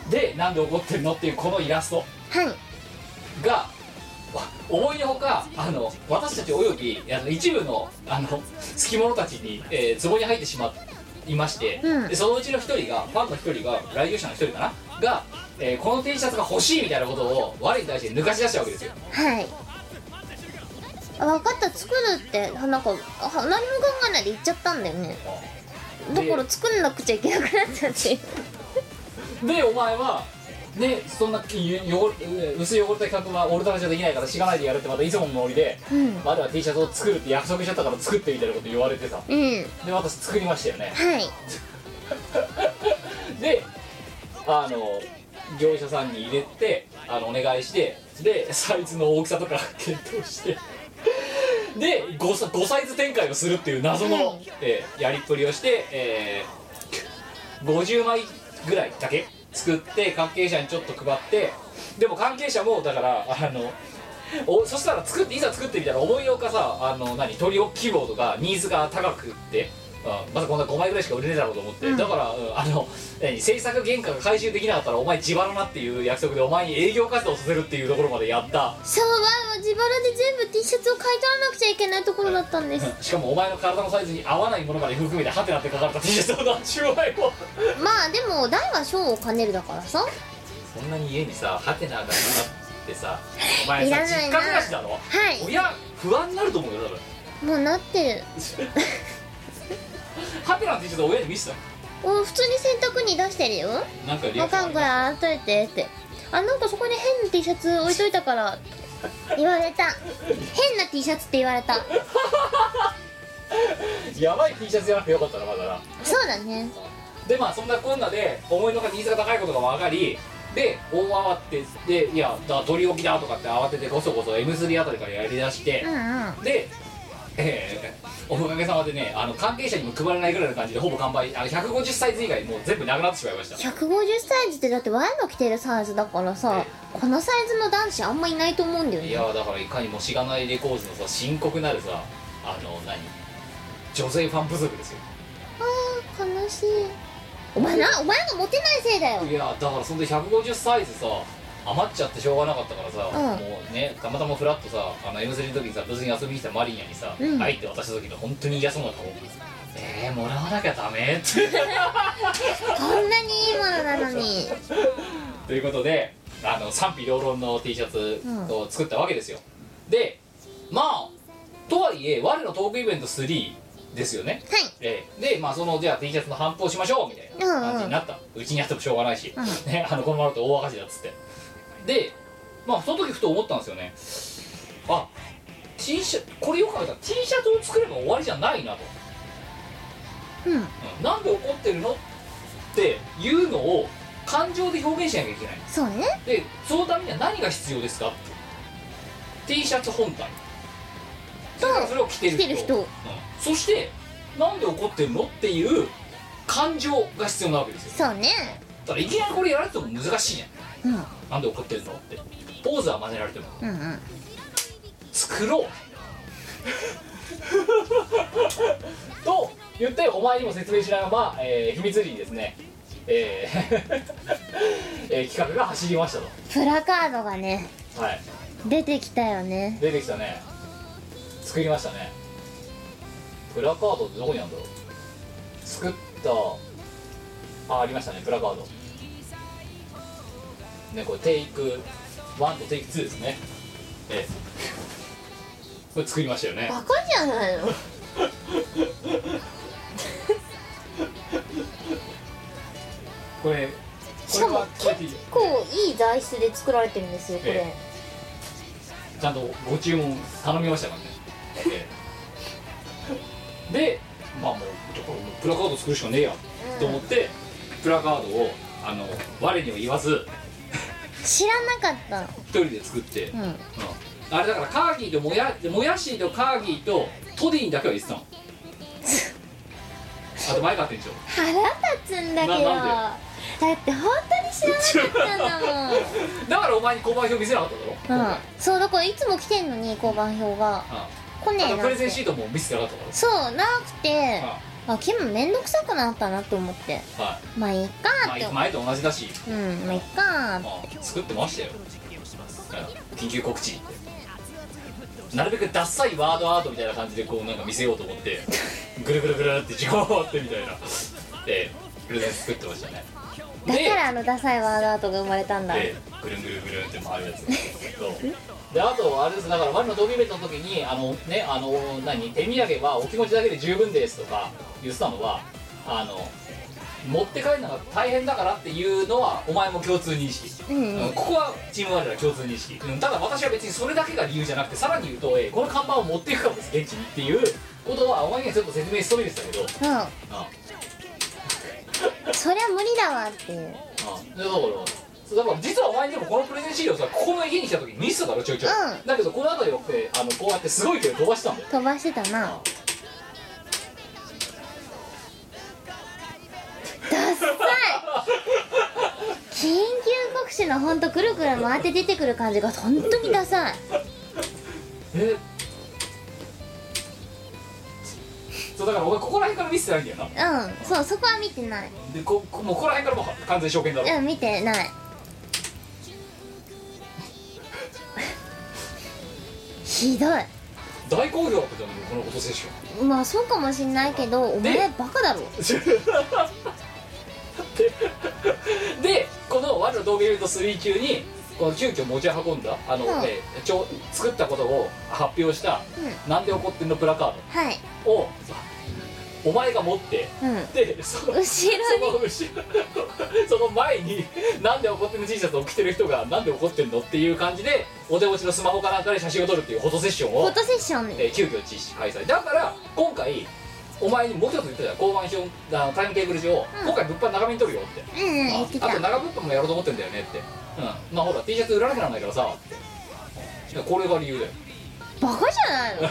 Speaker 1: ー、でなんで怒ってるのっていうこのイラスト
Speaker 2: はい
Speaker 1: がわ思いのほかあの私たちおよびあの一部のあのつき者たちに、えー、壺に入ってしまいまして、
Speaker 2: うん
Speaker 1: でそのうちの一人がファンの一人が来場者の一人かなが、えーこの T シャツが欲しいみたいなことを我に対して抜かし出したわけですよ
Speaker 2: はいあ分かった作るってあなんかあ何も考えないで言っちゃったんだよねだから作んなくちゃいけなくなっちゃって
Speaker 1: でお前はねそんなゆ汚れ薄い汚れた企画は俺たちじゃできないから知らないでやるってまたいつものノリで、
Speaker 2: うん
Speaker 1: 我は T シャツを作るって約束しちゃったから作ってみたいなこと言われてさ
Speaker 2: うん
Speaker 1: で私作りましたよね
Speaker 2: はい
Speaker 1: であの業者さんに入れてあのお願いしてで <laughs> サイズの大きさとか検討してで 5, サイズ展開をするっていう謎の、
Speaker 2: はい
Speaker 1: えーやりっぷりをして、えー50枚ぐらいだけ作って関係者にちょっと配ってでも関係者もだからあのおそしたら作っていざ作ってみたら思いようかさあの何鳥置き希望とかニーズが高くって、うんまだこんな5枚ぐらいしか売れねえだろうと思って、だから、うんあの何制作原価が回収できなかったらお前自腹なっていう約束でお前に営業活動させるっていうところまでやった
Speaker 2: そうわもう自腹で全部 T シャツを買い取らなくちゃいけないところだったん <laughs> です
Speaker 1: しかもお前の体のサイズに合わないものまで含めてハテナって書かれた T シャツの10枚も
Speaker 2: まあでも大は小を兼ねるだからさ
Speaker 1: そんなに家にさハテナがあってさお前
Speaker 2: い
Speaker 1: さ
Speaker 2: らないな
Speaker 1: 実家暮らしだろ
Speaker 2: は
Speaker 1: 親不安になると思うよ多分
Speaker 2: いもうなってる
Speaker 1: ハテナの T シャツ親に見せたの
Speaker 2: お普通に洗濯に出してるよ
Speaker 1: なんかリア
Speaker 2: わ
Speaker 1: クションあ
Speaker 2: かん
Speaker 1: りま
Speaker 2: これ
Speaker 1: す
Speaker 2: 洗っといてってあなんかそこに変な T シャツ置いといたから言われた変な T シャツって言われた
Speaker 1: やばい T シャツじゃなくてよかったなまだな
Speaker 2: そうだね
Speaker 1: でまあそんなこんなで思いのほかニーズが高いことが分かりで大慌てでいやだ取り置きだとかって慌ててこそこそ M3 あたりからやりだして
Speaker 2: うんう、ん
Speaker 1: で、えーおかげさまでねあの関係者にも配られないぐらいの感じでほぼ完売あの150サイズ以外もう全部なくなってしまいました
Speaker 2: 150サイズってだってワイの着てるサイズだからさこのサイズの男子あんまいないと思うんだよ
Speaker 1: い
Speaker 2: ね
Speaker 1: やーだからいかにもしがないレコーズのさ深刻なるさあの何女性ファン不足ですよ
Speaker 2: あー悲しいお前なお前がモテないせいだよ
Speaker 1: いやーだからそんで150サイズさ余っちゃってしょうがなかったからさ、
Speaker 2: ん
Speaker 1: もうねたまたまフラッとさあの M3 の時にさ無事に遊びに来たマリニャにさ「
Speaker 2: うん
Speaker 1: はい」って渡した時の本当に嫌そうな顔えー、もらわなきゃダメって <laughs>
Speaker 2: こんなにいいものなのに
Speaker 1: ということであの賛否両論の T シャツを作ったわけですよ、でまあとはいえ我のトークイベント3ですよね
Speaker 2: はい
Speaker 1: ええでまあそのじゃあ T シャツの反抗しましょうみたいな感じになった、うちにやってもしょうがないし、ね、あのこのままだと大赤字だっつってでまあその時ふと思ったんですよねあ T シャツこれよく考えたら T シャツを作れば終わりじゃないなと、
Speaker 2: うん
Speaker 1: うんなんで怒ってるのっていうのを感情で表現しなきゃいけない
Speaker 2: そうね
Speaker 1: でそのためには何が必要ですかって T シャツ本体
Speaker 2: と
Speaker 1: それを着てる
Speaker 2: 来
Speaker 1: 人
Speaker 2: てる人
Speaker 1: そしてなんで怒ってるのっていう感情が必要なわけですよ
Speaker 2: そうね
Speaker 1: ただいきなりこれやられても難しいじゃ
Speaker 2: うん
Speaker 1: んなんで怒ってるのってポーズは真似られても
Speaker 2: うんうん
Speaker 1: 作ろう <laughs> と言ってお前にも説明しながら、えー秘密裏にですね、えー <laughs> えー企画が走りました
Speaker 2: プラカードがね
Speaker 1: とはい
Speaker 2: 出てきたよね
Speaker 1: 出てきたね作りましたねプラカードってどこにあるんだろう作ったあありましたねプラカードねこれテイク1とテイク2ですねええこれ作りましたよね
Speaker 2: バカじゃないの
Speaker 1: これこ
Speaker 2: し
Speaker 1: れ
Speaker 2: かも
Speaker 1: はこ
Speaker 2: 結
Speaker 1: れでいいよ
Speaker 2: 構いい材質で作られてるんですよこれ
Speaker 1: えちゃんとご注文頼みましたからね、ええでまあもうこれもうプラカード作るしかねえやと思って、プラカードをあの我には言わず
Speaker 2: 知らなかった
Speaker 1: 一人で作って、
Speaker 2: うん
Speaker 1: あれだからカーギーともやもやしーとカーギーとトディンだけは言って
Speaker 2: <laughs>
Speaker 1: たのあと前川店長
Speaker 2: 腹立つんだけど
Speaker 1: な
Speaker 2: だって本当に知らなかったんだもん
Speaker 1: だからお前に交番表見せなかっただろ、
Speaker 2: うん、そうだからいつも来てんのに交番表が来
Speaker 1: 今回
Speaker 2: ねえ
Speaker 1: あと
Speaker 2: な
Speaker 1: プ
Speaker 2: っ
Speaker 1: レゼン
Speaker 2: て
Speaker 1: シートも見せてなかっただろ
Speaker 2: そうなくて
Speaker 1: あ
Speaker 2: あキムめんどくさくなったなと思って
Speaker 1: は
Speaker 2: まあいい
Speaker 1: い、
Speaker 2: か
Speaker 1: ま
Speaker 2: っ
Speaker 1: あ
Speaker 2: て、
Speaker 1: 行く前と同じだし、
Speaker 2: うんまあいいか
Speaker 1: まあ、作ってましたよ、うん緊急告知なるべくダッサいワードアートみたいな感じでこうなんか見せようと思
Speaker 2: <laughs>
Speaker 1: ってぐるぐるぐるって時間を追ってみたいなでプレゼン作ってましたね
Speaker 2: だ
Speaker 1: で
Speaker 2: からあのダサいワードアートが生まれたんだ
Speaker 1: でぐるんぐるんぐるんって回るやつそうであとあれですだからワニのドキュメントの時にあのねあの何手土産はお気持ちだけで十分ですとか言ってたのはあの持って帰るのが大変だからっていうのはお前も共通認識、
Speaker 2: うん
Speaker 1: ここはチームワールドは共通認識、うんただ私は別にそれだけが理由じゃなくてさらに言うと、えーこの看板を持っていくかもです現地にっていうことはお前にはちょっと説明しとめてたけど
Speaker 2: う
Speaker 1: あ
Speaker 2: んそりゃ無理だわっていう
Speaker 1: あでだからそうだから実はお前でもこのプレゼン資料さここの家に来た時に見せただろちょいちょい、
Speaker 2: う
Speaker 1: だけどこの辺りをってあのこうやってすごいけど飛ばしたんだよ
Speaker 2: 飛ばしてたなダッサい緊急告知のほんとくるくる回って出てくる感じが本当にダサい
Speaker 1: えそうだからお前ここら辺から見せてないんだよな
Speaker 2: うんそうそこは見てない
Speaker 1: でここもうここら辺からもう完全証券だろ、
Speaker 2: うん見てないひどい
Speaker 1: 大好評だったじゃんこのフォトセッ
Speaker 2: <laughs>
Speaker 1: ション
Speaker 2: まあそうかもしんないけどお前バカだろ
Speaker 1: でこの「ワルの道具ユニット3」中にこの急遽持ち運んだあの、
Speaker 2: うん
Speaker 1: えーちょ作ったことを発表した「なんで怒ってんの?」プラカ
Speaker 2: はい
Speaker 1: ードをお前が持って
Speaker 2: うん
Speaker 1: でその
Speaker 2: 後
Speaker 1: そ
Speaker 2: ろに
Speaker 1: の後ろ <laughs> その前になんで怒ってんの T シャツを着てる人がなんで怒ってんのっていう感じでお手持ちのスマホかなんかで写真を撮るっていうフォトセッション
Speaker 2: フ
Speaker 1: を
Speaker 2: ォトセッション
Speaker 1: えー急遽実施開催だから今回お前にもう一つ言ってたよ交番表あのタイムテーブル上、今回物販長めに撮るよって
Speaker 2: うんうん言って
Speaker 1: あ
Speaker 2: た
Speaker 1: あと長物販もやろうと思ってんだよねって、うん、まあほら T シャツ売らなきゃなんないからさってこれが理由だよ
Speaker 2: バカじゃないの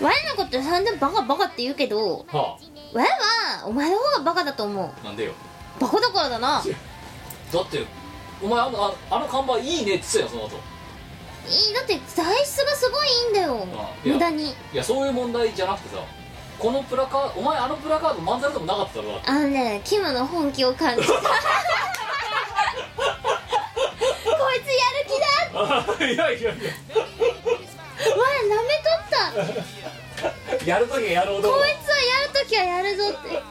Speaker 2: ワイのこと散々バカバカって言うけど
Speaker 1: は
Speaker 2: ワイはお前の方がバカだと思う
Speaker 1: あなんでよ
Speaker 2: バカだからだ
Speaker 1: だっ
Speaker 2: な
Speaker 1: てお前あのああの看板いいねって言ってたよその後
Speaker 2: いいだって材質がすごいいいんだよ
Speaker 1: あいや
Speaker 2: 無駄に
Speaker 1: いやそういう問題じゃなくてさこのプラカードお前あのプラカードまんざらでもなかっただろだって <laughs>
Speaker 2: あのねキムの本気を感じた
Speaker 1: あ <laughs> いやいやい
Speaker 2: 舐めとった
Speaker 1: ややるときはやろうと思
Speaker 2: こ
Speaker 1: う
Speaker 2: いつはやるときはやるぞってこいつやる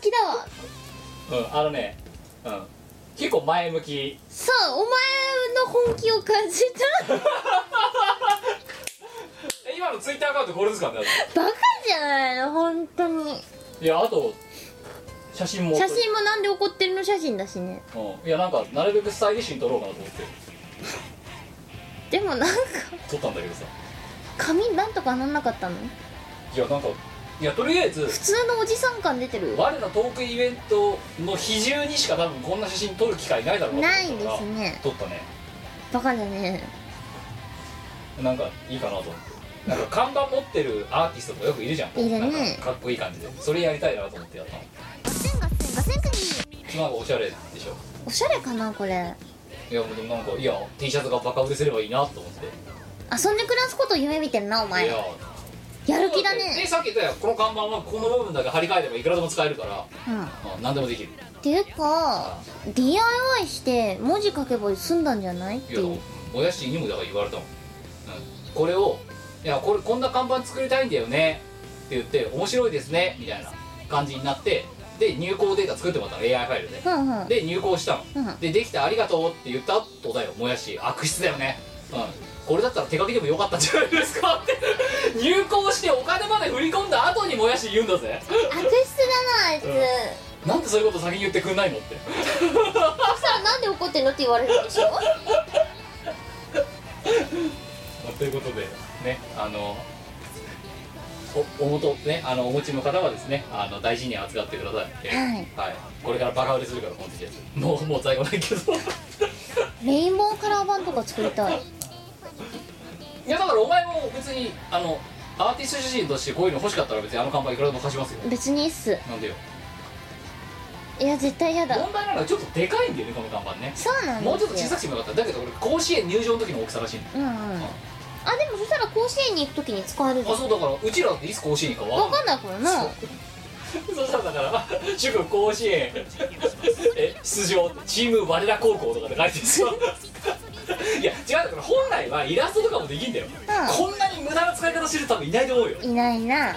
Speaker 2: 気だわ
Speaker 1: うんあのねうん結構前向き
Speaker 2: さあお前の本気を感じた
Speaker 1: え今のツイッターアカウントこれですからねだっ
Speaker 2: バカじゃないの本当に
Speaker 1: ていやあと写真も
Speaker 2: 写真もなんで怒ってるの写真だしね
Speaker 1: うんいやなんかなるべくスタイリッシュに撮ろうかなと思って
Speaker 2: でもなんか
Speaker 1: 撮ったんだけどさ
Speaker 2: 髪なんとかなんなかったの
Speaker 1: いやなんかいやとりあえず
Speaker 2: 普通のおじさん感出てる
Speaker 1: 我のトークイベントの比重にしか多分こんな写真撮る機会ないだろう
Speaker 2: ない
Speaker 1: と
Speaker 2: で
Speaker 1: 思った
Speaker 2: す
Speaker 1: から
Speaker 2: ね
Speaker 1: 撮ったね
Speaker 2: バカだね
Speaker 1: なんかいいかなと思ってなんか看板持ってるアーティストとかよくいるじゃん
Speaker 2: いるね
Speaker 1: なんかかっこいい感じでそれやりたいなと思ってやったのなんかおしゃれでしょ
Speaker 2: おしゃれかなこれ
Speaker 1: いやもうでもなんかいや T シャツがバカ売れすればいいなと思って
Speaker 2: 遊んで暮らすことを夢見てんなお前
Speaker 1: いや
Speaker 2: やる気だ
Speaker 1: で
Speaker 2: ね
Speaker 1: さっき言ったよこの看板はこの部分だけ張り替えればいくらでも使えるから、
Speaker 2: うん
Speaker 1: うん何でもできる
Speaker 2: っていうか DIY して文字書けば済んだんじゃないって
Speaker 1: いや
Speaker 2: いう
Speaker 1: おやしにもだから言われたもん、うん、これを「いやこれこんな看板作りたいんだよね」って言って「面白いですね」みたいな感じになってで入稿データ作ってもらったの AI ファイルで
Speaker 2: ふんふん
Speaker 1: で入稿したの、
Speaker 2: うん
Speaker 1: でできたありがとうって言った後だよもやし悪質だよねうんこれだったら手書きでもよかったんじゃないですかって <laughs> 入稿してお金まで振り込んだ後にもやし言うんだぜ
Speaker 2: 悪質だなあいつ、
Speaker 1: うんなんでそういうこと先に言ってくんないのって
Speaker 2: そしたらなんで怒ってんのって言われるでしょ
Speaker 1: まあということでねあのおおもとねあのお持ちの方はですねあの大事に扱ってください、
Speaker 2: はい
Speaker 1: はい、これからバカ売れするからこの時期ですもうもう在庫ないけど <laughs>
Speaker 2: レインボーカラー版とか作りたい
Speaker 1: いやだからお前も別にあのアーティスト自身としてこういうの欲しかったら別にあの看板いくらでも貸しますよ
Speaker 2: 別にいいっす
Speaker 1: なんでよ
Speaker 2: いや絶対やだ
Speaker 1: 問題なのはちょっとでかいんだよねこの看板ね
Speaker 2: そうなんですよ
Speaker 1: もうちょっと小さくしてもよかっただけどこれ甲子園入場の時の大きさらしいんだよ
Speaker 2: うんうんあでもそしたら甲子園に行くときに使えるじゃ
Speaker 1: あ
Speaker 2: ん
Speaker 1: そうだからうちらだっていつ甲子園行くかわか
Speaker 2: 分
Speaker 1: んない
Speaker 2: かんないからな
Speaker 1: そしたらだから祝甲子園え出場チーム我ら高校とかで書いてるさいや違うんだから本来はイラストとかもできんだよ、こんなに無駄な使い方してる人多分いないと思うよ
Speaker 2: いないな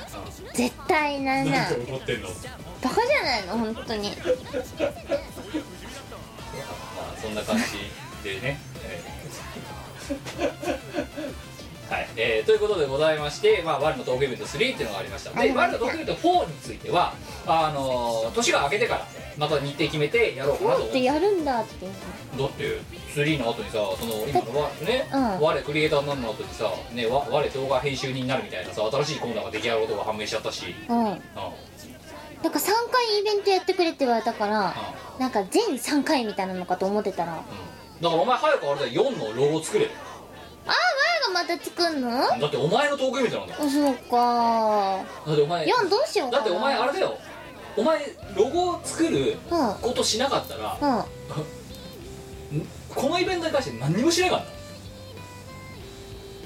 Speaker 2: 絶対いないな
Speaker 1: 何て思ってんのま
Speaker 2: バカじゃないの本当に
Speaker 1: あそんな感じでねえーはいえーということでございまして、まあ、我のトークイベント3っていうのがありましたで我のトークイベント4についてはあのー年が明けてからまた日程決めてやろうかなと思
Speaker 2: っ
Speaker 1: って
Speaker 2: てやるんだって
Speaker 1: だって3の後にさその今のわね、
Speaker 2: うん
Speaker 1: 我クリエイターになるの後にさ、ね、わ我動画編集人になるみたいなさ新しいコーナーが出来上がることが判明しちゃったし、うん
Speaker 2: うんなんか3回イベントやってくれって言われたからなんか全3回みたいなのかと思ってたらあ
Speaker 1: だからお前早くあれだよ4のロゴ作れよ
Speaker 2: あ前がまた作んのあ
Speaker 1: だってお前のトークイベントなんだよ
Speaker 2: そうか
Speaker 1: だってお前
Speaker 2: 4どうしようか
Speaker 1: だ
Speaker 2: な
Speaker 1: ってお前あれだよお前ロゴを作る
Speaker 2: うん
Speaker 1: ことしなかったら、
Speaker 2: うん
Speaker 1: このイベントに関して何にもしないからな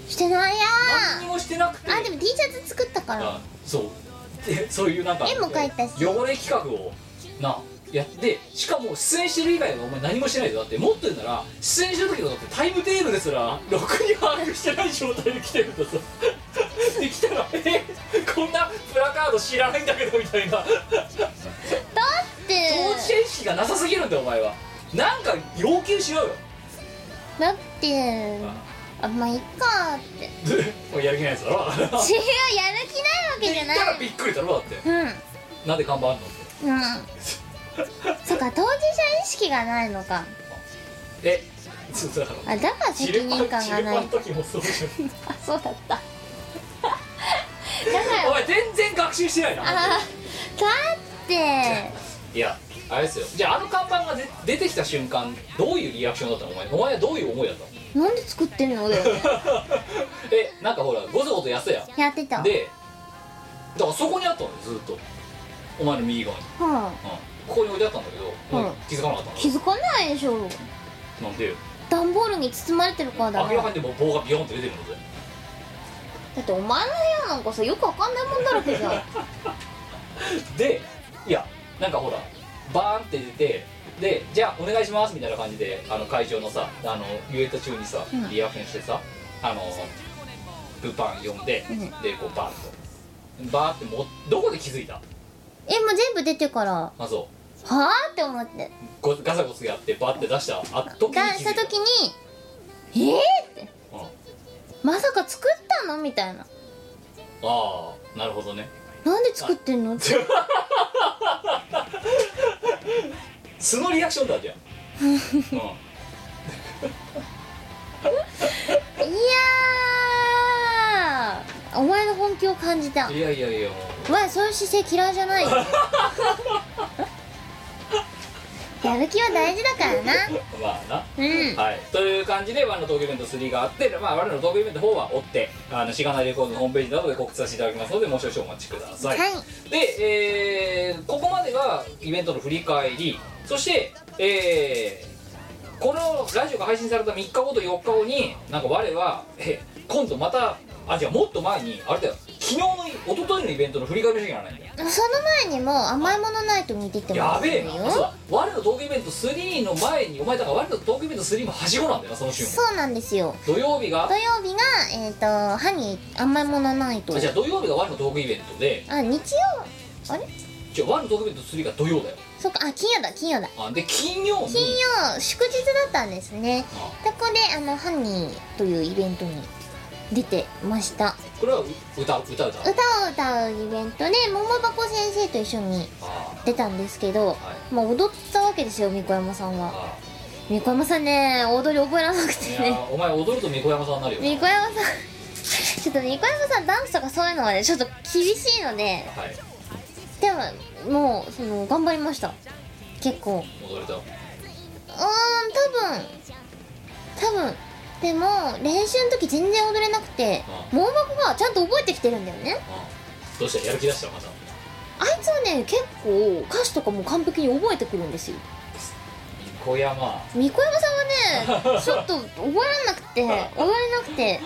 Speaker 2: してないや
Speaker 1: 何にもしてなくて
Speaker 2: ーあでも T シャツ作ったから
Speaker 1: あそうでそういうなんか
Speaker 2: 絵も描いたし
Speaker 1: 汚れ企画をなやってしかも出演してる以外はお前何もしてないぞだってもっと言うなら出演してる時のだってタイムテーブルすらろくに把握してない状態で来てるんだぞで来たらえこんなプラカード知らないんだけどみたいな
Speaker 2: で
Speaker 1: 当事者意識がなさすぎるんだよお前はなんか要求しろよ <laughs>
Speaker 2: だってあまあいっかーって違う
Speaker 1: もうやる気ないやつだろ言っ
Speaker 2: やる気ないわけじゃな
Speaker 1: <laughs>
Speaker 2: い
Speaker 1: たらびっくりだろだって
Speaker 2: うん
Speaker 1: なんで看板あんのって
Speaker 2: うんそっか当事者意識がないのか
Speaker 1: えそうだから
Speaker 2: あだから
Speaker 1: チ
Speaker 2: 責
Speaker 1: ルパ
Speaker 2: 任
Speaker 1: ン
Speaker 2: 感がな
Speaker 1: チ
Speaker 2: い
Speaker 1: ルパンの時もそうじゃん
Speaker 2: あそうだっただか
Speaker 1: お前全然学習してない
Speaker 2: ら
Speaker 1: な
Speaker 2: だって
Speaker 1: いやあれですよじゃああの看板がで出てきた瞬間どういうリアクションだったのお前お前はどういう思いだったの
Speaker 2: なんで作ってんのだよね
Speaker 1: えなんかほらごそごそやってた
Speaker 2: やってた
Speaker 1: やんでだからそこにあったのよずっとお前の右側に、
Speaker 2: は
Speaker 1: うん、ここに置いてあったんだけど、お前
Speaker 2: うん
Speaker 1: 気づかなかったん
Speaker 2: い気づかないでしょ
Speaker 1: なんでよ
Speaker 2: 段ボールに包まれてるからだ
Speaker 1: 明らか
Speaker 2: な
Speaker 1: にでもう棒がビヨンって出てるので
Speaker 2: だってお前の部屋なんかさよくわかんないもんだらけじゃん
Speaker 1: でいやなんかほらバーンって出てでじゃあお願願いしますみたいな感じであの会場のさあのイベント中にさ
Speaker 3: うん
Speaker 1: リアクションしてさあの物販呼んで、
Speaker 3: うん
Speaker 1: でこうバーッとバーってもどこで気づいた
Speaker 2: えもう全部出てからは
Speaker 1: まずを
Speaker 2: あって思って
Speaker 1: ごガサゴサやってバーって出したあ時
Speaker 2: 出
Speaker 1: に気
Speaker 2: し
Speaker 1: づ
Speaker 2: た
Speaker 1: いた
Speaker 2: 時にえー、って
Speaker 1: うん、あ
Speaker 2: まさか作ったのみたいな
Speaker 1: あなるほどね
Speaker 2: なんで作ってんのって
Speaker 1: 素のリアクションだ
Speaker 2: <laughs>
Speaker 1: じゃん、うん、
Speaker 2: いやーお前の本気を感じた
Speaker 1: いやいやいやも
Speaker 2: わそういう姿勢嫌いじゃないよやる気は大事だからな
Speaker 1: うまあな
Speaker 2: うん
Speaker 1: はい、という感じで「ワンの東京イベント3」があって、まあ、我々の東京イベント4は追ってあのしがないレコードのホームページなどで告知させていただきますのでもう少々お待ちください、
Speaker 2: はい
Speaker 1: で、えーここまでがイベントの振り返りそして、えーこのラジオが配信された3日後と4日後になんか我はえ今度またあじゃあもっと前にあれだよ昨日の一昨日のイベントの振り返りの時がないんだよ
Speaker 2: その前にも甘いものないと見ててもら
Speaker 1: や
Speaker 2: って
Speaker 1: べえ
Speaker 2: る
Speaker 1: な
Speaker 2: よ
Speaker 1: そうだ我の東京イベント3の前にお前だから我の東京イベント3もはしごなんだよなその週も
Speaker 2: そうなんですよ
Speaker 1: 土曜日が
Speaker 2: 土曜日がえっ、と歯に甘いものないと
Speaker 1: あじゃあ土曜日がワンのトークイベントで
Speaker 2: あ日曜あれ
Speaker 1: じゃあワンのトークイベント3が土曜だよ
Speaker 2: そっかあ金曜だ金曜だ
Speaker 1: あで金曜に
Speaker 2: 金曜祝日だったんですね
Speaker 1: あ
Speaker 2: そこであのハニーというイベントに出てました
Speaker 1: これはう歌歌歌
Speaker 2: 歌を歌うイベントで桃箱先生と一緒に
Speaker 1: あ
Speaker 2: 出たんですけど、まあ、踊ったわけですよみこ山さんは
Speaker 1: あ
Speaker 2: みこ山さんね踊り覚えらなく
Speaker 1: い
Speaker 2: て
Speaker 1: や
Speaker 2: <laughs> ね
Speaker 1: ーお前踊るとみこ山さんになるよ
Speaker 2: みこ山さん <laughs> ちょっとみこ山さんダンスとかそういうのはねちょっと厳しいので
Speaker 1: はい
Speaker 2: でももうその頑張りました結構
Speaker 1: 踊れた
Speaker 2: うーん多分多分でも練習の時全然踊れなくて
Speaker 1: あ
Speaker 2: 盲箱がちゃんと覚えてきてるんだよね
Speaker 1: あどうしたやる気出したまた
Speaker 2: あいつはね結構歌詞とかも完璧に覚えてくるんですよ
Speaker 1: みこ山
Speaker 2: みこ山さん
Speaker 1: <laughs>
Speaker 2: はねちょっと覚えらんなくて覚えれなくて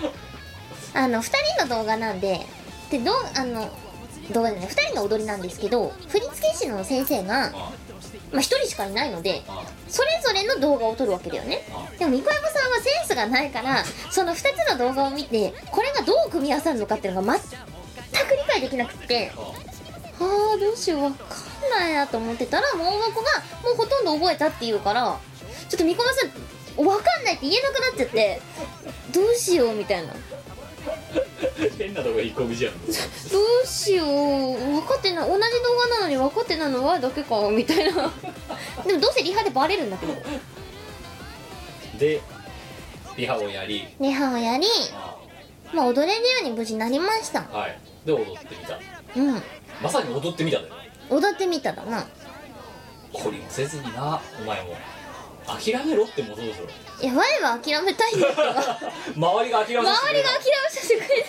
Speaker 2: あの2人の動画なんででどうあの動画じゃない2人の踊りなんですけど振付師の先生が、ま
Speaker 1: あ
Speaker 2: あ、1人しかいないので
Speaker 1: あ
Speaker 2: それぞれの動画を撮るわけだよね
Speaker 1: あ
Speaker 2: でもみこやまさんはセンスがないからその2つの動画を見てこれがどう組み合わさるのかっていうのが全く理解できなくて
Speaker 1: あ
Speaker 2: あーどうしようわかんないなと思ってたらもう箱がもうほとんど覚えたっていうからちょっとみこやまさんわかんないって言えなくなっちゃってどうしようみたいなど
Speaker 1: 変なとこ一個見じゃん
Speaker 2: うしよう分かってない同じ動画なのに分かってないのはだけかみたい
Speaker 1: <laughs>
Speaker 2: なでもどうせリハでバレるんだけど
Speaker 1: でリハをやり
Speaker 2: リハをやり
Speaker 1: あ
Speaker 2: まあ踊れるように無事なりました
Speaker 1: あはいで踊ってみた
Speaker 2: うん
Speaker 1: まさに踊ってみただよ
Speaker 2: 踊ってみただな
Speaker 1: 懲りもせずになお前も諦めろってもうそうでしょ
Speaker 2: いや前は諦めた <laughs> いんですけど周りが
Speaker 1: 周りが諦めさせてくれ
Speaker 2: 諦め
Speaker 1: た
Speaker 2: させてくれ <laughs> て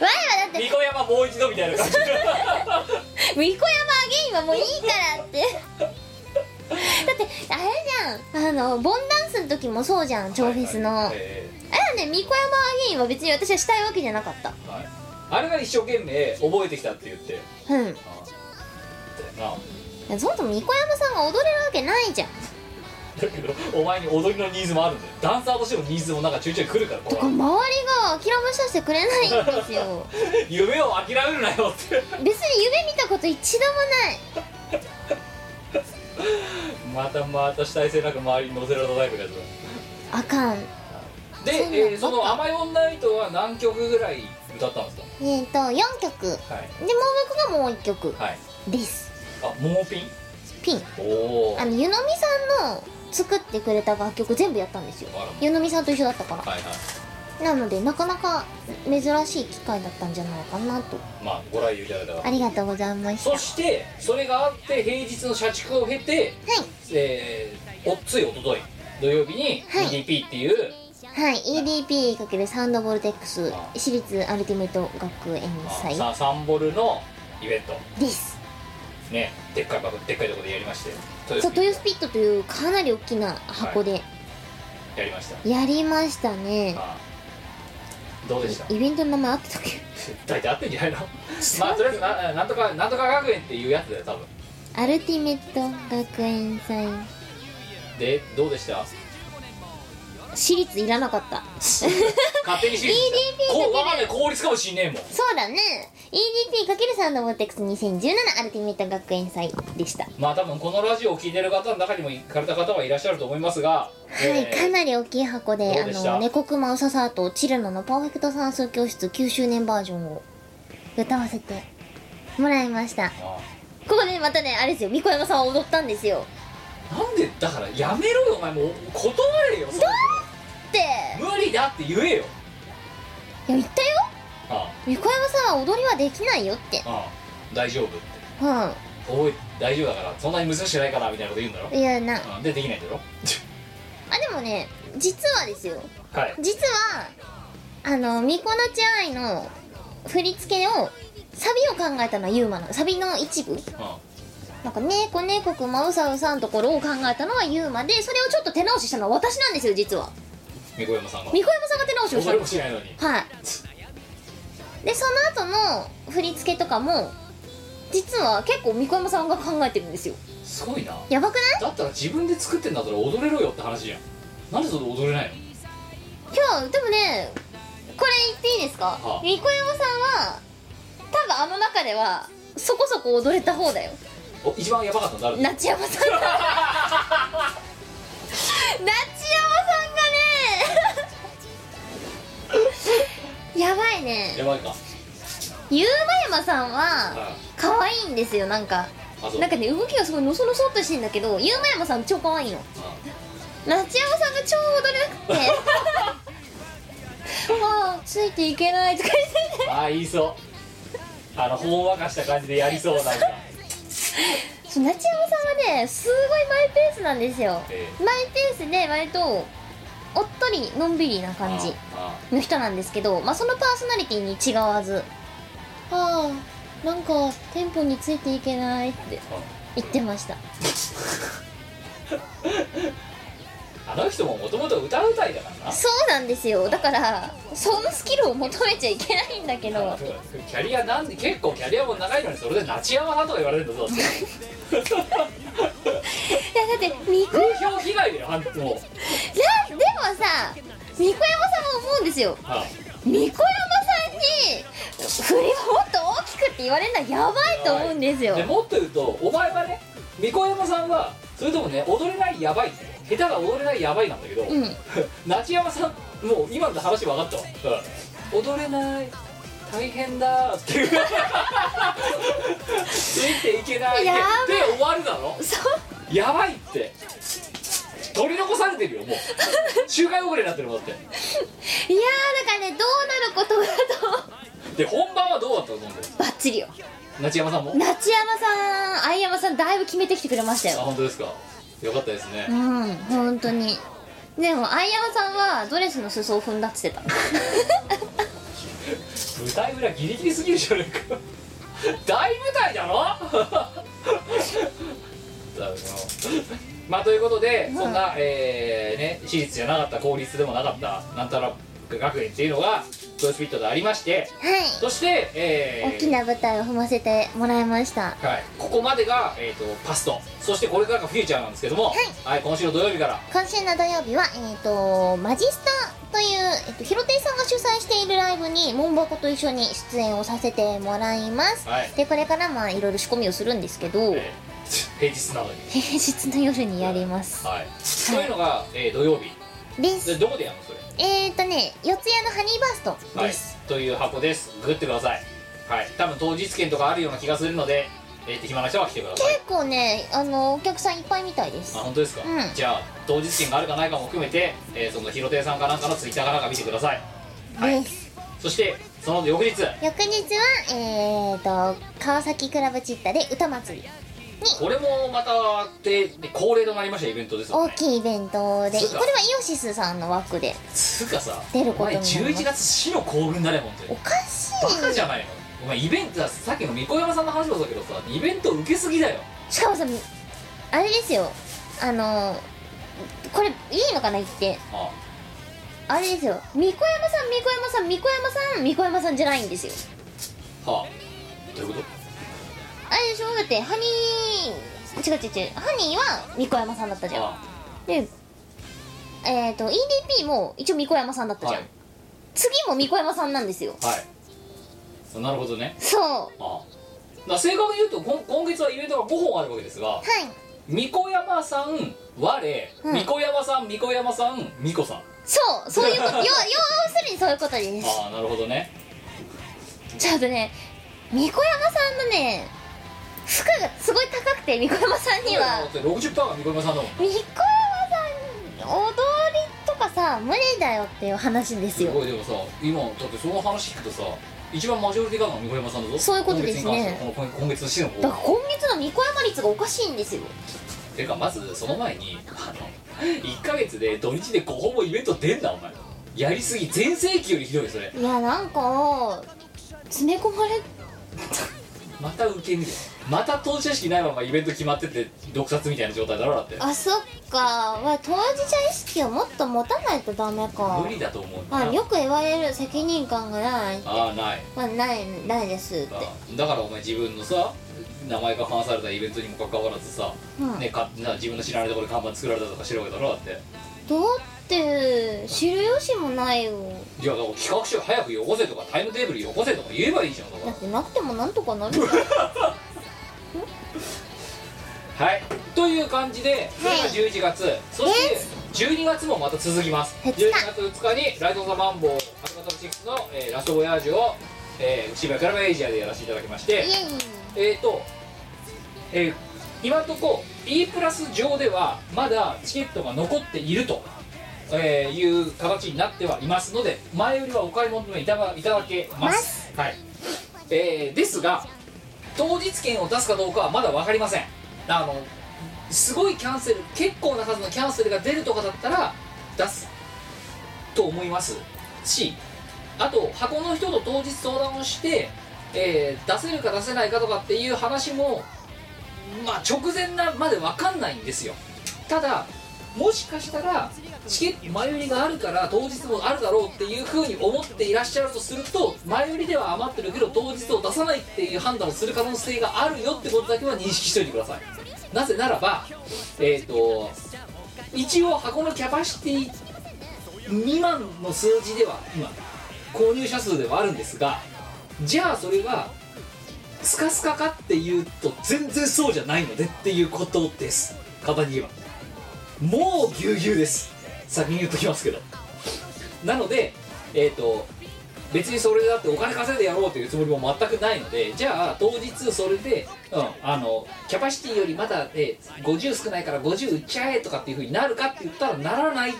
Speaker 2: 前はだって
Speaker 1: みこ山もう一度みたいな感じで
Speaker 2: 巫女山アゲインはもういいからってだってあれじゃんあのボンダンスの時もそうじゃん超フェスの、
Speaker 1: え
Speaker 2: あれはね巫女山アゲインは別に私はしたいわけじゃなかった
Speaker 1: ーはいあれが一生懸命覚えてきたって言って
Speaker 2: うん
Speaker 1: あーだよ
Speaker 2: そもそも巫女山さんが踊れるわけないじゃん
Speaker 1: なだけどお前に踊りのニーズもあるんだよダンサーとしてのニーズもなんかちょいちょい来るから
Speaker 2: とか
Speaker 1: こ
Speaker 2: 周りが諦めさせてくれないんですよ
Speaker 1: う夢を諦めるなよって
Speaker 2: 別に夢見たこと一度もない
Speaker 1: またまた主体性なく周りに乗せられたタイプのやつだ
Speaker 2: あかんそうなんだ
Speaker 1: で、えーその「甘い女ナイト」は何曲ぐらい歌ったんですか
Speaker 2: えっ、と4曲で
Speaker 1: はい
Speaker 2: 盲目がもう1曲
Speaker 1: はい
Speaker 2: です
Speaker 1: あモーピン
Speaker 2: ピン
Speaker 1: おお
Speaker 2: あ
Speaker 1: はい
Speaker 2: の湯飲みさんの作ってくれた楽曲全部やったんですよ
Speaker 1: あら
Speaker 2: 湯飲みさんと一緒だったから
Speaker 1: はい
Speaker 2: なのでなかなか珍しい機会だったんじゃないかなと
Speaker 1: まあご来場いただいたわ
Speaker 2: ありがとうございました
Speaker 1: そ
Speaker 2: は
Speaker 1: してそれがあって平日の社畜を経て、えーおっついおととい土曜日に
Speaker 2: はい
Speaker 1: EDP っていう、
Speaker 2: い、はい、EDP× サウンドボルテックス私立アルティメット学園
Speaker 1: ま
Speaker 2: 祭
Speaker 1: あさサンボルのイベント
Speaker 2: です
Speaker 1: ねでっかいバでっかいとこでやりまして
Speaker 2: そう
Speaker 1: 豊
Speaker 2: トゥ
Speaker 1: 洲
Speaker 2: ースピットというかなり大きな箱で
Speaker 1: やりました、
Speaker 2: やりましたね
Speaker 1: ああどうでした
Speaker 2: イベントの名前合ってたっけ
Speaker 1: 大体合ってんじゃないのまあとりあえずななんとかなんとか学園っていうやつだよ多分
Speaker 2: アルティメット学園祭
Speaker 1: でどうでした
Speaker 2: 私立いらなか <laughs> った
Speaker 1: 勝手に信じたこうわかんない効率かもしんねえもん
Speaker 2: そうだね EDP×3 のボーテックス2017アルティメット学園祭でしたは
Speaker 1: まあ多分このラジオを聞いてる方の中にも行かれた方はいらっしゃると思いますが、
Speaker 2: いかなり大きい箱で
Speaker 1: どうで
Speaker 2: あ
Speaker 1: した
Speaker 2: の猫熊うささとチルノのパーフェクト算数教室9周年バージョンを歌わせてもらいました
Speaker 1: りあ
Speaker 2: ここでまたねあれですよ巫女山さんは踊ったんですよ
Speaker 1: あなんでだからやめろよお前もう断れよそんな
Speaker 2: ってい
Speaker 1: 無理だって言えよ
Speaker 2: や言ったよ
Speaker 1: あ
Speaker 2: 巫女山さんは踊りはできないよって
Speaker 1: あああ大丈夫って
Speaker 2: う
Speaker 1: おい大丈夫だからそんなに難しくないからみたいなこと言うんだろ
Speaker 2: んいやな
Speaker 1: ああでできないんだろ
Speaker 2: あでもね実はですよ
Speaker 1: はい
Speaker 2: 実はあのミコナチアイの振り付けをサビを考えたのはユーマなのサビの一部
Speaker 1: あ
Speaker 2: なんか「猫猫くまうさうさ」のところを考えたのはユーマでそれをちょっと手直ししたのは私なんですよ実は
Speaker 1: みこ山さんが
Speaker 2: みこ山さんが手直しをした
Speaker 1: 俺
Speaker 2: の
Speaker 1: もしないのに
Speaker 2: はいでその後の振り付けとかも実は結構みこ山さんが考えてるんですよ
Speaker 1: すごいな
Speaker 2: やばくない
Speaker 1: だったら自分で作ってんだったら踊れろよって話じゃんなんでそれ踊れないの
Speaker 2: 今日でもねこれ言っていいですか
Speaker 1: はあ
Speaker 2: みこ山さんは多分あの中ではそこそこ踊れた方だよ
Speaker 1: お一番ヤバかったの誰だ
Speaker 2: なちや
Speaker 1: <laughs>
Speaker 2: まさんがなちやまさんがねやばい
Speaker 1: ヤ
Speaker 2: ね
Speaker 1: バいか
Speaker 2: ゆうまやまさんは
Speaker 1: あ
Speaker 2: 可愛いんですよなんか
Speaker 1: あそう
Speaker 2: なんかね動きがすごいのそのそっとしてんだけどゆうまやまさん超可愛いの
Speaker 1: あ
Speaker 2: なちやまさんが超踊れなくてああついていけないとか言って
Speaker 1: ああ言いそうあのほんわかした感じでやりそうなんか
Speaker 2: そうなちやまさんはねすごいマイペースなんですよ
Speaker 1: え
Speaker 2: マイペースで割とおっとりのんびりな感じ
Speaker 1: あ
Speaker 2: の人なんですけど、まあ、そのパーソナリティに違わず「ああなんかテンポについていけない」って言ってました
Speaker 1: ああの人ももともと歌うたいだからな
Speaker 2: そうなんですよだからそのスキルを求めちゃいけないんだけど
Speaker 1: キャリアなんで結構キャリアも長いのにそれでナチヤマさんとか言われるんだぞ
Speaker 2: いやだってみこ
Speaker 1: 風評被害だよあんもう
Speaker 2: いやでもさみこ山さんも思うんですよ
Speaker 1: あ
Speaker 2: みこ山さんに振りもっと大きくって言われるのはやばいと思うんですよ
Speaker 1: でもっと言うとお前はねみこ山さんはそれともね踊れないやばい下手が踊れないやばいなんだけど、
Speaker 2: うん
Speaker 1: なちやまさんもう今ので話分かったわ、うん踊れない大変だっていう生きていけないって
Speaker 2: やば
Speaker 1: で終わるだろ
Speaker 2: そう
Speaker 1: やばいって取り残されてるよもう周回遅れになってるもんだって
Speaker 2: いやーだからねどうなることかと
Speaker 1: で本番はどうだったと思うんだよ
Speaker 2: バッチリよ
Speaker 1: なちやまさんも
Speaker 2: 夏山さん相山さんだいぶ決めてきてくれました
Speaker 1: あ
Speaker 2: よ
Speaker 1: 本当ですかよかったですね
Speaker 2: うん本当にでも相山さんはドレスの裾を踏んだっつってた
Speaker 1: <laughs> 舞台裏ギリギリすぎるじゃねえか大舞台だろだよなまあということで、そんな、えーね、私立じゃなかった公立でもなかったなんたら学園っていうのがトヨスピットでありまして
Speaker 2: はい
Speaker 1: そして、えー
Speaker 2: 大きな舞台を踏ませてもらいました
Speaker 1: はい、ここまでが、えー、とパストそしてこれからがフューチャーなんですけども、はい今週の土曜日から
Speaker 2: 今週の土曜日は、えー、とマジスタという、えっとヒロテイさんが主催しているライブにモンバコと一緒に出演をさせてもらいます、
Speaker 1: はい
Speaker 2: でこれからまあいろいろ仕込みをするんですけど、
Speaker 1: えー平日なのに、
Speaker 2: 平日の夜にやります
Speaker 1: はい、というのが、えー土曜日
Speaker 2: です
Speaker 1: でどこでやるのそれ
Speaker 2: えっ、ー、とね四谷のハニーバースト
Speaker 1: は
Speaker 2: で
Speaker 1: い
Speaker 2: す、、
Speaker 1: という箱ですググってくださいはい多分当日券とかあるような気がするので、えー、暇な人は来てください
Speaker 2: 結構ねあのお客さんいっぱいみたいです
Speaker 1: あ本当ですか、
Speaker 2: うん
Speaker 1: じゃあ当日券があるかないかも含めて、えーそのひろていさんかなんかのツイッターかなんか見てくださいはい
Speaker 2: です
Speaker 1: そしてその翌日
Speaker 2: 翌日はえー、と川崎クラブチッタで歌祭り
Speaker 1: これもまたで恒例となりましたイベントですよ
Speaker 2: 大
Speaker 1: ね
Speaker 2: きいイベントで
Speaker 1: そうか
Speaker 2: これはイオシスさんの枠で
Speaker 1: つうかさ
Speaker 2: 出ること
Speaker 1: お前
Speaker 2: になります
Speaker 1: 11月死の幸運だね本当に
Speaker 2: おかし
Speaker 1: バカ
Speaker 2: い
Speaker 1: じゃないのお前イベントさっきのみこ山さんの話もそうだけどさイベント受けすぎだよ
Speaker 2: しかもさあれですよあのこれいいのかな言って
Speaker 1: あ
Speaker 2: あれですよみこ山さんみこ山さんみこ山さんみこ山さんじゃないんですよ
Speaker 1: はあどういうこと
Speaker 2: あれでしょだってハニー違う違う違うハニーはみこ山さんだったじゃん
Speaker 1: あ
Speaker 2: でえっ、と EDP も一応巫女山さんだったじゃん、
Speaker 1: はい
Speaker 2: 次も巫女山さんなんですよ
Speaker 1: はいなるほどね
Speaker 2: そうは
Speaker 1: ああだ正確に言うと今今月はイベントが5本あるわけですが
Speaker 2: い
Speaker 1: 巫女山さん我
Speaker 2: うん
Speaker 1: 巫女山さん巫女山さん巫女さん
Speaker 2: そうそういうこと要要するにそういうことです
Speaker 1: ああなるほどね
Speaker 2: ちょっとね巫女山さんのね負荷がすごい高くて巫女山さんには
Speaker 1: だって60%が巫女山さんだもん
Speaker 2: 巫女山さん踊りとかさ無理だよっていう話です
Speaker 1: す
Speaker 2: よ
Speaker 1: ごいでもさ今だってその話聞くとさ一番マジョリティ感が巫女山さんだぞ
Speaker 2: そういうことですね
Speaker 1: 今月に関してはこの今今月のシーン
Speaker 2: だ
Speaker 1: の
Speaker 2: から
Speaker 1: 方
Speaker 2: 今月の巫女山率がおかしいんですよ
Speaker 1: ていうかまずその前にあの1か月で土日で5本もイベント出んなお前やりすぎ全盛期よりひどいそれ
Speaker 2: いやなんか詰め込まれ
Speaker 1: また受け身でまた当事者意識ないままイベント決まってて毒殺みたいな状態だろだって
Speaker 2: あそっかまあ当事者意識をもっと持たないとダメか
Speaker 1: 無理だと思うんだ
Speaker 2: ま
Speaker 1: な
Speaker 2: あよく言われる責任感がない
Speaker 1: ああない
Speaker 2: まあないないですって
Speaker 1: あだからお前自分のさ名前が話されたイベントにもかかわらずさ、
Speaker 2: うん
Speaker 1: ね、かな自分の知らないところで看板作られたとかしてるわけだろだって
Speaker 2: どうって知る由もないよ
Speaker 1: いやだから企画書早くよこせとかタイムテーブルよこせとか言えばいいじゃんだか
Speaker 2: だってなくてもなんとかなる
Speaker 1: らはいという感じでそれが11月、そして12月もまた続きます
Speaker 2: 二
Speaker 1: 12
Speaker 2: 日
Speaker 1: 月2日にライト・オブザ・マンボウ博多シックスの、えーラスト・ボヤージュを、えー、渋谷クラブエイジアでやらせていただきまして
Speaker 2: イエイ
Speaker 1: えーと、えー今のとこ E プラス上ではまだチケットが残っていると、えーいう形になってはいますので前売りはお買い求めいただいただけますはいえーですが当日券を出すかどうかはまだ分かりませんあのすごいキャンセル結構な数のキャンセルが出るとかだったら出すと思いますしあと箱の人と当日相談をして、えー出せるか出せないかとかっていう話もまあ直前なまで分かんないんですよただもしかしたらチケット前売りがあるから当日もあるだろうっていうふうに思っていらっしゃるとすると前売りでは余ってるけど当日を出さないっていう判断をする可能性があるよってことだけは認識しておいてくださいなぜならばえっ、と一応箱のキャパシティ未満の数字では今購入者数ではあるんですがじゃあそれはスカスカかっていうと全然そうじゃないのでっていうことです簡単に言えばもうぎゅうぎゅうです先に言っときますけどなのでえっ、と別にそれだってお金稼いでやろうというつもりも全くないのでじゃあ当日それで、うん、あのキャパシティよりまだ、えー50少ないから50売っちゃえとかっていうふうになるかって言ったらならない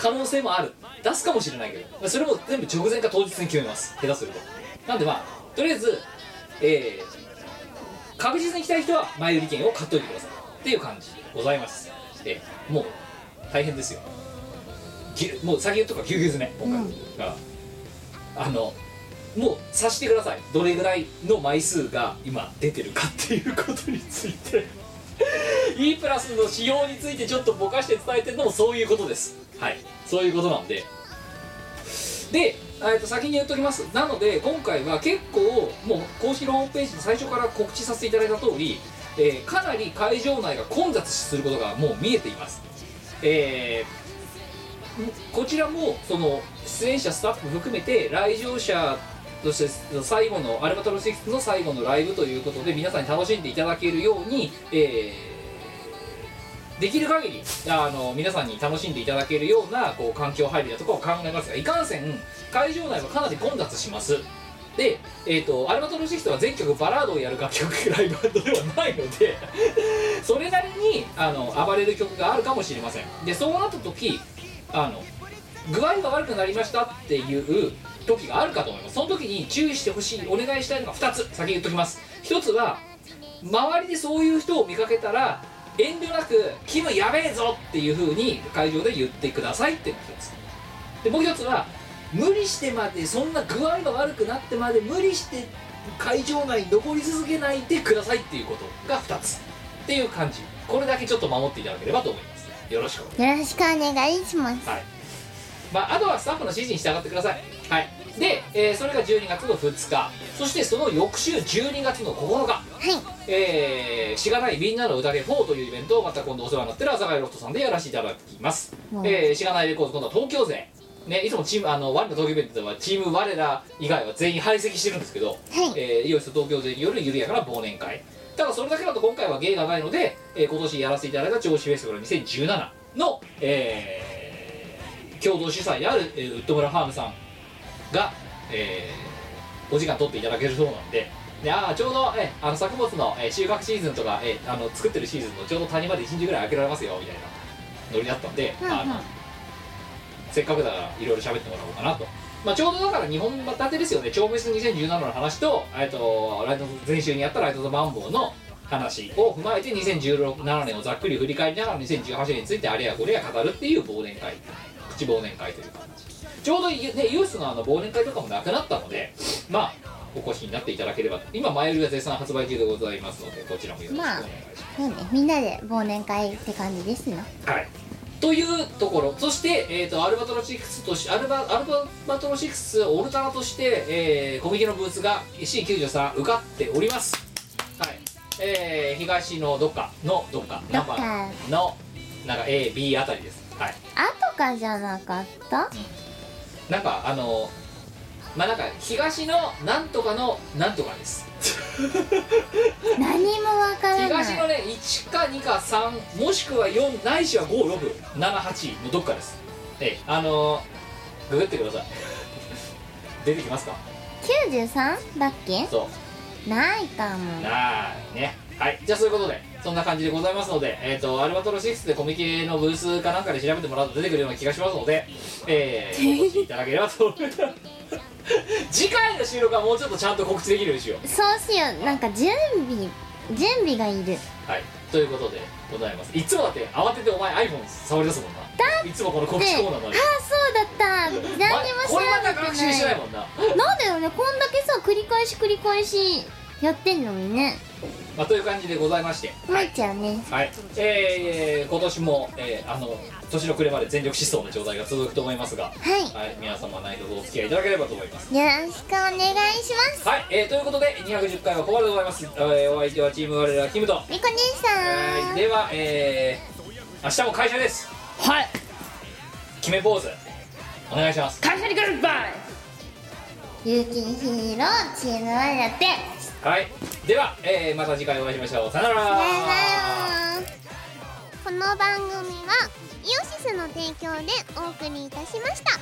Speaker 1: 可能性もある出すかもしれないけどそれも全部直前か当日に決めます下手するとなんでまあとりあえず、えー確実に来たい人は前売り券を買っといてくださいっていう感じでございますえーもう大変ですよぎゅもう先言うとかぎゅうぎゅうですね今回、があのもう察してくださいどれぐらいの枚数が今出てるかっていうことについて <laughs> E プラスの仕様についてちょっとぼかして伝えてるのもそういうことですはいそういうことなんででえっと先に言っときますなので今回は結構もう公式のホームページで最初から告知させていただいた通り、えーかなり会場内が混雑することがもう見えていますえーこちらもその出演者スタッフ含めて来場者として最後のアルバトロ6の最後のライブということで皆さんに楽しんでいただけるように、えーできる限りあの皆さんに楽しんでいただけるようなこう環境配備だとかを考えますがいかんせん会場内はかなり混雑しますで、えー、とアルバトロ6は全曲バラードをやる楽曲ライブバンドではないのでそれなりにあの暴れる曲があるかもしれませんでそうなった時あの具合が悪くなりましたっていう時があるかと思いますその時に注意してほしいお願いしたいのが2つ先に言っときます1つは周りでそういう人を見かけたら遠慮なく「キムやべえぞ!」っていう風に会場で言ってくださいっていうのが1つでもう1つは無理してまでそんな具合が悪くなってまで無理して会場内に残り続けないでくださいっていうことが2つっていう感じこれだけちょっと守っていただければと思いますよろしくお願いします
Speaker 2: よろしくお願いします
Speaker 1: はい、まあ、あとはスタッフの指示に従ってくださいはいで、えーそれが12月の2日そしてその翌週12月の9日えーしがないみんなの歌で4というイベントをまた今度お世話になってる朝霞ロフトさんでやらせていただきます、えーしがないレコード今度は東京勢ね、いつもチームあの我ら東京イベントではチーム我ら以外は全員排斥してるんですけど、えー、イオシス東京勢による緩やかな忘年会ただそれだけだと今回は芸がないので、えー今年やらせていただいた調子フェスティバル2017の、えー共同主催である、えーウッド村ファームさんが、えーお時間取っていただけるそうなんでであーちょうど、えーあの作物の、えー収穫シーズンとか、えーあの作ってるシーズンのちょうど谷まで1日ぐらい開けられますよみたいなノリだったんで、あのせっかくだからいろいろ喋ってもらおうかなと。まあ、ちょうどだから日本立てですよね、超別2017の話と、えっと、ライト前週にやったライト・ザ・マンボウの話を踏まえて、2017年をざっくり振り返りながら、2018年についてあれやこれや語るっていう忘年会、口忘年会という感じ。ちょうど、ね、ユースのあの忘年会とかもなくなったので、まあ、お越しになっていただければと、今、前売りが絶賛発売中でございますので、こちらもよろしくお願いします。
Speaker 2: そうねみんなで忘年会って感じですな
Speaker 1: はい、というところそして、えー、とアルバトロシックスとしアルバアルバトロシックスオルタナとして、えー、コミケのブースが C93 受かっております、はいえー、東のどっかのどっか
Speaker 2: どっか
Speaker 1: 生のなんか AB あたりですはい
Speaker 2: あとかじゃなかった
Speaker 1: なんかあのまあなんか東のなんとかのなんとかです
Speaker 2: 何もわからない
Speaker 1: 東のね1か2か3もしくは4ないしは5678のどっかですええあのー、ググってください <laughs> 出てきますか
Speaker 2: 93? だっけ
Speaker 1: そ
Speaker 2: ないかも
Speaker 1: うなーいねはいじゃあそういうことでそんな感じでございますので、えっとアルバトロ6でコミケのブースかなんかで調べてもらうと出てくるような気がしますので、えー、お越しいただければと思います <laughs> 次回の収録はもうちょっとちゃんと告知できるようにしよう
Speaker 2: そうしようなんか準備準備がいる
Speaker 1: はい、ということでございますいつもだって慌ててお前 iPhone 触り出すもんないつもこの告知コーナーのあれ
Speaker 2: ああそうだった何にも
Speaker 1: お前これまた
Speaker 2: 調
Speaker 1: 学
Speaker 2: べ
Speaker 1: 習しててな
Speaker 2: ないい
Speaker 1: もんな、
Speaker 2: なんだよねこんだけさ繰り返し繰り返しやってんのにね
Speaker 1: まあ、という感じでございまして
Speaker 2: まいちゃうね
Speaker 1: はい、えー、今年も、えーあの年の暮れまで全力疾走の状態が続くと思いますが、
Speaker 2: はい
Speaker 1: はい、皆様何卒お付き合いいただければと思います
Speaker 2: よろしくお願いします
Speaker 1: はい、えー、ということで210回はここまででございます、えーお相手はチーム我らキムと、
Speaker 2: みこ姉さ
Speaker 1: えー
Speaker 2: ん
Speaker 1: では、えー、明日も会社です
Speaker 5: はい
Speaker 1: 決めポーズお願いします
Speaker 5: 会社にグッバイ
Speaker 2: ゆうきんヒーローチームワイヤって
Speaker 1: はいでは、えー、また次回お会いしましょうさよなら
Speaker 2: バイバイこの番組はイオシスの提供でお送りいたしました